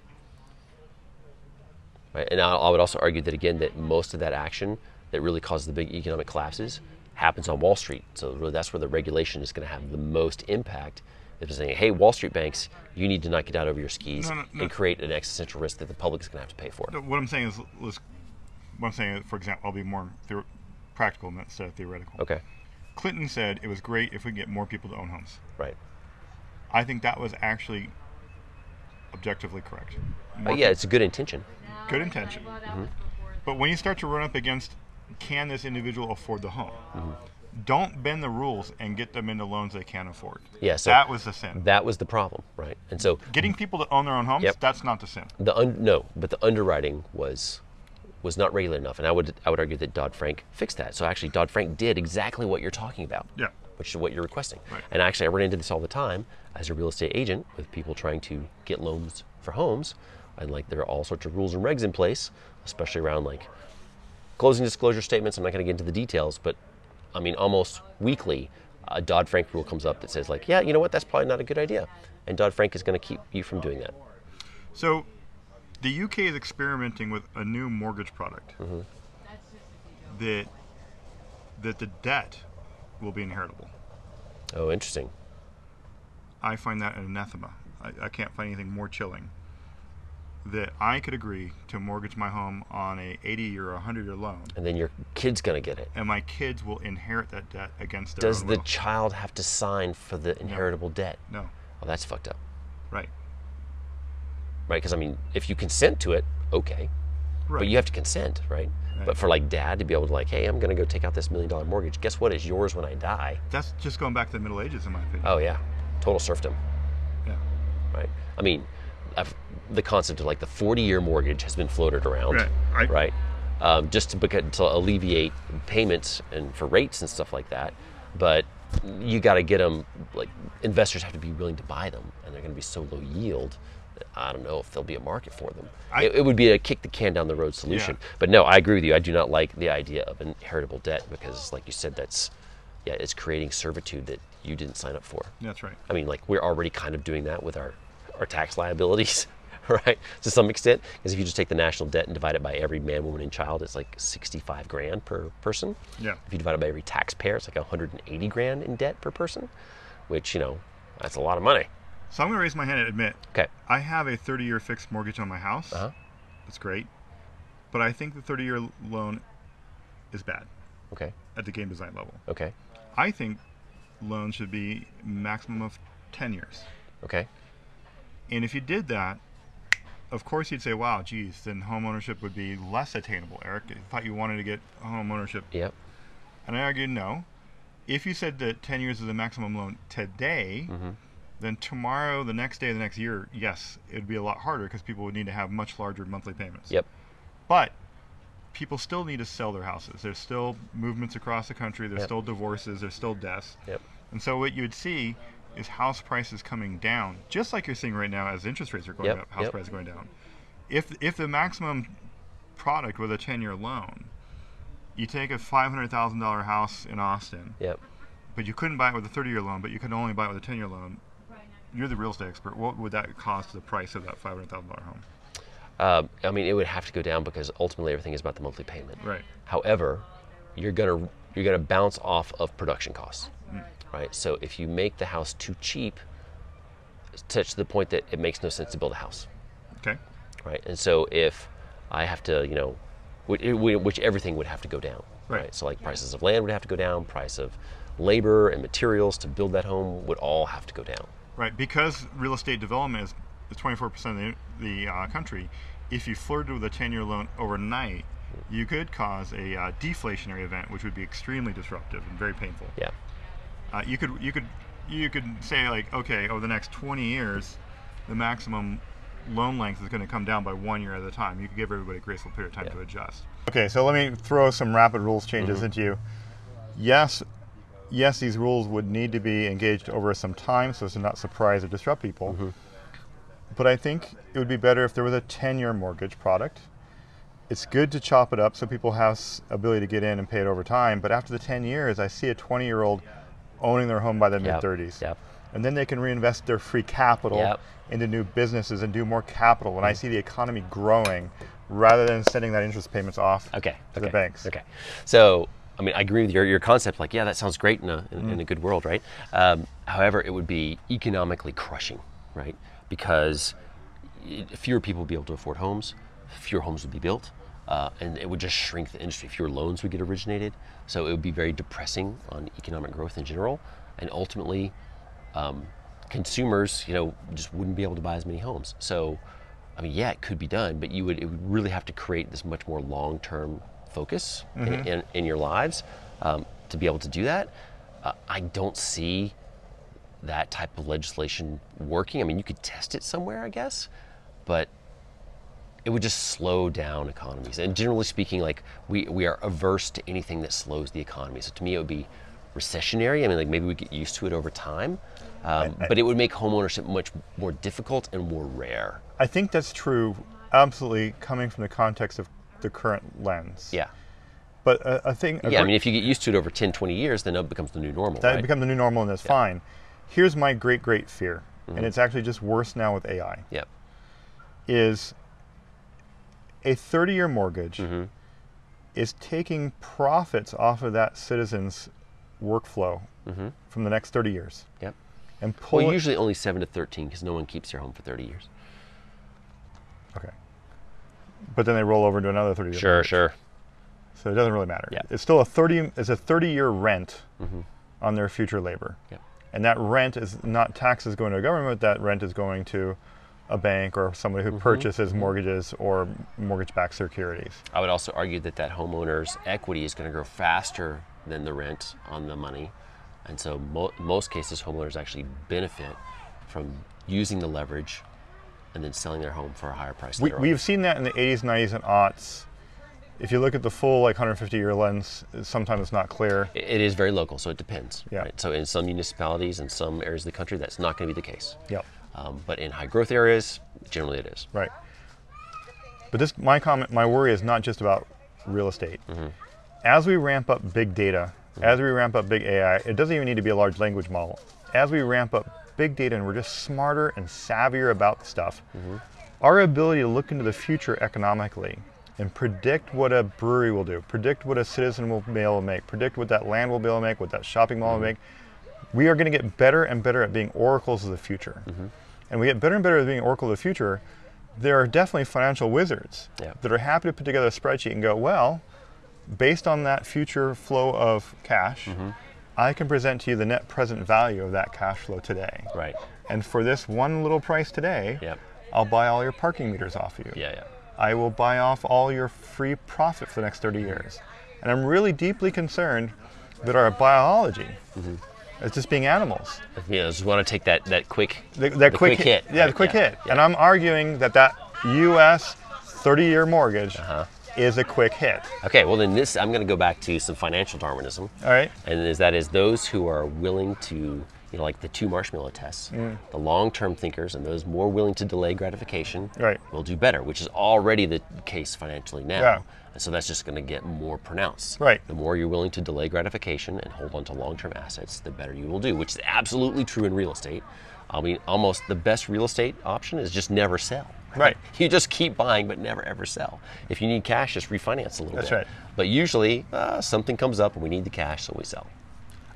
[SPEAKER 2] Right? And I, I would also argue that, again, that most of that action that really causes the big economic collapses happens on Wall Street. So really that's where the regulation is going to have the most impact. If they're saying, hey, Wall Street banks, you need to not get out over your skis
[SPEAKER 1] No, no, no.
[SPEAKER 2] and create an existential risk that the public is going to have to pay for.
[SPEAKER 1] No, What I'm saying is, let's, what I'm saying, is, for example, I'll be more theor- practical instead of theoretical.
[SPEAKER 2] Okay,
[SPEAKER 1] Clinton said it was great if we could get more people to own homes.
[SPEAKER 2] right.
[SPEAKER 1] I think that was actually objectively correct.
[SPEAKER 2] But yeah, it's a good intention.
[SPEAKER 1] good intention.
[SPEAKER 2] Mm-hmm.
[SPEAKER 1] But when you start to run up against can this individual afford the home?
[SPEAKER 2] Mm-hmm.
[SPEAKER 1] Don't bend the rules and get them into loans they can't afford.
[SPEAKER 2] Yeah, so-
[SPEAKER 1] that was the sin.
[SPEAKER 2] That was the problem, right? And so
[SPEAKER 1] Getting people to own their own homes,
[SPEAKER 2] Yep.
[SPEAKER 1] that's not the sin.
[SPEAKER 2] the un- no, but the underwriting was was not regular enough, and I would I would argue that Dodd Frank fixed that. So actually, Dodd Frank did exactly what you're talking about.
[SPEAKER 1] Yeah.
[SPEAKER 2] Which is what you're requesting.
[SPEAKER 1] Right.
[SPEAKER 2] And actually, I run into this all the time as a real estate agent with people trying to get loans for homes, and like there are all sorts of rules and regs in place, especially around like Closing disclosure statements, I'm not going to get into the details, but I mean, almost weekly, a Dodd Frank rule comes up that says, like, yeah, you know what, that's probably not a good idea. And Dodd Frank is going to keep you from doing that.
[SPEAKER 1] So, the UK is experimenting with a new mortgage product
[SPEAKER 2] Mm-hmm.
[SPEAKER 1] that that the debt will be inheritable.
[SPEAKER 2] Oh, interesting.
[SPEAKER 1] I find that an anathema. I, I can't find anything more chilling. That I could agree to mortgage my home on a 80 or 100 year loan,
[SPEAKER 2] And then your kid's going to get it.
[SPEAKER 1] and my kids will inherit that debt against their
[SPEAKER 2] Does
[SPEAKER 1] own
[SPEAKER 2] the
[SPEAKER 1] will.
[SPEAKER 2] child have to sign for the inheritable debt?
[SPEAKER 1] no,
[SPEAKER 2] Well, that's fucked up,
[SPEAKER 1] right,
[SPEAKER 2] right? Because I mean, if you consent to it, okay,
[SPEAKER 1] right,
[SPEAKER 2] but you have to consent, right? But for like dad to be able to like, hey, I'm going to go take out this million dollar mortgage. Guess what? It's yours when I die.
[SPEAKER 1] That's just going back to the Middle Ages, in my opinion.
[SPEAKER 2] Oh yeah, total serfdom,
[SPEAKER 1] Yeah.
[SPEAKER 2] right? I mean, I've, the concept of like the 40 year mortgage has been floated around,
[SPEAKER 1] Right, I-
[SPEAKER 2] right? Um, just to, because, to alleviate payments and for rates and stuff like that, but you got to get them. Like investors have to be willing to buy them, and they're going to be so low yield. that I don't know if there'll be a market for them.
[SPEAKER 1] I-
[SPEAKER 2] it, it would be a kick the can down the road solution. But no, I agree with you. I do not like the idea of inheritable debt because, like you said, that's yeah, it's creating servitude that you didn't sign up for.
[SPEAKER 1] That's right.
[SPEAKER 2] I mean, like we're already kind of doing that with our our tax liabilities, right? To some extent, because if you just take the national debt and divide it by every man, woman, and child, it's like 65 grand per person.
[SPEAKER 1] Yeah.
[SPEAKER 2] If you divide it by every taxpayer, it's like 180 grand in debt per person, which you know that's a lot of money.
[SPEAKER 1] So I'm going to raise my hand and admit
[SPEAKER 2] Okay.
[SPEAKER 1] I have a 30 year fixed mortgage on my house.
[SPEAKER 2] Uh-huh.
[SPEAKER 1] That's great. But I think the 30 year loan is bad
[SPEAKER 2] Okay.
[SPEAKER 1] at the game design level.
[SPEAKER 2] Okay.
[SPEAKER 1] I think loans should be maximum of 10 years.
[SPEAKER 2] Okay.
[SPEAKER 1] And if you did that, of course you'd say, wow, geez, then home ownership would be less attainable, Eric. I thought you wanted to get home ownership.
[SPEAKER 2] Yep.
[SPEAKER 1] And I argued, no. If you said that 10 years is the maximum loan today,
[SPEAKER 2] Mm-hmm.
[SPEAKER 1] then tomorrow, the next day, the next year, yes, it would be a lot harder because people would need to have much larger monthly payments.
[SPEAKER 2] Yep.
[SPEAKER 1] But people still need to sell their houses. There's still movements across the country. There's
[SPEAKER 2] Yep.
[SPEAKER 1] still divorces. There's still deaths.
[SPEAKER 2] Yep.
[SPEAKER 1] And so what you would see is house prices coming down, just like you're seeing right now as interest rates are going
[SPEAKER 2] Yep,
[SPEAKER 1] up, house
[SPEAKER 2] yep.
[SPEAKER 1] prices going down. If if the maximum product was a 10-year loan, you take a $500,000 house in Austin,
[SPEAKER 2] Yep.
[SPEAKER 1] but you couldn't buy it with a 30-year loan, but you could only buy it with a 10-year loan. You're the real estate expert. What would that cost the price of that $500,000 home?
[SPEAKER 2] Um, I mean, it would have to go down because ultimately everything is about the monthly payment.
[SPEAKER 1] Right.
[SPEAKER 2] However, you're gonna you're gonna bounce off of production costs, right? So if you make the house too cheap, it's such to the point that it makes no sense to build a house,
[SPEAKER 1] Okay.
[SPEAKER 2] right? And so if I have to, you know, which, which everything would have to go down,
[SPEAKER 1] Right.
[SPEAKER 2] So like prices of land would have to go down, price of labor and materials to build that home would all have to go down.
[SPEAKER 1] Right, because real estate development is is 24% of the, the uh, country, if you flirted with a 10 year loan overnight, you could cause a uh, deflationary event, which would be extremely disruptive and very painful.
[SPEAKER 2] Yeah.
[SPEAKER 1] Uh, you could you could you could say like, okay, over the next 20 years, the maximum loan length is going to come down by one year at a time. You could give everybody a graceful period of time to adjust. Okay, so let me throw some rapid rules changes into you. Yes, yes, these rules would need to be engaged over some time so as to not surprise or disrupt people.
[SPEAKER 2] Mm-hmm.
[SPEAKER 1] But I think it would be better if there was a 10-year mortgage product. It's good to chop it up so people have s- ability to get in and pay it over time. But after the 10 years, I see a 20-year-old owning their home by the
[SPEAKER 2] Yep,
[SPEAKER 1] mid-30s,
[SPEAKER 2] yep.
[SPEAKER 1] and then they can reinvest their free capital
[SPEAKER 2] Yep. Mm-hmm.
[SPEAKER 1] into new businesses and do more capital. And I see the economy growing rather than sending that interest payments off
[SPEAKER 2] Okay.
[SPEAKER 1] to
[SPEAKER 2] okay,
[SPEAKER 1] the banks.
[SPEAKER 2] Okay. So, I mean, I agree with your, your concept. Like, yeah, that sounds great in a, in,
[SPEAKER 1] Mm.
[SPEAKER 2] in a good world, right? Um, however, it would be economically crushing, right? Because y- fewer people would be able to afford homes, fewer homes would be built, uh, and it would just shrink the industry. Fewer loans would get originated. So, it would be very depressing on economic growth in general. And ultimately, consumers, you know, just wouldn't be able to buy as many homes. So, I mean, yeah, it could be done, but you would it would really have to create this much more long-term focus in, in, in your lives um, to be able to do that. Uh, I don't see that type of legislation working. I mean, you could test it somewhere, I guess, but it would just slow down economies. And generally speaking, like we, we are averse to anything that slows the economy. So to me, it would be recessionary. I mean, like maybe we get used to it over time, um, but it would make homeownership much more difficult and more rare.
[SPEAKER 1] I think that's true, absolutely, coming from the context of the current lens.
[SPEAKER 2] Yeah.
[SPEAKER 1] But a, a thing. a
[SPEAKER 2] Yeah, I
[SPEAKER 1] gr-
[SPEAKER 2] mean, if you get used to it over 10, 20 years, then it becomes the new normal,
[SPEAKER 1] that
[SPEAKER 2] right?
[SPEAKER 1] becomes the new normal, and that's fine. Here's my great, great fear,
[SPEAKER 2] Mm-hmm.
[SPEAKER 1] and it's actually just worse now with AI.
[SPEAKER 2] yeah.
[SPEAKER 1] Is a 30-year mortgage
[SPEAKER 2] Mm-hmm.
[SPEAKER 1] is taking profits off of that citizen's workflow from the next 30 years
[SPEAKER 2] Yep.
[SPEAKER 1] and pull.
[SPEAKER 2] Mm-hmm. Well,
[SPEAKER 1] it-
[SPEAKER 2] usually only 7 to 13 because no one keeps their home for 30 years.
[SPEAKER 1] okay. But then they roll over into another 30 year
[SPEAKER 2] sure.
[SPEAKER 1] So it doesn't really matter.
[SPEAKER 2] Yeah.
[SPEAKER 1] It's still a 30 it's a 30 year rent on their future labor.
[SPEAKER 2] Yep.
[SPEAKER 1] And that rent is not taxes going to a government, that rent is going to a bank or somebody who purchases mortgages or mortgage backed securities.
[SPEAKER 2] I would also argue that that homeowner's equity is going to grow faster than the rent on the money. And so, mo- most cases, homeowners actually benefit from using the leverage and then selling their home for a higher price.
[SPEAKER 1] We,
[SPEAKER 2] later on.
[SPEAKER 1] we've seen that in the 80s, 90s, and aughts. If you look at the full like 150 year lens, sometimes it's not clear.
[SPEAKER 2] It- It is very local, so it depends.
[SPEAKER 1] Yeah.
[SPEAKER 2] Right? So, in some municipalities and some areas of the country, that's not going to be the case.
[SPEAKER 1] Yep.
[SPEAKER 2] Um, but in high growth areas, generally it is.
[SPEAKER 1] Right. But this, my comment, my worry is not just about real estate. As we ramp up big data, as we ramp up big AI, it doesn't even need to be a large language model. As we ramp up big data and we're just smarter and savvier about the stuff, our ability to look into the future economically and predict what a brewery will do, predict what a citizen will be able to make, predict what that land will be able to make, what that shopping mall will make, we are going to get better and better at being oracles of the future. And we get better and better at being oracle of the future. There are definitely financial wizards
[SPEAKER 2] Yeah.
[SPEAKER 1] that are happy to put together a spreadsheet and go, well, based on that future flow of cash, I can present to you the net present value of that cash flow today.
[SPEAKER 2] Right.
[SPEAKER 1] And for this one little price today,
[SPEAKER 2] Yep.
[SPEAKER 1] I'll buy all your parking meters off you.
[SPEAKER 2] Yeah, yeah.
[SPEAKER 1] I will buy off all your free profit for the next 30 years. And I'm really deeply concerned that our biology is just being animals.
[SPEAKER 2] Yeah, I just want to take that, that quick,
[SPEAKER 1] The, that
[SPEAKER 2] the
[SPEAKER 1] quick, hit. Yeah, the
[SPEAKER 2] right,
[SPEAKER 1] quick hit. And I'm arguing that that U.S. 30-year mortgage is a quick hit.
[SPEAKER 2] Okay, well then this I'm going to go back to some financial Darwinism,
[SPEAKER 1] All right.
[SPEAKER 2] and is that is those who are willing to, you know, like the two marshmallow tests, the long-term thinkers and those more willing to delay gratification,
[SPEAKER 1] Right.
[SPEAKER 2] will do better, which is already the case financially now.
[SPEAKER 1] Yeah.
[SPEAKER 2] And so that's just going to get more pronounced.
[SPEAKER 1] Right.
[SPEAKER 2] The more you're willing to delay gratification and hold on to long-term assets, the better you will do, which is absolutely true in real estate. I mean, almost the best real estate option is just never sell.
[SPEAKER 1] Right.
[SPEAKER 2] You just keep buying, but never ever sell. If you need cash, just refinance a little
[SPEAKER 1] That's
[SPEAKER 2] bit.
[SPEAKER 1] right.
[SPEAKER 2] But usually, uh, something comes up and we need the cash, so we sell.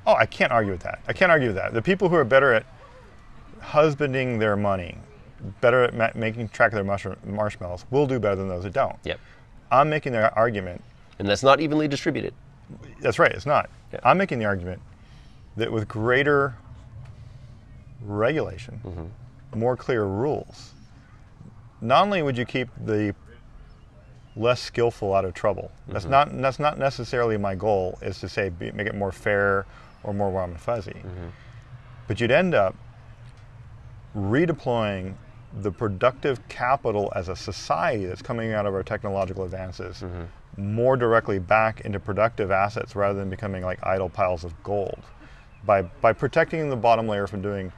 [SPEAKER 1] Oh, I can't argue with that. I can't argue with that. The people who are better at husbanding their money, better at ma- making track of their mushroom, marshmallows, will do better than those that don't.
[SPEAKER 2] Yep.
[SPEAKER 1] I'm making the argument
[SPEAKER 2] And that's not evenly distributed.
[SPEAKER 1] That's right. It's not.
[SPEAKER 2] Yeah.
[SPEAKER 1] I'm making the argument that with greater regulation, more clear rules, not only would you keep the less skillful out of trouble. That's not. That's not necessarily my goal. Is to say be, make it more fair or more warm and fuzzy. But you'd end up redeploying the productive capital as a society that's coming out of our technological advances more directly back into productive assets rather than becoming like idle piles of gold by by protecting the bottom layer from doing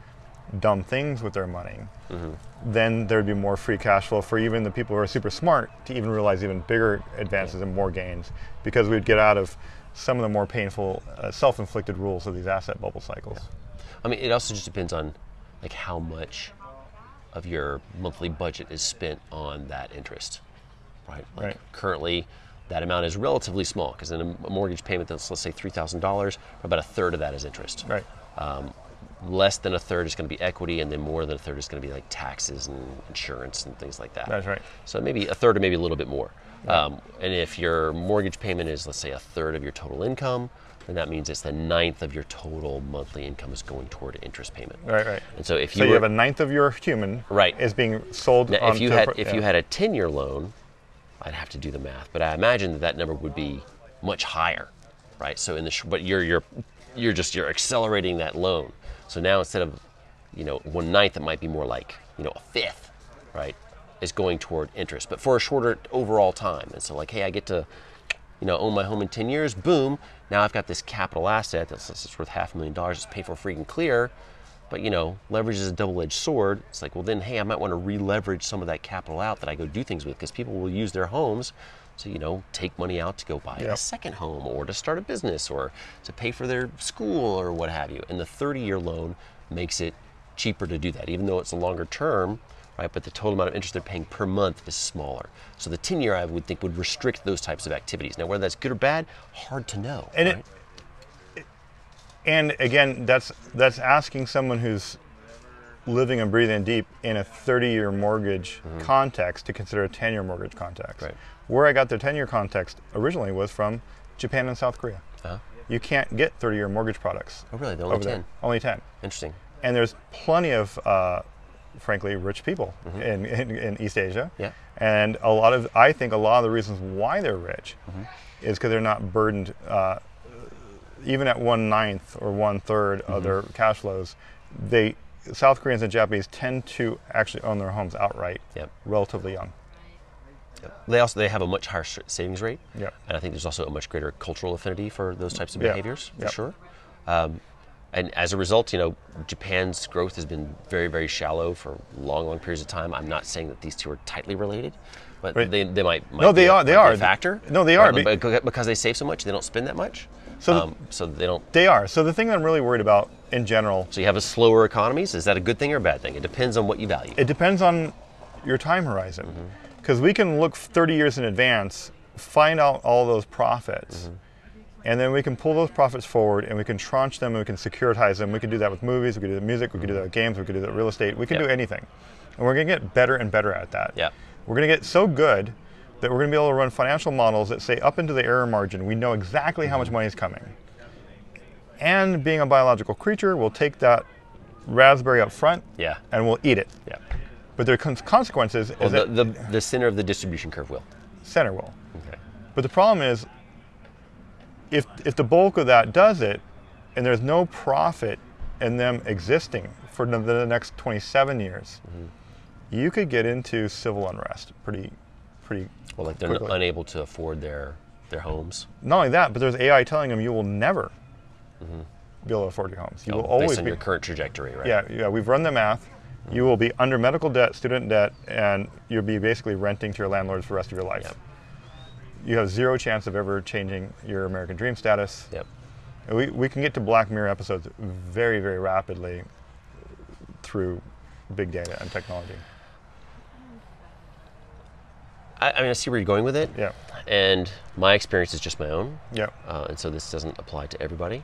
[SPEAKER 1] dumb things with their money
[SPEAKER 2] Mm-hmm.
[SPEAKER 1] then there'd be more free cash flow for even the people who are super smart to even realize even bigger advances and more gains because we'd get out of some of the more painful uh, self-inflicted rules of these asset bubble cycles
[SPEAKER 2] I mean, it also just depends on like how much of your monthly budget is spent on that interest, right? Like
[SPEAKER 1] Right.
[SPEAKER 2] currently, that amount is relatively small because in a mortgage payment that's let's say three thousand dollars, about a third of that is interest.
[SPEAKER 1] right
[SPEAKER 2] Um, less than a third is going to be equity, and then more than a third is going to be like taxes and insurance and things like that.
[SPEAKER 1] That's right.
[SPEAKER 2] So maybe a third or maybe a little bit more. Um, and if your mortgage payment is, let's say, a third of your total income, then that means it's the ninth of your total monthly income is going toward interest payment.
[SPEAKER 1] right right
[SPEAKER 2] And so if you,
[SPEAKER 1] So you
[SPEAKER 2] were-
[SPEAKER 1] have a ninth of your human
[SPEAKER 2] Right.
[SPEAKER 1] is being sold.
[SPEAKER 2] now,
[SPEAKER 1] on
[SPEAKER 2] if you
[SPEAKER 1] to a
[SPEAKER 2] had
[SPEAKER 1] pro-
[SPEAKER 2] if
[SPEAKER 1] yeah.
[SPEAKER 2] you had a ten year loan, I'd have to do the math, but I imagine that that number would be much higher, right? So in the sh- but you're you're you're just you're accelerating that loan. So now instead of you know one ninth, it might be more like you know a fifth, right? Is going toward interest, but for a shorter overall time. And so like, hey, I get to you know, own my home in 10 years, boom, now I've got this capital asset that's, that's worth half a million dollars, it's paid for free and clear. But, you know, leverage is a double edged sword. It's like, well, then, hey, I might want to re leverage some of that capital out that I go do things with because people will use their homes to you know take money out to go buy a
[SPEAKER 1] Yep.
[SPEAKER 2] second home or to start a business or to pay for their school or what have you. And the 30-year loan makes it cheaper to do that, even though it's a longer term, right? But the total amount of interest they're paying per month is smaller. So the 10-year I would think would restrict those types of activities. Now whether that's good or bad, hard to know.
[SPEAKER 1] And
[SPEAKER 2] right?
[SPEAKER 1] it, and again, that's that's asking someone who's living and breathing deep in a 30-year mortgage context to consider a 10-year mortgage context.
[SPEAKER 2] Mm-hmm. Right.
[SPEAKER 1] Where I got the 10-year context originally was from Japan and South Korea.
[SPEAKER 2] Huh?
[SPEAKER 1] You can't get 30-year mortgage products.
[SPEAKER 2] Oh, really? They're only
[SPEAKER 1] over there.
[SPEAKER 2] 10.
[SPEAKER 1] Only 10.
[SPEAKER 2] Interesting.
[SPEAKER 1] And there's plenty of, uh, frankly, rich people in, in, in East Asia.
[SPEAKER 2] Mm-hmm. Yeah.
[SPEAKER 1] And a lot of, I think a lot of the reasons why they're rich
[SPEAKER 2] Mm-hmm.
[SPEAKER 1] is because they're not burdened, uh, even at one ninth or one
[SPEAKER 2] Mm-hmm.
[SPEAKER 1] of their cash flows. They, South Koreans and Japanese tend to actually own their homes outright
[SPEAKER 2] Yep.
[SPEAKER 1] relatively young.
[SPEAKER 2] They also they have a much higher s- savings rate.
[SPEAKER 1] Yep.
[SPEAKER 2] And I think there's also a much greater cultural affinity for those types of
[SPEAKER 1] Yeah.
[SPEAKER 2] behaviors, for
[SPEAKER 1] Yep.
[SPEAKER 2] sure. Um, and as a result, you know, Japan's growth has been very, very shallow for long, long periods of time. I'm not saying that these two are tightly related, but
[SPEAKER 1] Right.
[SPEAKER 2] they, they might, might
[SPEAKER 1] No, they
[SPEAKER 2] be a-
[SPEAKER 1] are- they
[SPEAKER 2] might be a
[SPEAKER 1] are.
[SPEAKER 2] factor.
[SPEAKER 1] No, they are,
[SPEAKER 2] Right,
[SPEAKER 1] be-
[SPEAKER 2] but because they save so much, they don't spend that much.
[SPEAKER 1] So the-
[SPEAKER 2] um, so they don't.
[SPEAKER 1] They are. So the thing that I'm really worried about in general,
[SPEAKER 2] So you have a slower economy. So is that a good thing or a bad thing? It depends on what you value.
[SPEAKER 1] it depends on your time horizon. Because we can look 30 years in advance, find out all those profits, and then we can pull those profits forward and we can tranche them and we can securitize them. We can do that with movies, we can do that with music, we can do that with games, we can do that with real estate, we can
[SPEAKER 2] Yep.
[SPEAKER 1] do anything. And we're going to get better and better at that.
[SPEAKER 2] Yep.
[SPEAKER 1] We're going to get so good that we're going to be able to run financial models that say up into the error margin, we know exactly how much money is coming. And being a biological creature, we'll take that raspberry up front
[SPEAKER 2] yeah.
[SPEAKER 1] and we'll eat it.
[SPEAKER 2] Yeah.
[SPEAKER 1] But their cons- consequences
[SPEAKER 2] Well,
[SPEAKER 1] is
[SPEAKER 2] the,
[SPEAKER 1] that
[SPEAKER 2] the, the center of the distribution curve will.
[SPEAKER 1] center will.
[SPEAKER 2] Okay.
[SPEAKER 1] But the problem is, if if the bulk of that does it, and there's no profit in them existing for the, the next 27 years,
[SPEAKER 2] Mm-hmm.
[SPEAKER 1] you could get into civil unrest pretty, pretty.
[SPEAKER 2] Well, like they're
[SPEAKER 1] quickly.
[SPEAKER 2] unable to afford their their homes.
[SPEAKER 1] Not only that, but there's AI telling them you will never
[SPEAKER 2] Mm-hmm.
[SPEAKER 1] be able to afford your homes. You will
[SPEAKER 2] based
[SPEAKER 1] always
[SPEAKER 2] on
[SPEAKER 1] be.
[SPEAKER 2] Oh, your current trajectory, right?
[SPEAKER 1] Yeah, yeah, we've run the math. You will be under medical debt, student debt, and you'll be basically renting to your landlord for the rest of your life.
[SPEAKER 2] Yep.
[SPEAKER 1] You have zero chance of ever changing your American dream status.
[SPEAKER 2] Yep.
[SPEAKER 1] And We, we can get to Black Mirror episodes very, very rapidly through big data and technology.
[SPEAKER 2] I, I mean, I see where you're going with it.
[SPEAKER 1] Yeah,
[SPEAKER 2] And my experience is just my own,
[SPEAKER 1] yeah,
[SPEAKER 2] uh, and so this doesn't apply to everybody.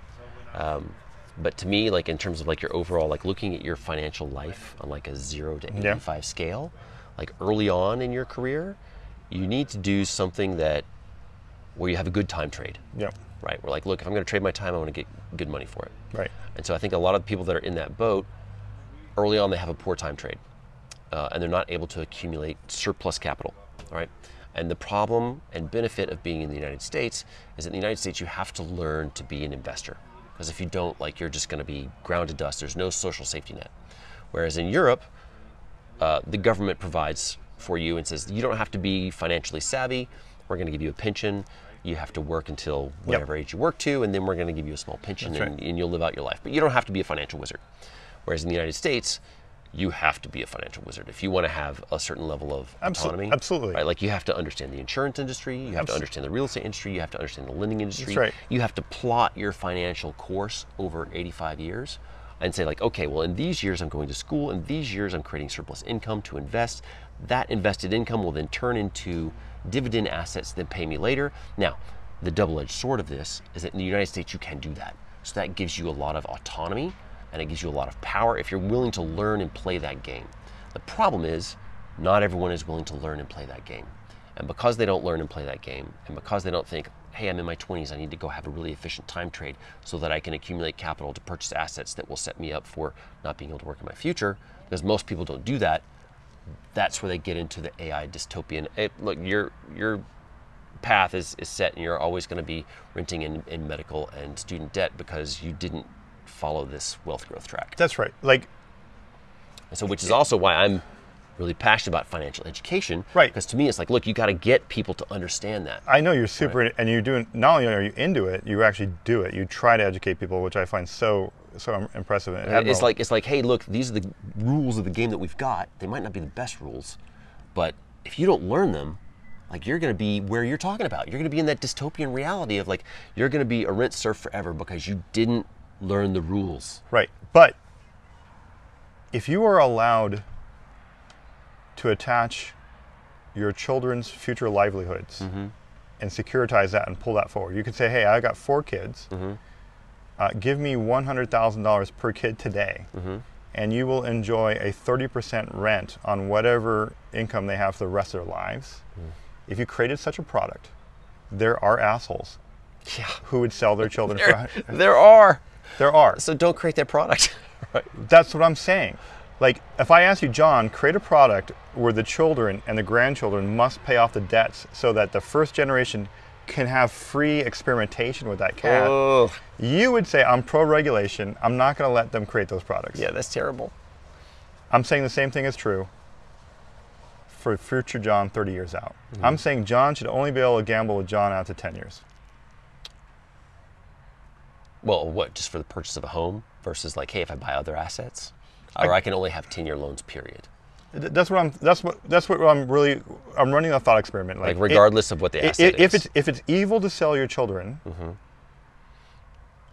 [SPEAKER 2] Um, but to me, like in terms of like your overall, like looking at your financial life on like a zero to
[SPEAKER 1] Yeah.
[SPEAKER 2] eighty-five scale, like early on in your career, you need to do something that where you have a good time trade,
[SPEAKER 1] yeah,
[SPEAKER 2] right? We're like, look, if I'm going to trade my time, I want to get good money for it.
[SPEAKER 1] right.
[SPEAKER 2] And so I think a lot of the people that are in that boat, early on, they have a poor time trade uh, and they're not able to accumulate surplus capital. All right. And the problem and benefit of being in the United States is that in the United States, you have to learn to be an investor. Because if you don't, like, you're just going to be ground to dust. There's no social safety net. Whereas in Europe, uh, the government provides for you and says you don't have to be financially savvy. We're going to give you a pension. You have to work until whatever age you work to, and then we're going to give you a small pension,
[SPEAKER 1] That's
[SPEAKER 2] and, and you'll live out your life. But you don't have to be a financial wizard. Whereas in the United States, you have to be a financial wizard if you want to have a certain level of
[SPEAKER 1] Abso-
[SPEAKER 2] autonomy.
[SPEAKER 1] absolutely.
[SPEAKER 2] right? Like you have to understand the insurance industry, you have to understand the real estate industry, you have to understand the lending industry.
[SPEAKER 1] right.
[SPEAKER 2] You have to plot your financial course over 85 years and say, like, okay, well, in these years I'm going to school, in these years I'm creating surplus income to invest. That invested income will then turn into dividend assets that pay me later. Now, the double edged sword of this is that in the United States you can do that. So that gives you a lot of autonomy and it gives you a lot of power if you're willing to learn and play that game. The problem is, not everyone is willing to learn and play that game. And because they don't learn and play that game, and because they don't think, hey, I'm in my 20s, I need to go have a really efficient time trade so that I can accumulate capital to purchase assets that will set me up for not being able to work in my future, because most people don't do that, that's where they get into the AI dystopian. It, look, your, your path is, is set, and you're always going to be renting in, in medical and student debt because you didn't follow this wealth growth track.
[SPEAKER 1] That's right. Like,
[SPEAKER 2] And so, which is also why I'm really passionate about financial education.
[SPEAKER 1] Right.
[SPEAKER 2] Because to me, it's like, look, you got to get people to understand that.
[SPEAKER 1] I know you're super, and you're doing. Not only are you into it, you actually do it. You try to educate people, which I find so so im- impressive. And
[SPEAKER 2] It's
[SPEAKER 1] admirable.
[SPEAKER 2] like it's like, hey, look, these are the rules of the game that we've got. They might not be the best rules, but if you don't learn them, like you're going to be where you're talking about. You're going to be in that dystopian reality of like you're going to be a rent surf forever because you didn't learn the rules.
[SPEAKER 1] Right. But if you are allowed to attach your children's future livelihoods
[SPEAKER 2] Mm-hmm.
[SPEAKER 1] and securitize that and pull that forward, you could say, hey, I got four kids.
[SPEAKER 2] Mm-hmm.
[SPEAKER 1] Uh, give me $100,000 per kid today.
[SPEAKER 2] Mm-hmm.
[SPEAKER 1] And you will enjoy a 30% rent on whatever income they have for the rest of their lives.
[SPEAKER 2] Mm.
[SPEAKER 1] If you created such a product, there are assholes
[SPEAKER 2] Yeah.
[SPEAKER 1] who would sell their children.
[SPEAKER 2] There,
[SPEAKER 1] for,
[SPEAKER 2] there are.
[SPEAKER 1] there are.
[SPEAKER 2] So don't create that product. right.
[SPEAKER 1] That's what I'm saying. Like, if I ask you, John, create a product where the children and the grandchildren must pay off the debts so that the first generation can have free experimentation with that cat,
[SPEAKER 2] Oh.
[SPEAKER 1] you would say, I'm pro regulation. I'm not going to let them create those products.
[SPEAKER 2] Yeah, that's terrible.
[SPEAKER 1] I'm saying the same thing is true for future John 30 years out.
[SPEAKER 2] Mm-hmm.
[SPEAKER 1] I'm saying John should only be able to gamble with John out to 10 years.
[SPEAKER 2] Well, what, just for the purchase of a home versus like, hey, if I buy other assets? Or I can only have 10 year loans, period.
[SPEAKER 1] Th- That's what I'm. That's what. That's what I'm really. I'm running a thought experiment.
[SPEAKER 2] Like,
[SPEAKER 1] it-
[SPEAKER 2] regardless of what the
[SPEAKER 1] I-
[SPEAKER 2] asset
[SPEAKER 1] i- if
[SPEAKER 2] is. Mm-hmm.
[SPEAKER 1] it's if it's evil to sell your children,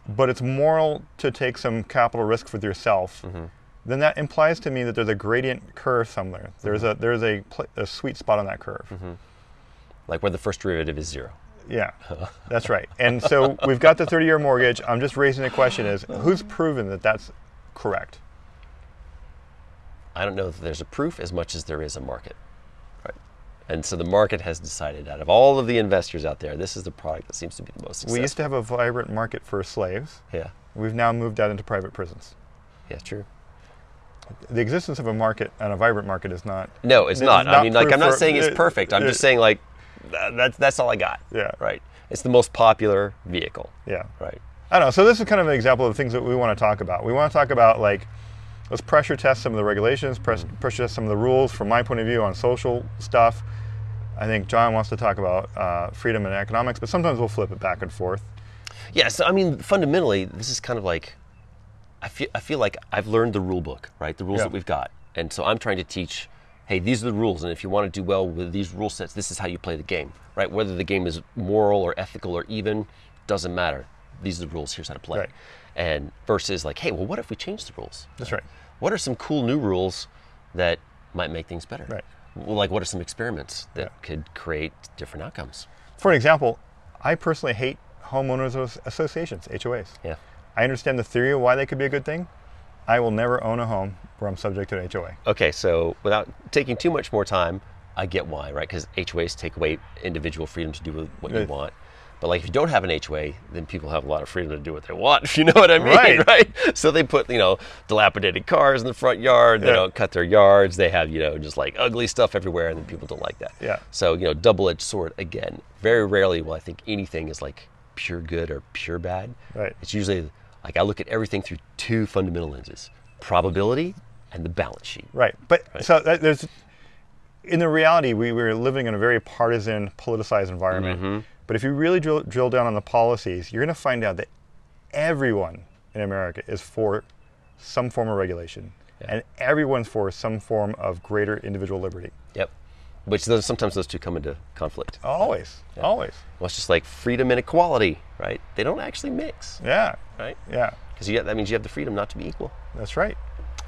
[SPEAKER 1] but it's moral to take some capital risk with yourself,
[SPEAKER 2] Mm-hmm.
[SPEAKER 1] then that implies to me that there's a gradient curve somewhere. There's
[SPEAKER 2] Mm-hmm.
[SPEAKER 1] a there's a, pl- a sweet spot on that curve.
[SPEAKER 2] like where the first derivative is zero.
[SPEAKER 1] Yeah, that's right. And so we've got the 30-year mortgage. I'm just raising the question: is who's proven that that's correct?
[SPEAKER 2] I don't know that there's a proof as much as there is a market. Right. And so the market has decided out of all of the investors out there, this is the product that seems to be the most successful.
[SPEAKER 1] We used to have a vibrant market for slaves.
[SPEAKER 2] yeah.
[SPEAKER 1] We've now moved out into private prisons.
[SPEAKER 2] Yeah, true.
[SPEAKER 1] The existence of a market and a vibrant market is not.
[SPEAKER 2] No, it's
[SPEAKER 1] This
[SPEAKER 2] not.
[SPEAKER 1] is
[SPEAKER 2] I mean, like,
[SPEAKER 1] proof
[SPEAKER 2] I'm not
[SPEAKER 1] for-
[SPEAKER 2] saying
[SPEAKER 1] uh,
[SPEAKER 2] it's perfect. I'm
[SPEAKER 1] uh,
[SPEAKER 2] just saying, like, th- that's, that's all I got.
[SPEAKER 1] Yeah.
[SPEAKER 2] Right. It's the most popular vehicle.
[SPEAKER 1] Yeah.
[SPEAKER 2] Right.
[SPEAKER 1] I don't know. So this is kind of an example of things that we want to talk about. We want to talk about like let's pressure test some of the regulations, press, pressure test some of the rules from my point of view on social stuff. I think John wants to talk about uh, freedom and economics, but sometimes we'll flip it back and forth.
[SPEAKER 2] Yeah, so I mean, fundamentally, this is kind of like, I feel, I feel like I've learned the rule book, right? The rules
[SPEAKER 1] Yeah.
[SPEAKER 2] that we've got. And so I'm trying to teach, hey, these are the rules. And if you want to do well with these rule sets, this is how you play the game, right? Whether the game is moral or ethical or even, doesn't matter. These are the rules. Here's how to play.
[SPEAKER 1] Right.
[SPEAKER 2] And versus like, hey, well, what if we change the rules?
[SPEAKER 1] That's right.
[SPEAKER 2] What are some cool new rules that might make things better?
[SPEAKER 1] Right.
[SPEAKER 2] Well, like, what are some experiments that could create different outcomes?
[SPEAKER 1] For an example, I personally hate homeowners as- associations, HOAs.
[SPEAKER 2] Yeah.
[SPEAKER 1] I understand the theory of why they could be a good thing. I will never own a home where I'm subject to an HOA.
[SPEAKER 2] Okay, so without taking too much more time, I get why, right? Because HOAs take away individual freedom to do with what you
[SPEAKER 1] Right.
[SPEAKER 2] want. But like, if you don't have an HOA, then people have a lot of freedom to do what they want. If you know what I mean,
[SPEAKER 1] Right.
[SPEAKER 2] right? So they put, you know, dilapidated cars in the front yard. They
[SPEAKER 1] Yeah.
[SPEAKER 2] don't cut their yards. They have, you know, just like ugly stuff everywhere, and then people don't like that.
[SPEAKER 1] Yeah.
[SPEAKER 2] So you know, double-edged sword again. Very rarely will I think anything is like pure good or pure bad.
[SPEAKER 1] Right.
[SPEAKER 2] It's usually like I look at everything through two fundamental lenses: probability and the balance sheet.
[SPEAKER 1] Right. But so that, there's, in the reality, we were living in a very partisan, politicized environment.
[SPEAKER 2] Mm-hmm.
[SPEAKER 1] But if you really drill, drill down on the policies, you're going to find out that everyone in America is for some form of regulation, and everyone's for some form of greater individual liberty.
[SPEAKER 2] Yep. Which those, sometimes those two come into conflict.
[SPEAKER 1] Always, always.
[SPEAKER 2] Well, it's just like freedom and equality, right? They don't actually mix,
[SPEAKER 1] Yeah,
[SPEAKER 2] right?
[SPEAKER 1] yeah.
[SPEAKER 2] Because that means you have the freedom not to be equal.
[SPEAKER 1] That's right.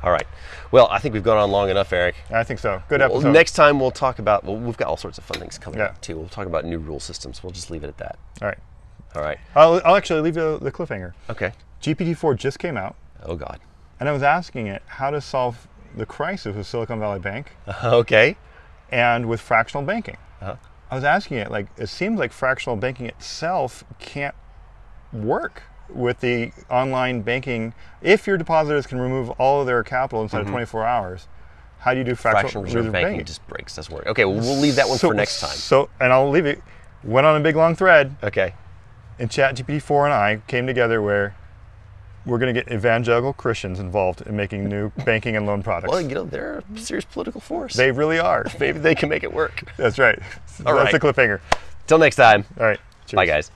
[SPEAKER 2] All right. Well, I think we've gone on long enough, Eric.
[SPEAKER 1] I think so. Good
[SPEAKER 2] Well,
[SPEAKER 1] episode.
[SPEAKER 2] next time we'll talk about. Well, we've got all sorts of fun things coming
[SPEAKER 1] Yeah.
[SPEAKER 2] up too. We'll talk about new rule systems. We'll just leave it at that.
[SPEAKER 1] All right.
[SPEAKER 2] All right.
[SPEAKER 1] I'll, I'll actually leave you the cliffhanger.
[SPEAKER 2] Okay.
[SPEAKER 1] GPT-4 just came out,
[SPEAKER 2] Oh God.
[SPEAKER 1] and I was asking it how to solve the crisis of Silicon Valley Bank.
[SPEAKER 2] Okay.
[SPEAKER 1] and with fractional banking.
[SPEAKER 2] Uh-huh.
[SPEAKER 1] I was asking it, like, it seems like fractional banking itself can't work with the online banking. If your depositors can remove all of their capital inside of 24 hours, how do you do fractional,
[SPEAKER 2] Mm-hmm. Fractional reserve banking, just breaks. Doesn't work. Okay. Well, we'll leave that one for next time.
[SPEAKER 1] So, and I'll leave it. Went on a big long thread,
[SPEAKER 2] Okay.
[SPEAKER 1] and ChatGPT4 and I came together where we're going to get evangelical Christians involved in making new banking and loan products.
[SPEAKER 2] Well, you know they're a serious political force.
[SPEAKER 1] they really are.
[SPEAKER 2] Maybe they can make it work.
[SPEAKER 1] That's right.
[SPEAKER 2] All
[SPEAKER 1] That's the
[SPEAKER 2] right.
[SPEAKER 1] cliffhanger.
[SPEAKER 2] Till next time.
[SPEAKER 1] All right. Cheers.
[SPEAKER 2] Bye, guys.